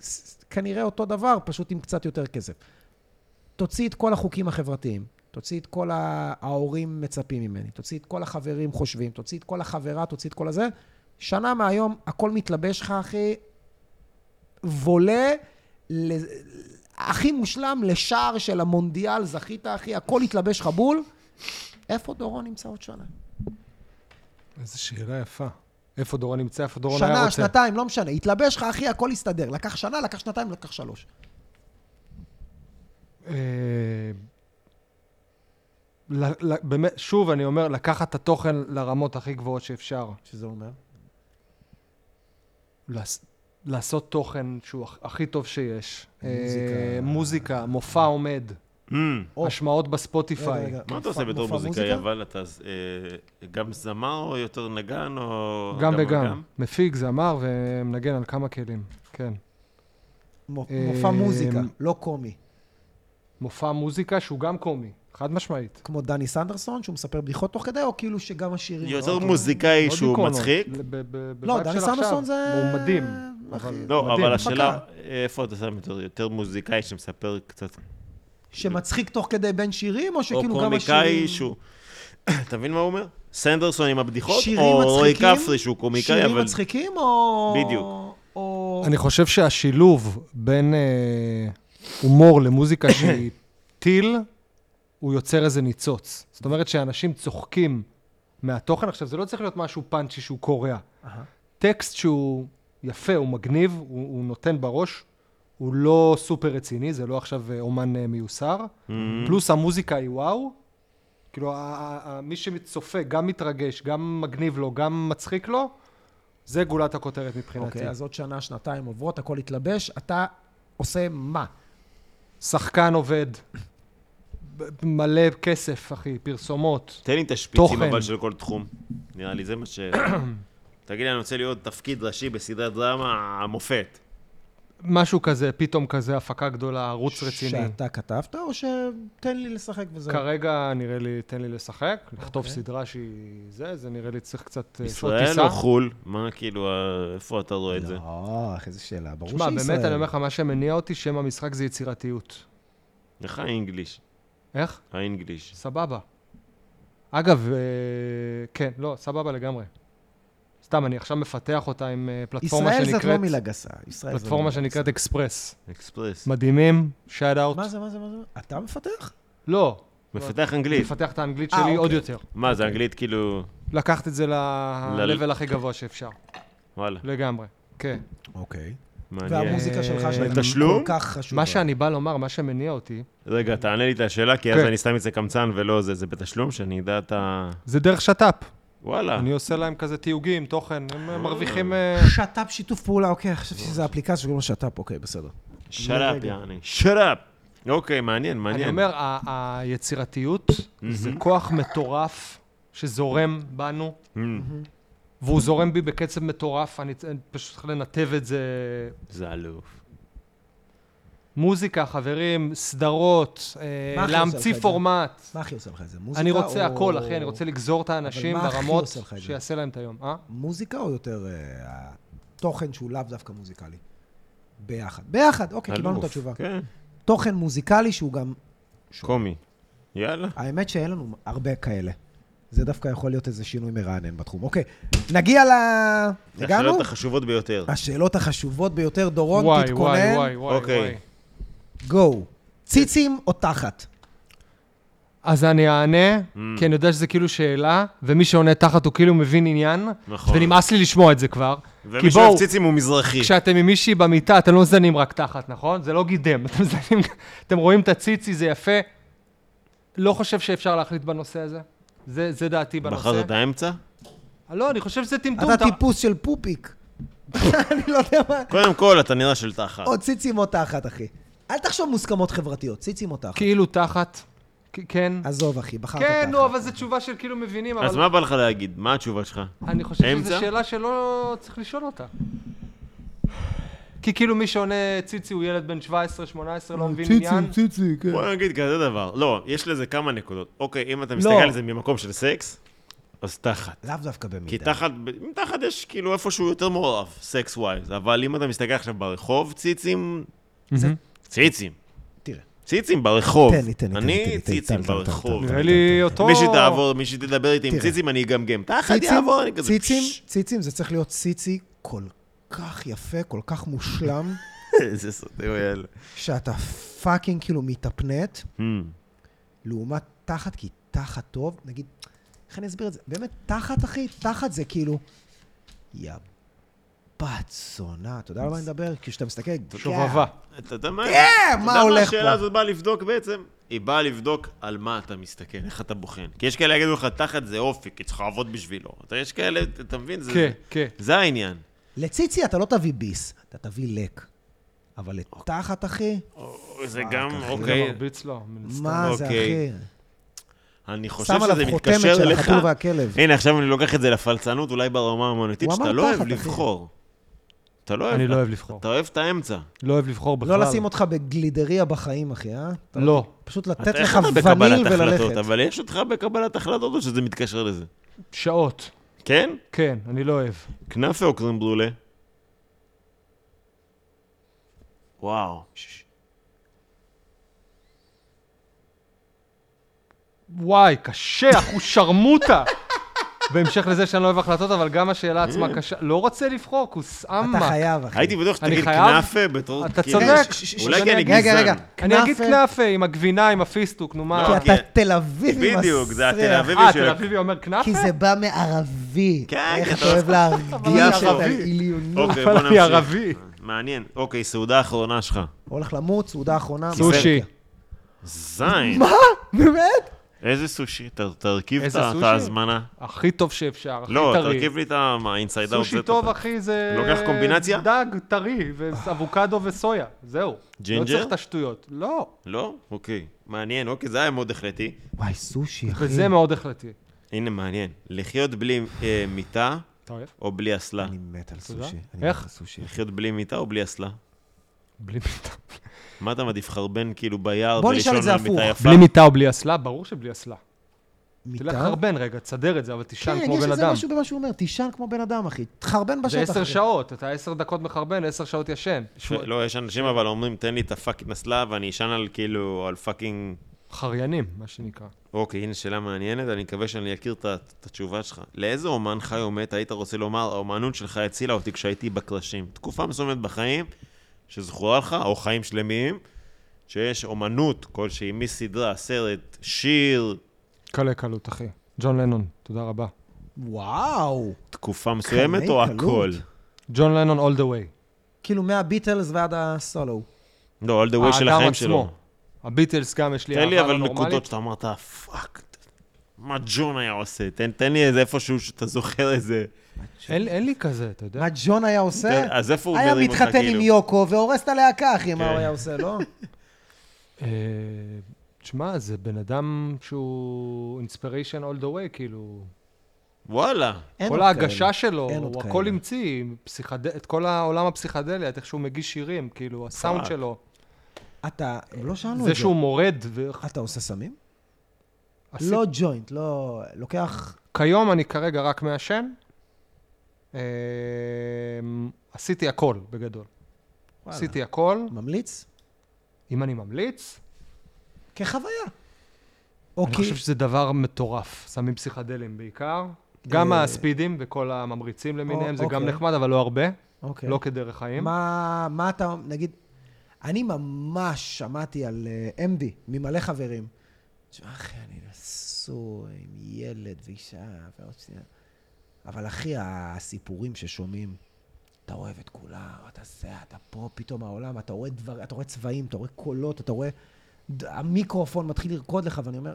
[SPEAKER 1] ס- כנראה אותו דבר, פשוט עם קצת יותר כסף. תוציא את כל החוקים החברתיים, תוציא את כל ה- ההורים מצפים ממני, תוציא את כל החברים חושבים, תוציא את כל החברה, תוציא את כל הזה. שנה מהיום הכל מתלבש לך, אחי, וולה, ל... הכי מושלם לשער של המונדיאל, זכית, אחי, הכל התלבש לך בול. איפה דורון נמצא עוד שנה?
[SPEAKER 3] איזו שאלה יפה. איפה דורון נמצא? איפה דורון היה
[SPEAKER 1] שנה,
[SPEAKER 3] רוצה?
[SPEAKER 1] שנתיים, לא משנה. התלבש לך, אחי, הכל הסתדר. לקח שנה, לקח שנתיים, לקח שלוש.
[SPEAKER 3] אה, ל- ל- באמת, שוב, אני אומר, לקחת את התוכן לרמות הכי גבוהות שאפשר.
[SPEAKER 1] שזה אומר?
[SPEAKER 3] לעס- לעשות תוכן שהוא הכ- הכי טוב שיש. אה,
[SPEAKER 1] מוזיקה.
[SPEAKER 3] מוזיקה, מופע עומד,
[SPEAKER 2] אמ,
[SPEAKER 1] או.
[SPEAKER 3] השמעות
[SPEAKER 1] רגע,
[SPEAKER 3] בספוטיפיי.
[SPEAKER 1] רגע,
[SPEAKER 2] מה אתה
[SPEAKER 1] מופע-
[SPEAKER 2] עושה בתור
[SPEAKER 1] מופע
[SPEAKER 2] מוזיקאי?
[SPEAKER 1] מוזיקה?
[SPEAKER 2] אבל אתה אה, גם זמר או יותר נגן או...
[SPEAKER 3] גם וגם. מפיק, זמר ומנגן על כמה כלים, כן.
[SPEAKER 1] מו- מופע מוזיקה,
[SPEAKER 3] אמ,
[SPEAKER 1] לא קומי.
[SPEAKER 3] מופע מוזיקה שהוא גם קומי, חד משמעית.
[SPEAKER 1] כמו דני סנדרסון, שהוא מספר בדיחות תוך כדי, או כאילו שגם השירים...
[SPEAKER 2] יותר
[SPEAKER 1] לא,
[SPEAKER 2] מוזיקאי
[SPEAKER 3] מאוד
[SPEAKER 2] שהוא
[SPEAKER 3] עקרונות,
[SPEAKER 2] מצחיק?
[SPEAKER 3] ב- ב- ב-
[SPEAKER 1] לא,
[SPEAKER 3] בווייב
[SPEAKER 1] דני
[SPEAKER 3] של
[SPEAKER 1] סנדרסון
[SPEAKER 3] עכשיו.
[SPEAKER 1] זה...
[SPEAKER 3] הוא מדהים.
[SPEAKER 1] אחי,
[SPEAKER 3] אבל-
[SPEAKER 2] לא,
[SPEAKER 3] מדהים,
[SPEAKER 2] אבל השאלה,
[SPEAKER 1] פקע.
[SPEAKER 2] איפה אתה שם יותר- יותר מוזיקאי שמספר קצת...
[SPEAKER 1] שמצחיק תוך כדי בין שירים, או
[SPEAKER 2] או
[SPEAKER 1] שכאילו גם השירים...
[SPEAKER 2] קומיקאי שהוא... אתה מבין מה הוא אומר? סנדרסון עם הבדיחות?
[SPEAKER 1] שירים
[SPEAKER 2] או רועי
[SPEAKER 1] מצחיקים?
[SPEAKER 2] כפרי שהוא קומיקאי,
[SPEAKER 1] שירים
[SPEAKER 2] אבל...
[SPEAKER 1] מצחיקים, או...
[SPEAKER 2] בדיוק.
[SPEAKER 1] או...
[SPEAKER 3] אני חושב שהשילוב בין אה, הומור למוזיקה שהיא טיל, הוא יוצר איזה ניצוץ. זאת אומרת שאנשים צוחקים מהתוכן. עכשיו, זה לא צריך להיות משהו פאנצ'י שהוא קורע.
[SPEAKER 1] אהה.
[SPEAKER 3] טקסט שהוא יפה, הוא מגניב, הוא, הוא נותן בראש, הוא לא סופר רציני, זה לא עכשיו אה, אומן אה, מיוסר.
[SPEAKER 1] Mm.
[SPEAKER 3] פלוס המוזיקה היא וואו. כאילו, ה- ה- ה- מי שצופה, גם מתרגש, גם מגניב לו, גם מצחיק לו, זה גולת הכותרת מבחינתי.
[SPEAKER 1] אוקיי, אז עוד שנה, שנתיים עוברות, הכל התלבש, אתה עושה מה?
[SPEAKER 3] שחקן עובד, ב- מלא כסף, אחי, פרסומות.
[SPEAKER 2] תן לי את השפיצים
[SPEAKER 3] תוכן.
[SPEAKER 2] אבל של כל תחום. נראה לי זה מה ש... תגיד לי, אני רוצה להיות תפקיד ראשי בסדרת דרמה המופת.
[SPEAKER 3] משהו כזה, פתאום כזה, הפקה גדולה, ערוץ רציני.
[SPEAKER 1] שאתה כתבת, או שתן לי לשחק וזהו?
[SPEAKER 3] כרגע נראה לי, תן לי לשחק, לכתוב
[SPEAKER 1] אוקיי.
[SPEAKER 3] סדרה שהיא זה, זה נראה לי צריך קצת... אה, שעות
[SPEAKER 2] ישראל
[SPEAKER 3] טיסה.
[SPEAKER 2] או חו"ל? מה כאילו, ה- איפה אתה רואה את זה?
[SPEAKER 1] לא, איזה שאלה, ברור
[SPEAKER 3] שמע,
[SPEAKER 1] שישראל.
[SPEAKER 3] באמת, אני אומר לך, מה שמניע אותי, שם המשחק זה יצירתיות.
[SPEAKER 2] לך האינגליש,
[SPEAKER 3] איך?
[SPEAKER 2] האינגליש.
[SPEAKER 3] סבבה. אגב, אה, כן, לא, סבבה לגמרי. סתם, אני עכשיו מפתח אותה עם אה, פלטפורמה
[SPEAKER 1] ישראל זאת לא
[SPEAKER 3] שנקראת...
[SPEAKER 1] מילה גסה. ישראל זאת לא
[SPEAKER 3] פלטפורמה
[SPEAKER 1] מילה
[SPEAKER 3] שנקראת
[SPEAKER 1] גסה.
[SPEAKER 3] אקספרס.
[SPEAKER 2] אקספרס.
[SPEAKER 3] מדהימים, שאט אאוט.
[SPEAKER 1] מה זה, מה זה, מה זה? אתה מפתח?
[SPEAKER 3] לא,
[SPEAKER 2] מפתח
[SPEAKER 3] אני
[SPEAKER 2] אנגלית.
[SPEAKER 3] מפתח את האנגלית
[SPEAKER 1] אה,
[SPEAKER 3] שלי עוד
[SPEAKER 1] אוקיי.
[SPEAKER 3] יותר.
[SPEAKER 2] מה, זה אנגלית כאילו...
[SPEAKER 3] לקחת את זה ל-level הכי גבוה שאפשר,
[SPEAKER 2] וואלה,
[SPEAKER 3] לגמרי. כן.
[SPEAKER 1] אוקיי.
[SPEAKER 2] מעניין.
[SPEAKER 1] והמוזיקה
[SPEAKER 3] אה,
[SPEAKER 1] שלך, שהיא
[SPEAKER 2] תשלום?
[SPEAKER 1] כל כך חשובה.
[SPEAKER 3] מה שאני בא לומר, מה שמניע אותי,
[SPEAKER 2] רגע, תענה לי את השאלה, כי אז
[SPEAKER 3] כן.
[SPEAKER 2] אני סתם יצא קמצן ולא זה, זה בתשלום, שאני אדע את ה...
[SPEAKER 3] זה דרך שת"פ.
[SPEAKER 1] אה.
[SPEAKER 2] וואלה.
[SPEAKER 3] אני עושה להם כזה תיוגים, תוכן, הם אה, מרוויחים... אה,
[SPEAKER 1] שת"פ שיתוף פעולה, אוקיי, חשבתי שזה
[SPEAKER 2] לא.
[SPEAKER 1] אפליקציה שקוראים לה שת"פ, אוקיי, בסדר.
[SPEAKER 2] שר"פ,
[SPEAKER 1] רגע.
[SPEAKER 2] יעני. שר"פ. אוקיי, מעניין, מעניין.
[SPEAKER 3] אני אומר, ה- היצירתיות זה כוח מטורף שזורם בנו,
[SPEAKER 2] אמ,
[SPEAKER 3] והוא זורם בי בקצב מטורף, אני אני פשוט צריך לנתב את זה.
[SPEAKER 2] זה אלוף.
[SPEAKER 3] מוזיקה, חברים, סדרות, אה,
[SPEAKER 1] מה הכי עושה לך
[SPEAKER 3] להמציא
[SPEAKER 1] את זה?
[SPEAKER 3] פורמט.
[SPEAKER 1] מה הכי עושה לך את זה? מוזיקה
[SPEAKER 3] אני רוצה
[SPEAKER 1] או-
[SPEAKER 3] הכל, אחי, אני רוצה לגזור את האנשים
[SPEAKER 1] מה הכי
[SPEAKER 3] ברמות
[SPEAKER 1] עושה לך את זה?
[SPEAKER 3] שיעשה להם את היום, אה?
[SPEAKER 1] מוזיקה או יותר אה, תוכן שהוא לאו דווקא מוזיקלי? ביחד. ביחד, אוקיי,
[SPEAKER 3] לא
[SPEAKER 1] קיבלנו את
[SPEAKER 2] אלוף.
[SPEAKER 1] התשובה.
[SPEAKER 2] כן,
[SPEAKER 1] תוכן מוזיקלי שהוא גם...
[SPEAKER 2] קומי. יאללה.
[SPEAKER 1] האמת שאין לנו הרבה כאלה. זה דווקא יכול להיות איזה שינוי מרענן בתחום. אוקיי, נגיע ל... הגענו? אה,
[SPEAKER 2] השאלות החשובות ביותר.
[SPEAKER 1] השאלות החשובות ביותר, דורון,
[SPEAKER 3] וואי, וואי,
[SPEAKER 1] תתכונן,
[SPEAKER 3] וואי, וואי,
[SPEAKER 2] אוקיי.
[SPEAKER 3] וואי.
[SPEAKER 1] גו. ציצים או תחת?
[SPEAKER 3] אז אני אענה,
[SPEAKER 2] Mm.
[SPEAKER 3] כי אני יודע שזה כאילו שאלה, ומי שעונה תחת הוא כאילו מבין עניין,
[SPEAKER 2] נכון.
[SPEAKER 3] ונמאס לי לשמוע את זה כבר. כי
[SPEAKER 2] ומי שאוהב
[SPEAKER 3] בואו,
[SPEAKER 2] ציצים הוא מזרחי.
[SPEAKER 3] כשאתם עם מישהי במיטה, אתם לא מזנים רק תחת, נכון? זה לא גידם, אתם מזנים, אתם רואים את הציצי, זה יפה. לא חושב שאפשר להחליט בנושא הזה. זה, זה דעתי בנושא.
[SPEAKER 2] בחרת את האמצע?
[SPEAKER 3] לא, אני חושב שזה טמטום.
[SPEAKER 1] אתה טיפוס של פופיק. אני לא יודע מה.
[SPEAKER 2] קודם כל, אתה נראה של תחת.
[SPEAKER 1] או ציצים או תחת, אחי. אל תחשוב מוסכמות חברתיות, ציצים או תחת.
[SPEAKER 3] כאילו תחת, כ- כן.
[SPEAKER 1] עזוב, אחי, בחרת
[SPEAKER 3] כן, נו,
[SPEAKER 1] ככה.
[SPEAKER 3] אבל זו תשובה של כאילו מבינים,
[SPEAKER 2] אז
[SPEAKER 3] אבל
[SPEAKER 2] מה בא לך להגיד? מה התשובה שלך?
[SPEAKER 3] אני חושב
[SPEAKER 2] אמצע?
[SPEAKER 3] שזו שאלה שלא צריך לשאול אותה. כי כאילו מי שעונה ציצי הוא ילד בן 17-18, לא מבין עניין.
[SPEAKER 1] ציצי, כן.
[SPEAKER 2] בוא נגיד כזה דבר. לא, יש לזה כמה נקודות. אוקיי, אם אתה
[SPEAKER 1] לא.
[SPEAKER 2] מסתכל על זה ממקום של סקס, אז תחת.
[SPEAKER 1] לאו דווקא במידה.
[SPEAKER 2] כי תחת, ב- תחת יש כאילו איפשהו יותר מעורב, סקס ווייז. אבל אם אתה מסתכל עכשיו ברחוב, ציצים... ציצים.
[SPEAKER 1] תראה.
[SPEAKER 2] ציצים ברחוב.
[SPEAKER 1] תן לי, תן לי, תן לי, תן לי,
[SPEAKER 2] אני
[SPEAKER 1] תן לי, תן
[SPEAKER 2] ציצים
[SPEAKER 1] לי, תן לי,
[SPEAKER 2] ברחוב.
[SPEAKER 1] תן
[SPEAKER 3] נראה לי אותו...
[SPEAKER 2] מי שתעבור, מי שתדבר איתי עם
[SPEAKER 1] תראה.
[SPEAKER 2] ציצים, אני אגמגם. תחת
[SPEAKER 1] ציצים,
[SPEAKER 2] יעבור, אני כזה...
[SPEAKER 1] ציצים,
[SPEAKER 2] "פש".
[SPEAKER 1] ציצים, זה צריך להיות ציצי כל כך יפה, כל כך מושלם,
[SPEAKER 2] איזה סוטים האלה.
[SPEAKER 1] שאתה פאקינג כאילו מתאפנט,
[SPEAKER 2] Hmm.
[SPEAKER 1] לעומת תחת, כי תחת טוב, נגיד, איך אני אסביר את זה? באמת, תחת, אחי, תחת זה כאילו, יא בת זונה, אתה יודע על מה אני מדבר? כשאתה מסתכל,
[SPEAKER 3] שובבה.
[SPEAKER 2] אתה יודע מה?
[SPEAKER 1] כן,
[SPEAKER 2] אתה
[SPEAKER 1] מה
[SPEAKER 2] יודע
[SPEAKER 1] הולך פה?
[SPEAKER 2] השאלה הזאת באה לבדוק בעצם? היא באה לבדוק על מה אתה מסתכל, איך אתה בוחן. כי יש כאלה יגידו לך, תחת זה אופי, כי צריך לעבוד בשבילו. אתה יש כאלה, אתה מבין? זה-
[SPEAKER 3] כן, כן.
[SPEAKER 2] זה העניין.
[SPEAKER 1] לציצי אתה לא תביא ביס, אתה תביא לק. אבל
[SPEAKER 2] אוקיי.
[SPEAKER 1] לתחת, אחי,
[SPEAKER 2] או- זה
[SPEAKER 1] וואו,
[SPEAKER 2] גם,
[SPEAKER 1] ככה.
[SPEAKER 3] אוקיי.
[SPEAKER 2] אוקיי.
[SPEAKER 3] גם מרביץ לו. מן הסתם.
[SPEAKER 1] מה זה, אחי?
[SPEAKER 2] אוקיי. אני חושב
[SPEAKER 1] שם עליו
[SPEAKER 2] שזה
[SPEAKER 1] חותמת
[SPEAKER 2] מתקשר אה?
[SPEAKER 1] של
[SPEAKER 2] לך.
[SPEAKER 1] החתול והכלב.
[SPEAKER 2] הנה, עכשיו אני לוקח את זה לפלצנות, אולי ברמה האמנותית,
[SPEAKER 1] הוא
[SPEAKER 2] שאתה
[SPEAKER 1] אמר
[SPEAKER 2] לא אוהב
[SPEAKER 1] תחת, אחי.
[SPEAKER 2] לבחור. אתה לא אוהב...
[SPEAKER 3] אני לא אוהב לבחור.
[SPEAKER 2] אתה אוהב את האמצע.
[SPEAKER 3] לא אוהב לבחור בכלל.
[SPEAKER 1] לא לשים אותך בגלידריה בחיים, אחי, אה? אתה
[SPEAKER 3] לא.
[SPEAKER 1] פשוט
[SPEAKER 2] אתה-
[SPEAKER 1] לתת לך
[SPEAKER 2] איך אתה
[SPEAKER 1] וניל
[SPEAKER 2] בקבלת החלטות,
[SPEAKER 1] וללכת.
[SPEAKER 2] אבל יש אותך בקבלת החלטות או שזה מתקשר לזה?
[SPEAKER 3] שעות.
[SPEAKER 2] כן?
[SPEAKER 3] כן, אני לא אוהב.
[SPEAKER 2] כנאפה או קרם ברולה? וואו.
[SPEAKER 3] וואי, קשה, אחו שרמוטה. בהמשך לזה שאני לא אוהב החלטות, אבל גם השאלה עצמה קשה. לא רוצה לבחור, כוס
[SPEAKER 1] אתה
[SPEAKER 3] אמה.
[SPEAKER 1] חייב, אחי.
[SPEAKER 2] הייתי בטוח
[SPEAKER 3] אני
[SPEAKER 2] שתגיד
[SPEAKER 3] חייב?
[SPEAKER 2] כנאפה בתור...
[SPEAKER 3] אתה
[SPEAKER 2] כאילו-
[SPEAKER 3] צודק.
[SPEAKER 1] ש- ש- ש-
[SPEAKER 2] אולי
[SPEAKER 1] ש-
[SPEAKER 2] כי אני
[SPEAKER 1] רגע,
[SPEAKER 2] גזען.
[SPEAKER 1] רגע.
[SPEAKER 3] אני אגיד
[SPEAKER 1] כנאפה.
[SPEAKER 3] כנאפה עם הגבינה, עם הפיסטוק, נו מה.
[SPEAKER 2] לא,
[SPEAKER 1] כי אתה תל אביבי מסריח.
[SPEAKER 2] בדיוק, זה התל אביבי
[SPEAKER 3] אה, תל
[SPEAKER 2] של...
[SPEAKER 3] אביבי אומר כנאפה?
[SPEAKER 1] כי זה בא מערבי.
[SPEAKER 2] כן, כי
[SPEAKER 1] איך
[SPEAKER 2] אתה
[SPEAKER 1] אתה אוהב להרגיע
[SPEAKER 2] אבל
[SPEAKER 1] שאתה
[SPEAKER 2] ערבי.
[SPEAKER 1] עליונות.
[SPEAKER 2] אוקיי,
[SPEAKER 3] נפל
[SPEAKER 2] בוא
[SPEAKER 3] על פי ערבי.
[SPEAKER 2] נמשיך. מעניין. אוקיי, סעודה אחרונה שלך.
[SPEAKER 1] הולך למות, סעודה אחרונה.
[SPEAKER 3] סושי.
[SPEAKER 2] זין.
[SPEAKER 1] מה? באמת?
[SPEAKER 2] איזה סושי? ת- תרכיב את
[SPEAKER 3] איזה
[SPEAKER 2] ה- את
[SPEAKER 3] סושי?
[SPEAKER 2] ההזמנה.
[SPEAKER 3] הכי טוב שאפשר, הכי
[SPEAKER 2] לא,
[SPEAKER 3] טרי.
[SPEAKER 2] תרכיב לי את האינסייד אאוט.
[SPEAKER 3] סושי טוב, אחי, זה...
[SPEAKER 2] לוקח קומבינציה?
[SPEAKER 3] דג, טרי, ואבוקדו וסויה. זהו.
[SPEAKER 2] ג'ינג'ר?
[SPEAKER 3] לא צריך את השטויות. לא.
[SPEAKER 2] לא? אוקיי. מעניין, אוקיי, זה היה מאוד החלטי.
[SPEAKER 1] וואי, סושי, אחי.
[SPEAKER 3] וזה מאוד החלטי.
[SPEAKER 2] הנה, מעניין. לחיות בלי אה, מיטה
[SPEAKER 3] אתה אוהב?
[SPEAKER 2] או בלי אסלה?
[SPEAKER 1] אני מת על
[SPEAKER 3] תודה.
[SPEAKER 1] סושי. אני מת
[SPEAKER 3] איך?
[SPEAKER 1] על סושי.
[SPEAKER 2] לחיות בלי מיטה או בלי אסלה?
[SPEAKER 3] בלי מיטה.
[SPEAKER 2] מה אתה מעדיף חרבן כאילו ביער
[SPEAKER 1] בוא נשאל
[SPEAKER 2] ולישון
[SPEAKER 1] את זה
[SPEAKER 2] על מיטה
[SPEAKER 1] הפוך.
[SPEAKER 2] יפה?
[SPEAKER 3] בלי מיטה או בלי אסלה? ברור שבלי אסלה. תלך
[SPEAKER 1] מיטה?
[SPEAKER 3] חרבן רגע, תסדר את זה, אבל תישן
[SPEAKER 1] כן,
[SPEAKER 3] כמו
[SPEAKER 1] יש
[SPEAKER 3] בן
[SPEAKER 1] איזה
[SPEAKER 3] אדם.
[SPEAKER 1] משהו במה שהוא אומר, תישן כמו בן אדם, אחי. תחרבן בשטח.
[SPEAKER 3] זה עשר
[SPEAKER 1] אחי.
[SPEAKER 3] שעות, אתה עשר דקות מחרבן, עשר שעות ישן.
[SPEAKER 2] ש- לא, יש אנשים אבל אומרים, תן לי את הפאקינג אסלה ואני אשן על כאילו, על פאקינג...
[SPEAKER 3] חריינים, מה שנקרא.
[SPEAKER 2] אוקיי, הנה שאלה מעניינת, אני מקווה שאני אכיר את ה- את התשובה שלך. לאיזה אומן חי או מת היית רוצה לומר, האומנות שלך הצילה אותי כשהייתי בקרשים? תקופה מסוימת בחיים, שזכורה לך, או חיים שלמים, שיש אומנות כלשהי, מסדרה, סרט, שיר,
[SPEAKER 3] קלה קלות, אחי. ג'ון לנון, תודה רבה.
[SPEAKER 1] וואו.
[SPEAKER 2] תקופה מסוימת, או
[SPEAKER 1] קלות.
[SPEAKER 2] הכל?
[SPEAKER 3] ג'ון לנון אול דה ווי.
[SPEAKER 1] כאילו מהביטלס ועד הסולו.
[SPEAKER 2] לא, all the way של החיים שלו.
[SPEAKER 3] הביטלס גם יש לי
[SPEAKER 2] תן לי
[SPEAKER 3] אהבה
[SPEAKER 2] אבל
[SPEAKER 3] לא נורמלית.
[SPEAKER 2] נקודות שאתה אמרת, פאק, מה ג'ון היה עושה? תן תן לי איזה איפשהו שאתה זוכר איזה...
[SPEAKER 3] אין אין לי כזה, אתה יודע.
[SPEAKER 1] מה ג'ון היה עושה?
[SPEAKER 2] תן- אז איפה הוא
[SPEAKER 1] היה
[SPEAKER 2] מרים אותך,
[SPEAKER 1] מתחתן עם
[SPEAKER 2] כאילו?
[SPEAKER 1] יוקו והורס את הלהקה, אחי, מה
[SPEAKER 2] כן.
[SPEAKER 1] הוא היה עושה, לא?
[SPEAKER 3] אה, תשמע, זה בן אדם שהוא אינספיריישן אול דה ווי, כאילו.
[SPEAKER 2] וואלה.
[SPEAKER 1] אין
[SPEAKER 3] כל
[SPEAKER 1] עוד
[SPEAKER 3] ההגשה
[SPEAKER 1] כאלה.
[SPEAKER 3] שלו,
[SPEAKER 1] אין עוד
[SPEAKER 3] הוא
[SPEAKER 1] כאלה.
[SPEAKER 3] הכל המציא, פסיכד- את כל העולם הפסיכדלי, את איך שהוא מגיש שירים, כאילו, הסאונד
[SPEAKER 2] פאק.
[SPEAKER 3] שלו.
[SPEAKER 1] אתה, לא שאלנו את זה. לא
[SPEAKER 3] זה שהוא מורד, ו-
[SPEAKER 1] אתה עושה סמים?
[SPEAKER 3] עשית-
[SPEAKER 1] לא ג'וינט, לא... לוקח...
[SPEAKER 3] כיום אני כרגע רק מעשן. אמ, עשיתי הכל, בגדול.
[SPEAKER 1] וואלה.
[SPEAKER 3] עשיתי הכל.
[SPEAKER 1] ממליץ?
[SPEAKER 3] אם אני ממליץ,
[SPEAKER 1] כחוויה. או
[SPEAKER 3] אני
[SPEAKER 1] כי...
[SPEAKER 3] חושב שזה דבר מטורף. סמים פסיכדלים בעיקר. גם
[SPEAKER 1] אה,
[SPEAKER 3] הספידים וכל הממריצים למיניהם, זה גם
[SPEAKER 1] אוקיי.
[SPEAKER 3] נחמד, אבל לא הרבה.
[SPEAKER 1] אוקיי.
[SPEAKER 3] לא כדרך חיים.
[SPEAKER 1] מה, מה אתה, נגיד, אני ממש שמעתי על אה, MD ממלא חברים. תשמע, אחי, אני נשוי עם ילד ואישה ועוד שנייה. אבל אחי, הסיפורים ששומעים, אתה אוהב את כולם, אתה זה, אתה פה, פתאום העולם, אתה רואה דבר, אתה רואה צבעים, אתה רואה קולות, אתה רואה... ד- המיקרופון מתחיל לרקוד לך, ואני אומר,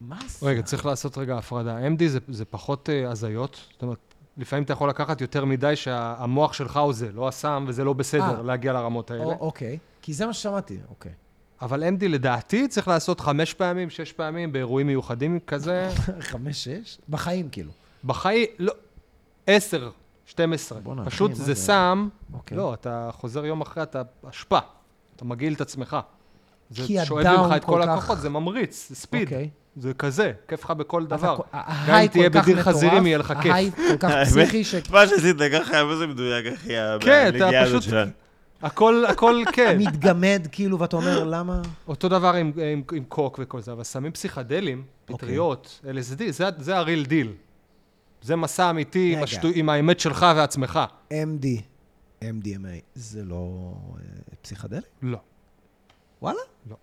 [SPEAKER 1] מה זה?
[SPEAKER 3] רגע, צריך לעשות רגע הפרדה. MD זה, זה פחות אה, הזיות. זאת אומרת, לפעמים אתה יכול לקחת יותר מדי שהמוח שלך הוא זה, לא הסם, וזה לא בסדר
[SPEAKER 1] אה.
[SPEAKER 3] להגיע לרמות האלה.
[SPEAKER 1] או, אוקיי, כי זה מה ששמעתי, אוקיי.
[SPEAKER 3] אבל MD לדעתי צריך לעשות חמש פעמים, שש פעמים, באירועים מיוחדים כזה.
[SPEAKER 1] חמש, שש? בחיים, כאילו.
[SPEAKER 3] בחיי, לא, עשר, שתים עשרה.
[SPEAKER 1] בואנה, אחי,
[SPEAKER 3] פשוט
[SPEAKER 1] מה
[SPEAKER 3] זה
[SPEAKER 1] זה?
[SPEAKER 3] שם,
[SPEAKER 1] אוקיי.
[SPEAKER 3] לא, אתה חוזר יום אחרי, אתה אשפה. אתה מגעיל את עצמך.
[SPEAKER 1] כי
[SPEAKER 3] זה שואב
[SPEAKER 1] הדאון
[SPEAKER 3] ממך את
[SPEAKER 1] כל
[SPEAKER 3] כל
[SPEAKER 1] כך-
[SPEAKER 3] הכוחות, זה ממריץ, זה ספיד.
[SPEAKER 1] אוקיי.
[SPEAKER 3] זה כזה, כיף לך בכל
[SPEAKER 1] אתה
[SPEAKER 3] דבר.
[SPEAKER 1] כל-
[SPEAKER 3] גם
[SPEAKER 1] ההיי
[SPEAKER 3] אם תהיה
[SPEAKER 1] כל כך
[SPEAKER 3] בדיר
[SPEAKER 1] מטורף,
[SPEAKER 3] חזירים, יהיה לך כיף.
[SPEAKER 1] ההיי כל כך
[SPEAKER 2] האמת,
[SPEAKER 1] פסיכי ש...
[SPEAKER 2] מה שעשית ככה, אבל זה מדויק, אחי,
[SPEAKER 3] כן, אתה
[SPEAKER 2] הנגיעה הזאת
[SPEAKER 3] פשוט-
[SPEAKER 2] שלנו.
[SPEAKER 3] הכל, הכל כן.
[SPEAKER 1] מתגמד, כאילו, ואתה אומר, למה?
[SPEAKER 3] אותו דבר עם, עם, עם קוק וכל זה, אבל סמים פסיכדלים,
[SPEAKER 1] אוקיי.
[SPEAKER 3] פטריות, LSD, זה, זה הריל דיל. זה מסע אמיתי עם,
[SPEAKER 1] רגע.
[SPEAKER 3] השטו, עם האמת שלך ועצמך.
[SPEAKER 1] MD, MDMA, זה לא אה, פסיכדלי?
[SPEAKER 3] לא.
[SPEAKER 1] וואלה?
[SPEAKER 3] לא.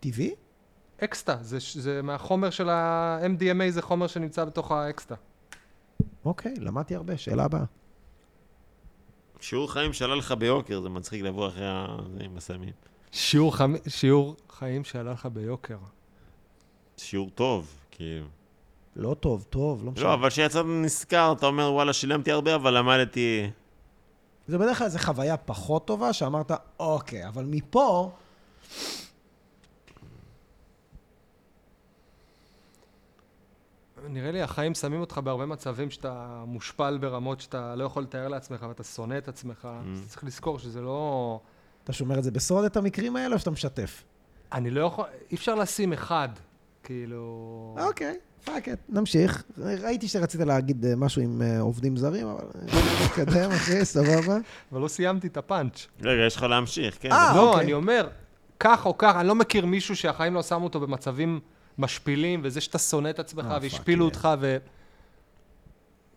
[SPEAKER 1] טבעי?
[SPEAKER 3] אקסטה, זה, ש- זה מהחומר של ה-MDMA, זה חומר שנמצא בתוך האקסטה.
[SPEAKER 1] אוקיי, למדתי הרבה, שאלה הבאה.
[SPEAKER 2] שיעור חיים שעלה לך ביוקר, זה מצחיק לבוא אחרי ה... זה עם הסמים.
[SPEAKER 3] שיעור, חמ... שיעור חיים שעלה לך ביוקר.
[SPEAKER 2] שיעור טוב, כאילו.
[SPEAKER 1] לא טוב, טוב, לא משנה.
[SPEAKER 2] לא, אבל כשיצאת נשכר, אתה אומר, וואלה, שילמתי הרבה, אבל למדתי...
[SPEAKER 1] זה בדרך כלל איזו חוויה פחות טובה, שאמרת, אוקיי, אבל מפה...
[SPEAKER 3] נראה לי החיים שמים אותך בהרבה מצבים שאתה מושפל ברמות שאתה לא יכול לתאר לעצמך ואתה שונא את עצמך. אז צריך לזכור שזה לא...
[SPEAKER 1] אתה שומר את זה בסוד, את המקרים האלה, או שאתה משתף?
[SPEAKER 3] אני לא יכול... אי אפשר לשים אחד, כאילו...
[SPEAKER 1] אוקיי, פאק את, נמשיך. ראיתי שרצית להגיד אה, משהו עם אה, עובדים זרים, אבל... אה, נתקדם, אחי, סבבה.
[SPEAKER 3] אבל לא סיימתי את הפאנץ'.
[SPEAKER 2] רגע, יש לך להמשיך, כן.
[SPEAKER 1] אה,
[SPEAKER 3] לא,
[SPEAKER 1] אוקיי.
[SPEAKER 3] אני אומר, כך או כך, אני לא מכיר מישהו שהחיים לא שמו אותו במצבים משפילים, וזה שאתה שונא את עצמך,
[SPEAKER 1] אה,
[SPEAKER 3] והשפילו
[SPEAKER 1] fuck
[SPEAKER 3] אותך, ו...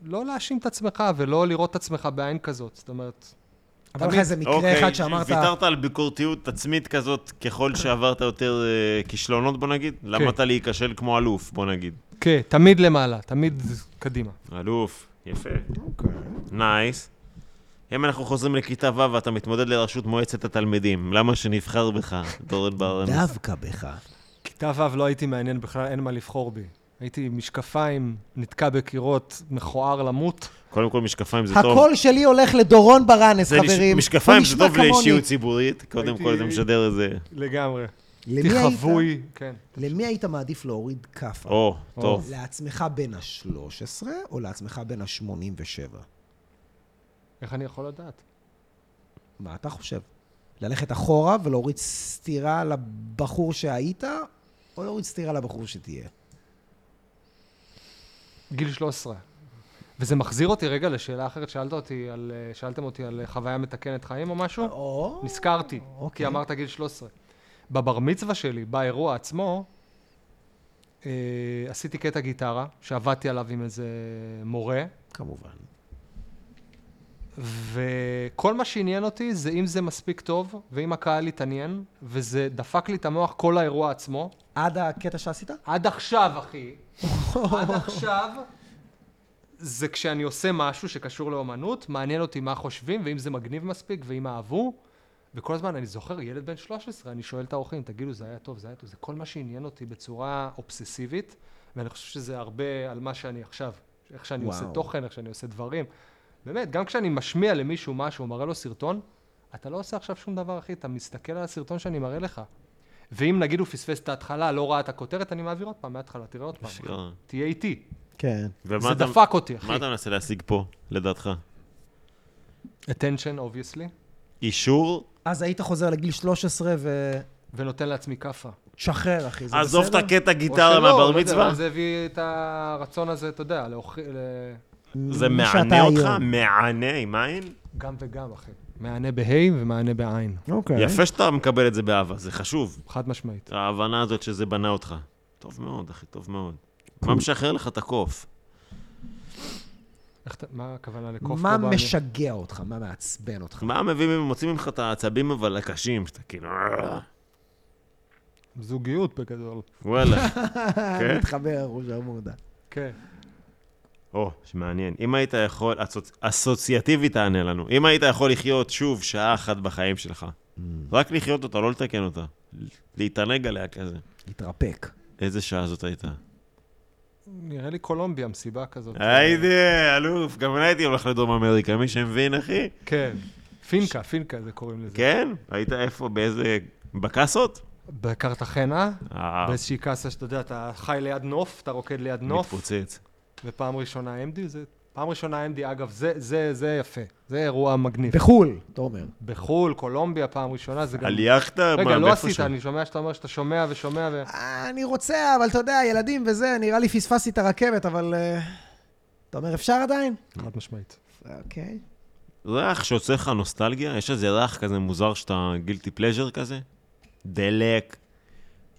[SPEAKER 3] לא להאשים את עצמך, ולא לראות את עצמך בעין כזאת. זאת אומרת,
[SPEAKER 1] אבל לך
[SPEAKER 3] תמיד-
[SPEAKER 1] איזה מקרה
[SPEAKER 2] אוקיי,
[SPEAKER 1] אחד שאמרת...
[SPEAKER 2] ויתרת על ביקורתיות עצמית כזאת ככל שעברת יותר אה, כישלונות, בוא נגיד?
[SPEAKER 1] כן.
[SPEAKER 2] למדת להיכשל כמו אלוף, בוא נגיד.
[SPEAKER 3] כן, תמיד למעלה, תמיד קדימה.
[SPEAKER 2] אלוף, יפה.
[SPEAKER 1] אוקיי.
[SPEAKER 2] נייס. אם אנחנו חוזרים לכיתה ו' ואתה מתמודד לראשות מועצת התלמידים, למה שנבחר בך, דורון ברנס?
[SPEAKER 1] דווקא בך.
[SPEAKER 3] כיתה ו' לא הייתי מעניין בכלל, אין מה לבחור בי. הייתי עם משקפיים, נתקע בקירות, מכוער למות.
[SPEAKER 2] קודם כל, משקפיים זה טוב.
[SPEAKER 1] הקול שלי הולך לדורון ברנס,
[SPEAKER 2] זה נש-
[SPEAKER 1] חברים.
[SPEAKER 2] משקפיים
[SPEAKER 1] הוא
[SPEAKER 2] זה
[SPEAKER 1] נשמע
[SPEAKER 2] טוב
[SPEAKER 1] כמוני. אוקיי.
[SPEAKER 2] לאישיות ציבורית, קודם
[SPEAKER 3] הייתי-
[SPEAKER 2] כל זה משדר איזה...
[SPEAKER 3] לגמרי.
[SPEAKER 1] למי
[SPEAKER 3] הייתי
[SPEAKER 1] היית-
[SPEAKER 3] חבוי, כן.
[SPEAKER 1] למי היית מעדיף להוריד כאפה?
[SPEAKER 2] או, טוב.
[SPEAKER 1] לעצמך בין ה-13 או לעצמך בין ה-87?
[SPEAKER 3] איך אני יכול לדעת?
[SPEAKER 1] מה אתה חושב? ללכת אחורה ולהוריד סטירה לבחור שהיית, או להוריד סטירה לבחור שתהיה?
[SPEAKER 3] גיל 13. וזה מחזיר אותי רגע לשאלה אחרת, שאלת אותי על, אה, שאלתם אותי על אה, חוויה מתקנת חיים או משהו?
[SPEAKER 1] או...
[SPEAKER 3] נזכרתי,
[SPEAKER 1] אוקיי.
[SPEAKER 3] כי אמרת גיל 13. בבר מצווה שלי, באירוע עצמו, אה, עשיתי קטע גיטרה, שעבדתי עליו עם איזה מורה,
[SPEAKER 1] כמובן.
[SPEAKER 3] וכל מה שעניין אותי זה אם זה מספיק טוב, ואם הקהל התעניין, וזה דפק לי את המוח כל האירוע עצמו.
[SPEAKER 1] עד הקטע שעשית?
[SPEAKER 3] עד עכשיו, אחי, עד עכשיו, זה כשאני עושה משהו שקשור לאומנות, מעניין אותי מה חושבים, ואם זה מגניב מספיק, ואם אהבו. וכל הזמן, אני זוכר, ילד בן 13, אני שואל את האורחים, תגידו, זה היה טוב, זה היה טוב, זה כל מה שעניין אותי בצורה אובססיבית, ואני חושב שזה הרבה על מה שאני עכשיו, איך שאני
[SPEAKER 1] וואו.
[SPEAKER 3] עושה תוכן, איך שאני עושה דברים. באמת, גם כשאני משמיע למישהו משהו, מראה לו סרטון, אתה לא עושה עכשיו שום דבר, אחי, אתה מסתכל על הסרטון שאני מראה לך. ואם נגיד הוא פספס את ההתחלה, לא ראה את הכותרת, אני מעביר עוד פעם מההתחלה, תראה עוד פעם.
[SPEAKER 2] אשכרה.
[SPEAKER 3] תהיה איתי.
[SPEAKER 1] כן.
[SPEAKER 2] ומה
[SPEAKER 3] זה
[SPEAKER 2] אתה-
[SPEAKER 3] דפק אותי, אחי.
[SPEAKER 2] מה אתה מנסה להשיג פה, לדעתך?
[SPEAKER 3] attention, obviously,
[SPEAKER 2] אישור?
[SPEAKER 1] אז היית חוזר לגיל 13 ושחרר,
[SPEAKER 3] ונותן לעצמי כאפה.
[SPEAKER 1] אחי, זה בסדר?
[SPEAKER 2] עזוב את הקטע
[SPEAKER 3] או
[SPEAKER 2] גיטרה
[SPEAKER 3] שלא,
[SPEAKER 2] מהבר
[SPEAKER 3] לא יודע,
[SPEAKER 2] מצווה?
[SPEAKER 3] אבל זה הביא את הרצון הזה, אתה יודע, להוכיח...
[SPEAKER 2] זה
[SPEAKER 1] מי שאתה
[SPEAKER 2] מענה אותך?
[SPEAKER 1] היום.
[SPEAKER 2] מענה עם עין?
[SPEAKER 3] גם וגם, אחי. מענה בה' ומענה בעין.
[SPEAKER 1] אוקיי.
[SPEAKER 2] יפה שאתה מקבל את זה באהבה, זה חשוב.
[SPEAKER 3] חד משמעית.
[SPEAKER 2] ההבנה הזאת שזה בנה אותך. טוב מאוד, אחי, טוב מאוד. מה משחרר לך את הקוף?
[SPEAKER 3] איך אתה- מה הכוונה לקוף
[SPEAKER 1] מה
[SPEAKER 3] פה
[SPEAKER 1] משגע אותך? מה מעצבן אותך?
[SPEAKER 2] מה מביאים, מוצאים ממך את העצבים אבל הקשים, שאתה כאילו... "אה".
[SPEAKER 3] בנו? זוגיות בגדול.
[SPEAKER 2] וואלה.
[SPEAKER 1] אוקיי.
[SPEAKER 2] כן?
[SPEAKER 1] אה, מתחבר, ראש המורדה.
[SPEAKER 3] כן.
[SPEAKER 2] או, שמעניין. אם היית יכול, אסוצ... אסוציאטיבית תענה לנו. אם היית יכול לחיות שוב שעה אחת בחיים שלך, רק לחיות אותה, לא לתקן אותה. להתענג עליה כזה.
[SPEAKER 1] התרפק.
[SPEAKER 2] איזה שעה זאת הייתה?
[SPEAKER 3] נראה לי קולומביה, מסיבה כזאת.
[SPEAKER 2] אה? היידה, אלוף, גם אני הייתי הולך לדרום אמריקה, מי שמבין, אחי.
[SPEAKER 3] כן. פינקה, פינקה זה קוראים לזה.
[SPEAKER 2] כן? היית איפה, באיזה בקאסות?
[SPEAKER 3] בקרטחנה,
[SPEAKER 2] אה,
[SPEAKER 3] באיזושהי קאסה שאתה יודע, אתה חי ליד נוף, אתה רוקד ליד נוף,
[SPEAKER 2] לא מתפוצץ.
[SPEAKER 3] ופעם ראשונה אמדי, זה... פעם ראשונה אמדי, אגב, זה, זה, זה יפה. זה אירוע מגניב.
[SPEAKER 1] בחו"ל, תומר.
[SPEAKER 3] בחו"ל, קולומביה, פעם ראשונה, זה גם...
[SPEAKER 2] על יאכטה?
[SPEAKER 3] רגע,
[SPEAKER 2] מה,
[SPEAKER 3] לא
[SPEAKER 2] מאיפה
[SPEAKER 3] עשית,
[SPEAKER 2] שם?
[SPEAKER 3] אני שומע שאתה אומר שאתה שומע ושומע ו...
[SPEAKER 1] אה, אני רוצה, אבל אתה יודע, ילדים וזה, נראה לי פספסתי את הרכבת, אבל... אה, אתה אומר, אפשר עדיין?
[SPEAKER 3] חד משמעית.
[SPEAKER 1] אוקיי.
[SPEAKER 2] ריח שעושה לך נוסטלגיה? יש איזה ריח כזה מוזר שאתה גילטי פלז'ר כזה? דלק,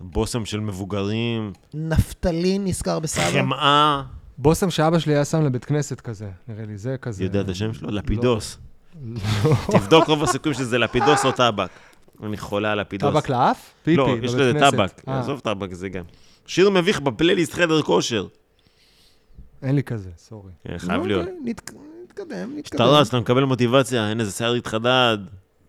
[SPEAKER 2] בושם של מבוגרים,
[SPEAKER 1] נפתלין נזכר בסבא.
[SPEAKER 2] חמאה.
[SPEAKER 3] בושם שאבא שלי היה שם לבית כנסת כזה, נראה לי, זה כזה.
[SPEAKER 2] יודע את השם שלו? לפידוס.
[SPEAKER 3] לא.
[SPEAKER 2] תבדוק רוב הסיכויים שזה לפידוס או טבק. אני חולה על לפידוס.
[SPEAKER 3] טבק לאף? פיפי,
[SPEAKER 2] לא,
[SPEAKER 3] בבית
[SPEAKER 2] יש לזה
[SPEAKER 3] כנסת.
[SPEAKER 2] טבק.
[SPEAKER 3] אה,
[SPEAKER 2] עזוב טבק זה גם. שיר מביך בפלייליסט חדר כושר.
[SPEAKER 3] אין לי כזה, סורי.
[SPEAKER 2] כן, חייב להיות.
[SPEAKER 1] אוקיי, נת- נתקדם,
[SPEAKER 2] אתה
[SPEAKER 1] נתקדם.
[SPEAKER 2] רץ, אתה מקבל מוטיבציה, אין איזה שיער התחדד.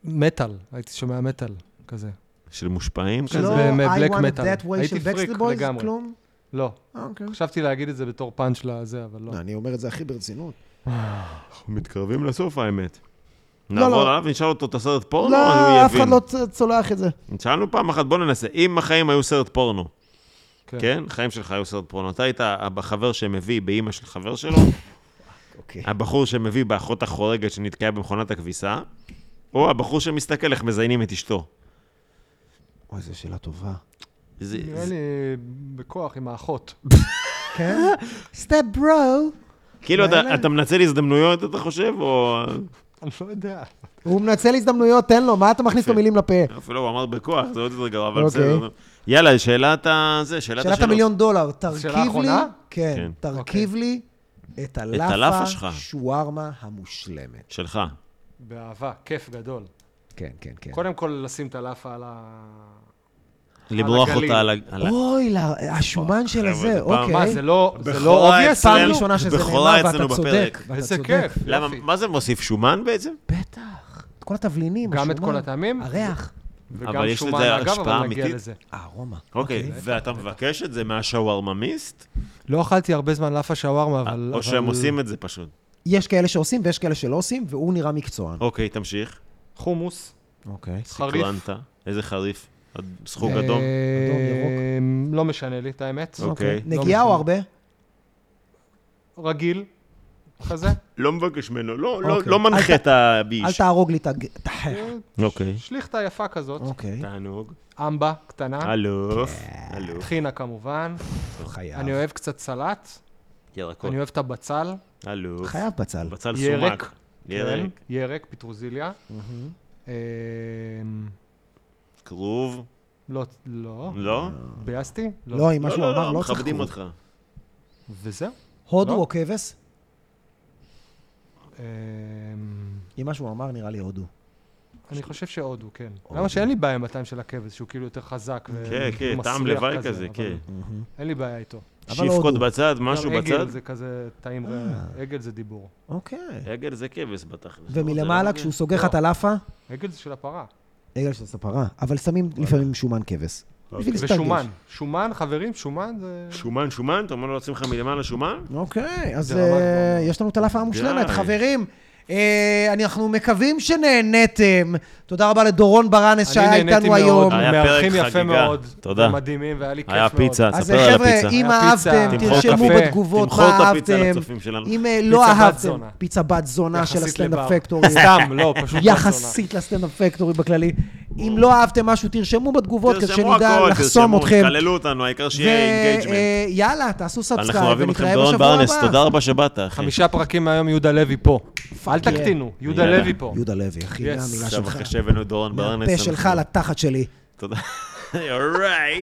[SPEAKER 3] מטאל, הייתי שומע מטאל, כזה.
[SPEAKER 2] של מושפעים
[SPEAKER 1] לא,
[SPEAKER 2] כזה?
[SPEAKER 3] ב-
[SPEAKER 1] I
[SPEAKER 3] black
[SPEAKER 1] want it
[SPEAKER 3] metal.
[SPEAKER 1] that way
[SPEAKER 3] הייתי
[SPEAKER 1] של
[SPEAKER 3] פריק
[SPEAKER 1] Backstreet Boys?
[SPEAKER 3] לגמרי.
[SPEAKER 1] כלום?
[SPEAKER 3] לא,
[SPEAKER 1] אה, אוקיי.
[SPEAKER 3] חשבתי להגיד את זה בתור פאנץ' לזה, אבל לא.
[SPEAKER 1] אני אומר את זה הכי ברצינות.
[SPEAKER 2] אנחנו מתקרבים לסוף האמת.
[SPEAKER 1] לא,
[SPEAKER 2] נעבור
[SPEAKER 1] לא.
[SPEAKER 2] עליו, נשאל אותו את הסרט פורנו,
[SPEAKER 1] לא,
[SPEAKER 2] אז הוא
[SPEAKER 1] אף אחד
[SPEAKER 2] יבין.
[SPEAKER 1] לא צ- צולח את זה.
[SPEAKER 2] שאלנו פעם אחת, בוא ננסה, אם החיים היו סרט פורנו,
[SPEAKER 3] כן.
[SPEAKER 2] כן? החיים שלך היו סרט פורנו. אתה היית החבר שמביא באימא של חבר שלו,
[SPEAKER 1] אוקיי.
[SPEAKER 2] הבחור שמביא באחות החורגת שנתקעה במכונת הכביסה, או הבחור שמסתכל איך מזיינים את אשתו.
[SPEAKER 1] אוי, זו שאלה טובה.
[SPEAKER 2] זה-
[SPEAKER 3] נראה
[SPEAKER 2] זה-
[SPEAKER 3] לי בכוח עם האחות.
[SPEAKER 1] כן? סטאפ ברו.
[SPEAKER 2] כאילו, אתה-
[SPEAKER 1] מעניין.
[SPEAKER 2] אתה מנצל הזדמנויות, אתה חושב, או...
[SPEAKER 3] אני לא יודע.
[SPEAKER 1] הוא מנצל הזדמנויות, תן לו, מה אתה מכניס לו מילים לפה?
[SPEAKER 2] אפילו הוא אמר בכוח, זה עוד יותר גרוע, אבל
[SPEAKER 1] אוקיי.
[SPEAKER 2] בסדר. נו. יאללה, שאלת ה... זה, שאלת
[SPEAKER 1] שאלת
[SPEAKER 2] השאלות.
[SPEAKER 1] המיליון דולר, תרכיב
[SPEAKER 3] שאלה
[SPEAKER 1] לי,
[SPEAKER 3] אחרונה?
[SPEAKER 1] כן,
[SPEAKER 2] כן.
[SPEAKER 1] תרכיב לי את
[SPEAKER 2] הלאפה
[SPEAKER 1] הלאפה
[SPEAKER 2] שלך.
[SPEAKER 1] שווארמה המושלמת.
[SPEAKER 2] שלך.
[SPEAKER 3] באהבה, כיף גדול.
[SPEAKER 1] כן, כן, כן.
[SPEAKER 3] קודם כל, לשים את הלאפה על ה...
[SPEAKER 2] לברוח
[SPEAKER 3] הגליל.
[SPEAKER 2] אותה על ה- על ה...
[SPEAKER 1] אוי, לה- השומן של
[SPEAKER 2] חבר'ה,
[SPEAKER 1] הזה,
[SPEAKER 2] זה פעם-
[SPEAKER 1] אוקיי.
[SPEAKER 3] מה, זה לא... זה
[SPEAKER 2] בכורה
[SPEAKER 3] לא obvious?
[SPEAKER 2] אצלנו.
[SPEAKER 1] פעם ראשונה שזה
[SPEAKER 2] בכורה
[SPEAKER 1] נאמר,
[SPEAKER 2] אצלנו
[SPEAKER 1] ואתה צודק.
[SPEAKER 2] בפרק.
[SPEAKER 1] ואתה
[SPEAKER 3] איזה
[SPEAKER 1] צודק.
[SPEAKER 3] כיף.
[SPEAKER 2] למה,
[SPEAKER 3] יופי.
[SPEAKER 2] מה זה מוסיף? שומן בעצם?
[SPEAKER 1] בטח. את כל התבלינים,
[SPEAKER 3] גם
[SPEAKER 1] השומן.
[SPEAKER 3] את כל הטעמים?
[SPEAKER 1] הריח.
[SPEAKER 3] וגם
[SPEAKER 2] אבל יש
[SPEAKER 3] שומן,
[SPEAKER 2] לזה
[SPEAKER 3] אגב,
[SPEAKER 2] השפעה
[SPEAKER 3] אבל נגיע
[SPEAKER 2] אמיתית?
[SPEAKER 3] לזה.
[SPEAKER 1] הארומה.
[SPEAKER 2] אוקיי, ואתה מבקש את זה מהשווארממיסט?
[SPEAKER 3] לא אכלתי הרבה זמן לאפה שווארמה, אבל...
[SPEAKER 2] או שהם עושים את זה פשוט.
[SPEAKER 1] יש כאלה שעושים ויש כאלה שלא עושים, והוא נראה מקצוען.
[SPEAKER 2] אוקיי, תמשיך.
[SPEAKER 3] חומוס.
[SPEAKER 1] אוקיי.
[SPEAKER 3] חריף.
[SPEAKER 2] סקרנת. איזה חריף? סחוג אדום?
[SPEAKER 1] אדום, ירוק.
[SPEAKER 3] אה, לא משנה לי, את האמת. לא
[SPEAKER 2] אוקיי.
[SPEAKER 1] נגיעה או
[SPEAKER 3] משנה.
[SPEAKER 1] הרבה?
[SPEAKER 3] רגיל, כזה.
[SPEAKER 2] לא מבקש ממנו, לא- לא-
[SPEAKER 1] אוקיי.
[SPEAKER 2] לא מנחה
[SPEAKER 1] אל ת-
[SPEAKER 2] את
[SPEAKER 1] אל
[SPEAKER 2] הביש.
[SPEAKER 1] תהרוג לי את הג... את החך.
[SPEAKER 2] אוקיי.
[SPEAKER 3] שליכטה יפה כזאת,
[SPEAKER 1] אוקיי.
[SPEAKER 2] תענוג.
[SPEAKER 3] אמבה קטנה,
[SPEAKER 2] אלוף. אלוף.
[SPEAKER 3] טחינה כמובן.
[SPEAKER 1] חייב.
[SPEAKER 3] אני אוהב קצת סלט,
[SPEAKER 2] ירקות.
[SPEAKER 3] אני אוהב את הבצל,
[SPEAKER 2] אלוף.
[SPEAKER 1] חייב בצל.
[SPEAKER 2] בצל
[SPEAKER 3] ירק.
[SPEAKER 2] סומק.
[SPEAKER 3] כן,
[SPEAKER 2] ירק.
[SPEAKER 3] ירק, פטרוזיליה. אמ,
[SPEAKER 2] כרוב.
[SPEAKER 3] לא, לא,
[SPEAKER 2] לא?
[SPEAKER 3] ביאסתי?
[SPEAKER 1] לא, אם מה שהוא
[SPEAKER 2] לא,
[SPEAKER 1] אמר,
[SPEAKER 2] לא,
[SPEAKER 1] לא צריך...
[SPEAKER 2] מכבדים אותך.
[SPEAKER 3] וזהו.
[SPEAKER 1] הודו
[SPEAKER 3] לא?
[SPEAKER 1] או כבש?
[SPEAKER 3] אמ,
[SPEAKER 1] אם מה שהוא אמר, נראה לי הודו.
[SPEAKER 3] אני חושב שהודו, כן. למה שאין לי בעיה עם הטעם של הכבש, שהוא כאילו יותר חזק
[SPEAKER 2] כן,
[SPEAKER 3] ומסריח
[SPEAKER 2] כן,
[SPEAKER 3] כזה.
[SPEAKER 2] טעם לוואי כזה,
[SPEAKER 3] אבל
[SPEAKER 2] כן.
[SPEAKER 3] אין לי בעיה איתו.
[SPEAKER 1] אבל לא
[SPEAKER 2] שיפקוד
[SPEAKER 1] הודו.
[SPEAKER 2] בצד, משהו
[SPEAKER 3] גם
[SPEAKER 2] בצד. אה.
[SPEAKER 3] עגל זה כזה טעים, ר- עגל זה דיבור.
[SPEAKER 1] אוקיי.
[SPEAKER 2] עגל כן, זה כבש בתכלס. לא
[SPEAKER 1] ומלמעלה, כשהוא סוגר לך את הלאפה,
[SPEAKER 3] עגל זה של הפרה.
[SPEAKER 1] עגל של ספרה, אבל
[SPEAKER 2] לא
[SPEAKER 1] שמים לפעמים שומן כבש. בשביל להשתרגש.
[SPEAKER 3] ושומן. שומן, חברים, שומן זה...
[SPEAKER 2] שומן, שומן? אתה אומר לו לשים לך מלמעלה שומן?
[SPEAKER 1] אוקיי, אז
[SPEAKER 2] לא
[SPEAKER 3] זה רמה
[SPEAKER 1] אה,
[SPEAKER 3] גבוהה.
[SPEAKER 1] יש לנו את הלאפה המושלמת,
[SPEAKER 2] די.
[SPEAKER 1] חברים. אה, אנחנו מקווים שנהניתם. תודה רבה לדורון ברנס שהיה
[SPEAKER 3] אני נהניתי
[SPEAKER 1] איתנו
[SPEAKER 3] מאוד,
[SPEAKER 1] היום.
[SPEAKER 2] היה פרק
[SPEAKER 3] מארחים יפה
[SPEAKER 2] חגיגה.
[SPEAKER 3] מאוד.
[SPEAKER 2] תודה.
[SPEAKER 3] מדהימים, והיה לי כיף מאוד.
[SPEAKER 2] היה פיצה,
[SPEAKER 1] אז
[SPEAKER 2] ספר על
[SPEAKER 1] חבר'ה,
[SPEAKER 2] הפיצה.
[SPEAKER 1] אם
[SPEAKER 3] היה
[SPEAKER 1] אהבתם,
[SPEAKER 3] פיצה.
[SPEAKER 1] תרשמו
[SPEAKER 3] תמחא קפה.
[SPEAKER 1] בתגובות
[SPEAKER 2] תמחא
[SPEAKER 1] מה
[SPEAKER 2] את הפיצה
[SPEAKER 1] אהבתם.
[SPEAKER 2] לצופים שלנו.
[SPEAKER 1] אם אה, לא
[SPEAKER 3] פיצה בת
[SPEAKER 1] אהבתם,
[SPEAKER 3] זונה.
[SPEAKER 1] פיצה בת זונה של
[SPEAKER 3] יחסית
[SPEAKER 1] הסטנדאפ
[SPEAKER 3] לבר.
[SPEAKER 1] פקטורי.
[SPEAKER 3] סתם, לא, פשוט יחסית.
[SPEAKER 1] יחסית לסטנדאפ פקטורי בכללי. אם לא אהבתם משהו, תרשמו בתגובות כדי
[SPEAKER 2] תרשמו
[SPEAKER 1] שנדע
[SPEAKER 2] הכל,
[SPEAKER 1] לחסום
[SPEAKER 2] תרשמו,
[SPEAKER 1] אתכם. אה,
[SPEAKER 2] תקללו אותנו, העיקר שיהיה אינגייג'מנט.
[SPEAKER 1] ויאללה, תעשו
[SPEAKER 2] אנחנו
[SPEAKER 1] סאבסקייב
[SPEAKER 2] אוהבים
[SPEAKER 1] ונתראה
[SPEAKER 2] אתכם,
[SPEAKER 1] בשבוע
[SPEAKER 2] דורון
[SPEAKER 1] הבא.
[SPEAKER 2] ברנס, תודה רבה שבאת, אחי.
[SPEAKER 3] חמישה פרקים מהיום יהודה לוי פה. אל
[SPEAKER 1] yeah.
[SPEAKER 3] תקטינו, יהודה
[SPEAKER 2] יאללה.
[SPEAKER 3] לוי פה.
[SPEAKER 1] יהודה לוי, אחי,
[SPEAKER 3] Yes.
[SPEAKER 1] מהמילה
[SPEAKER 2] עכשיו
[SPEAKER 1] שלך.
[SPEAKER 2] אחרי שהבאנו את דורון ברנס.
[SPEAKER 1] מהפה שלך
[SPEAKER 2] אנחנו-
[SPEAKER 1] לתחת שלי.
[SPEAKER 2] תודה. אורייט.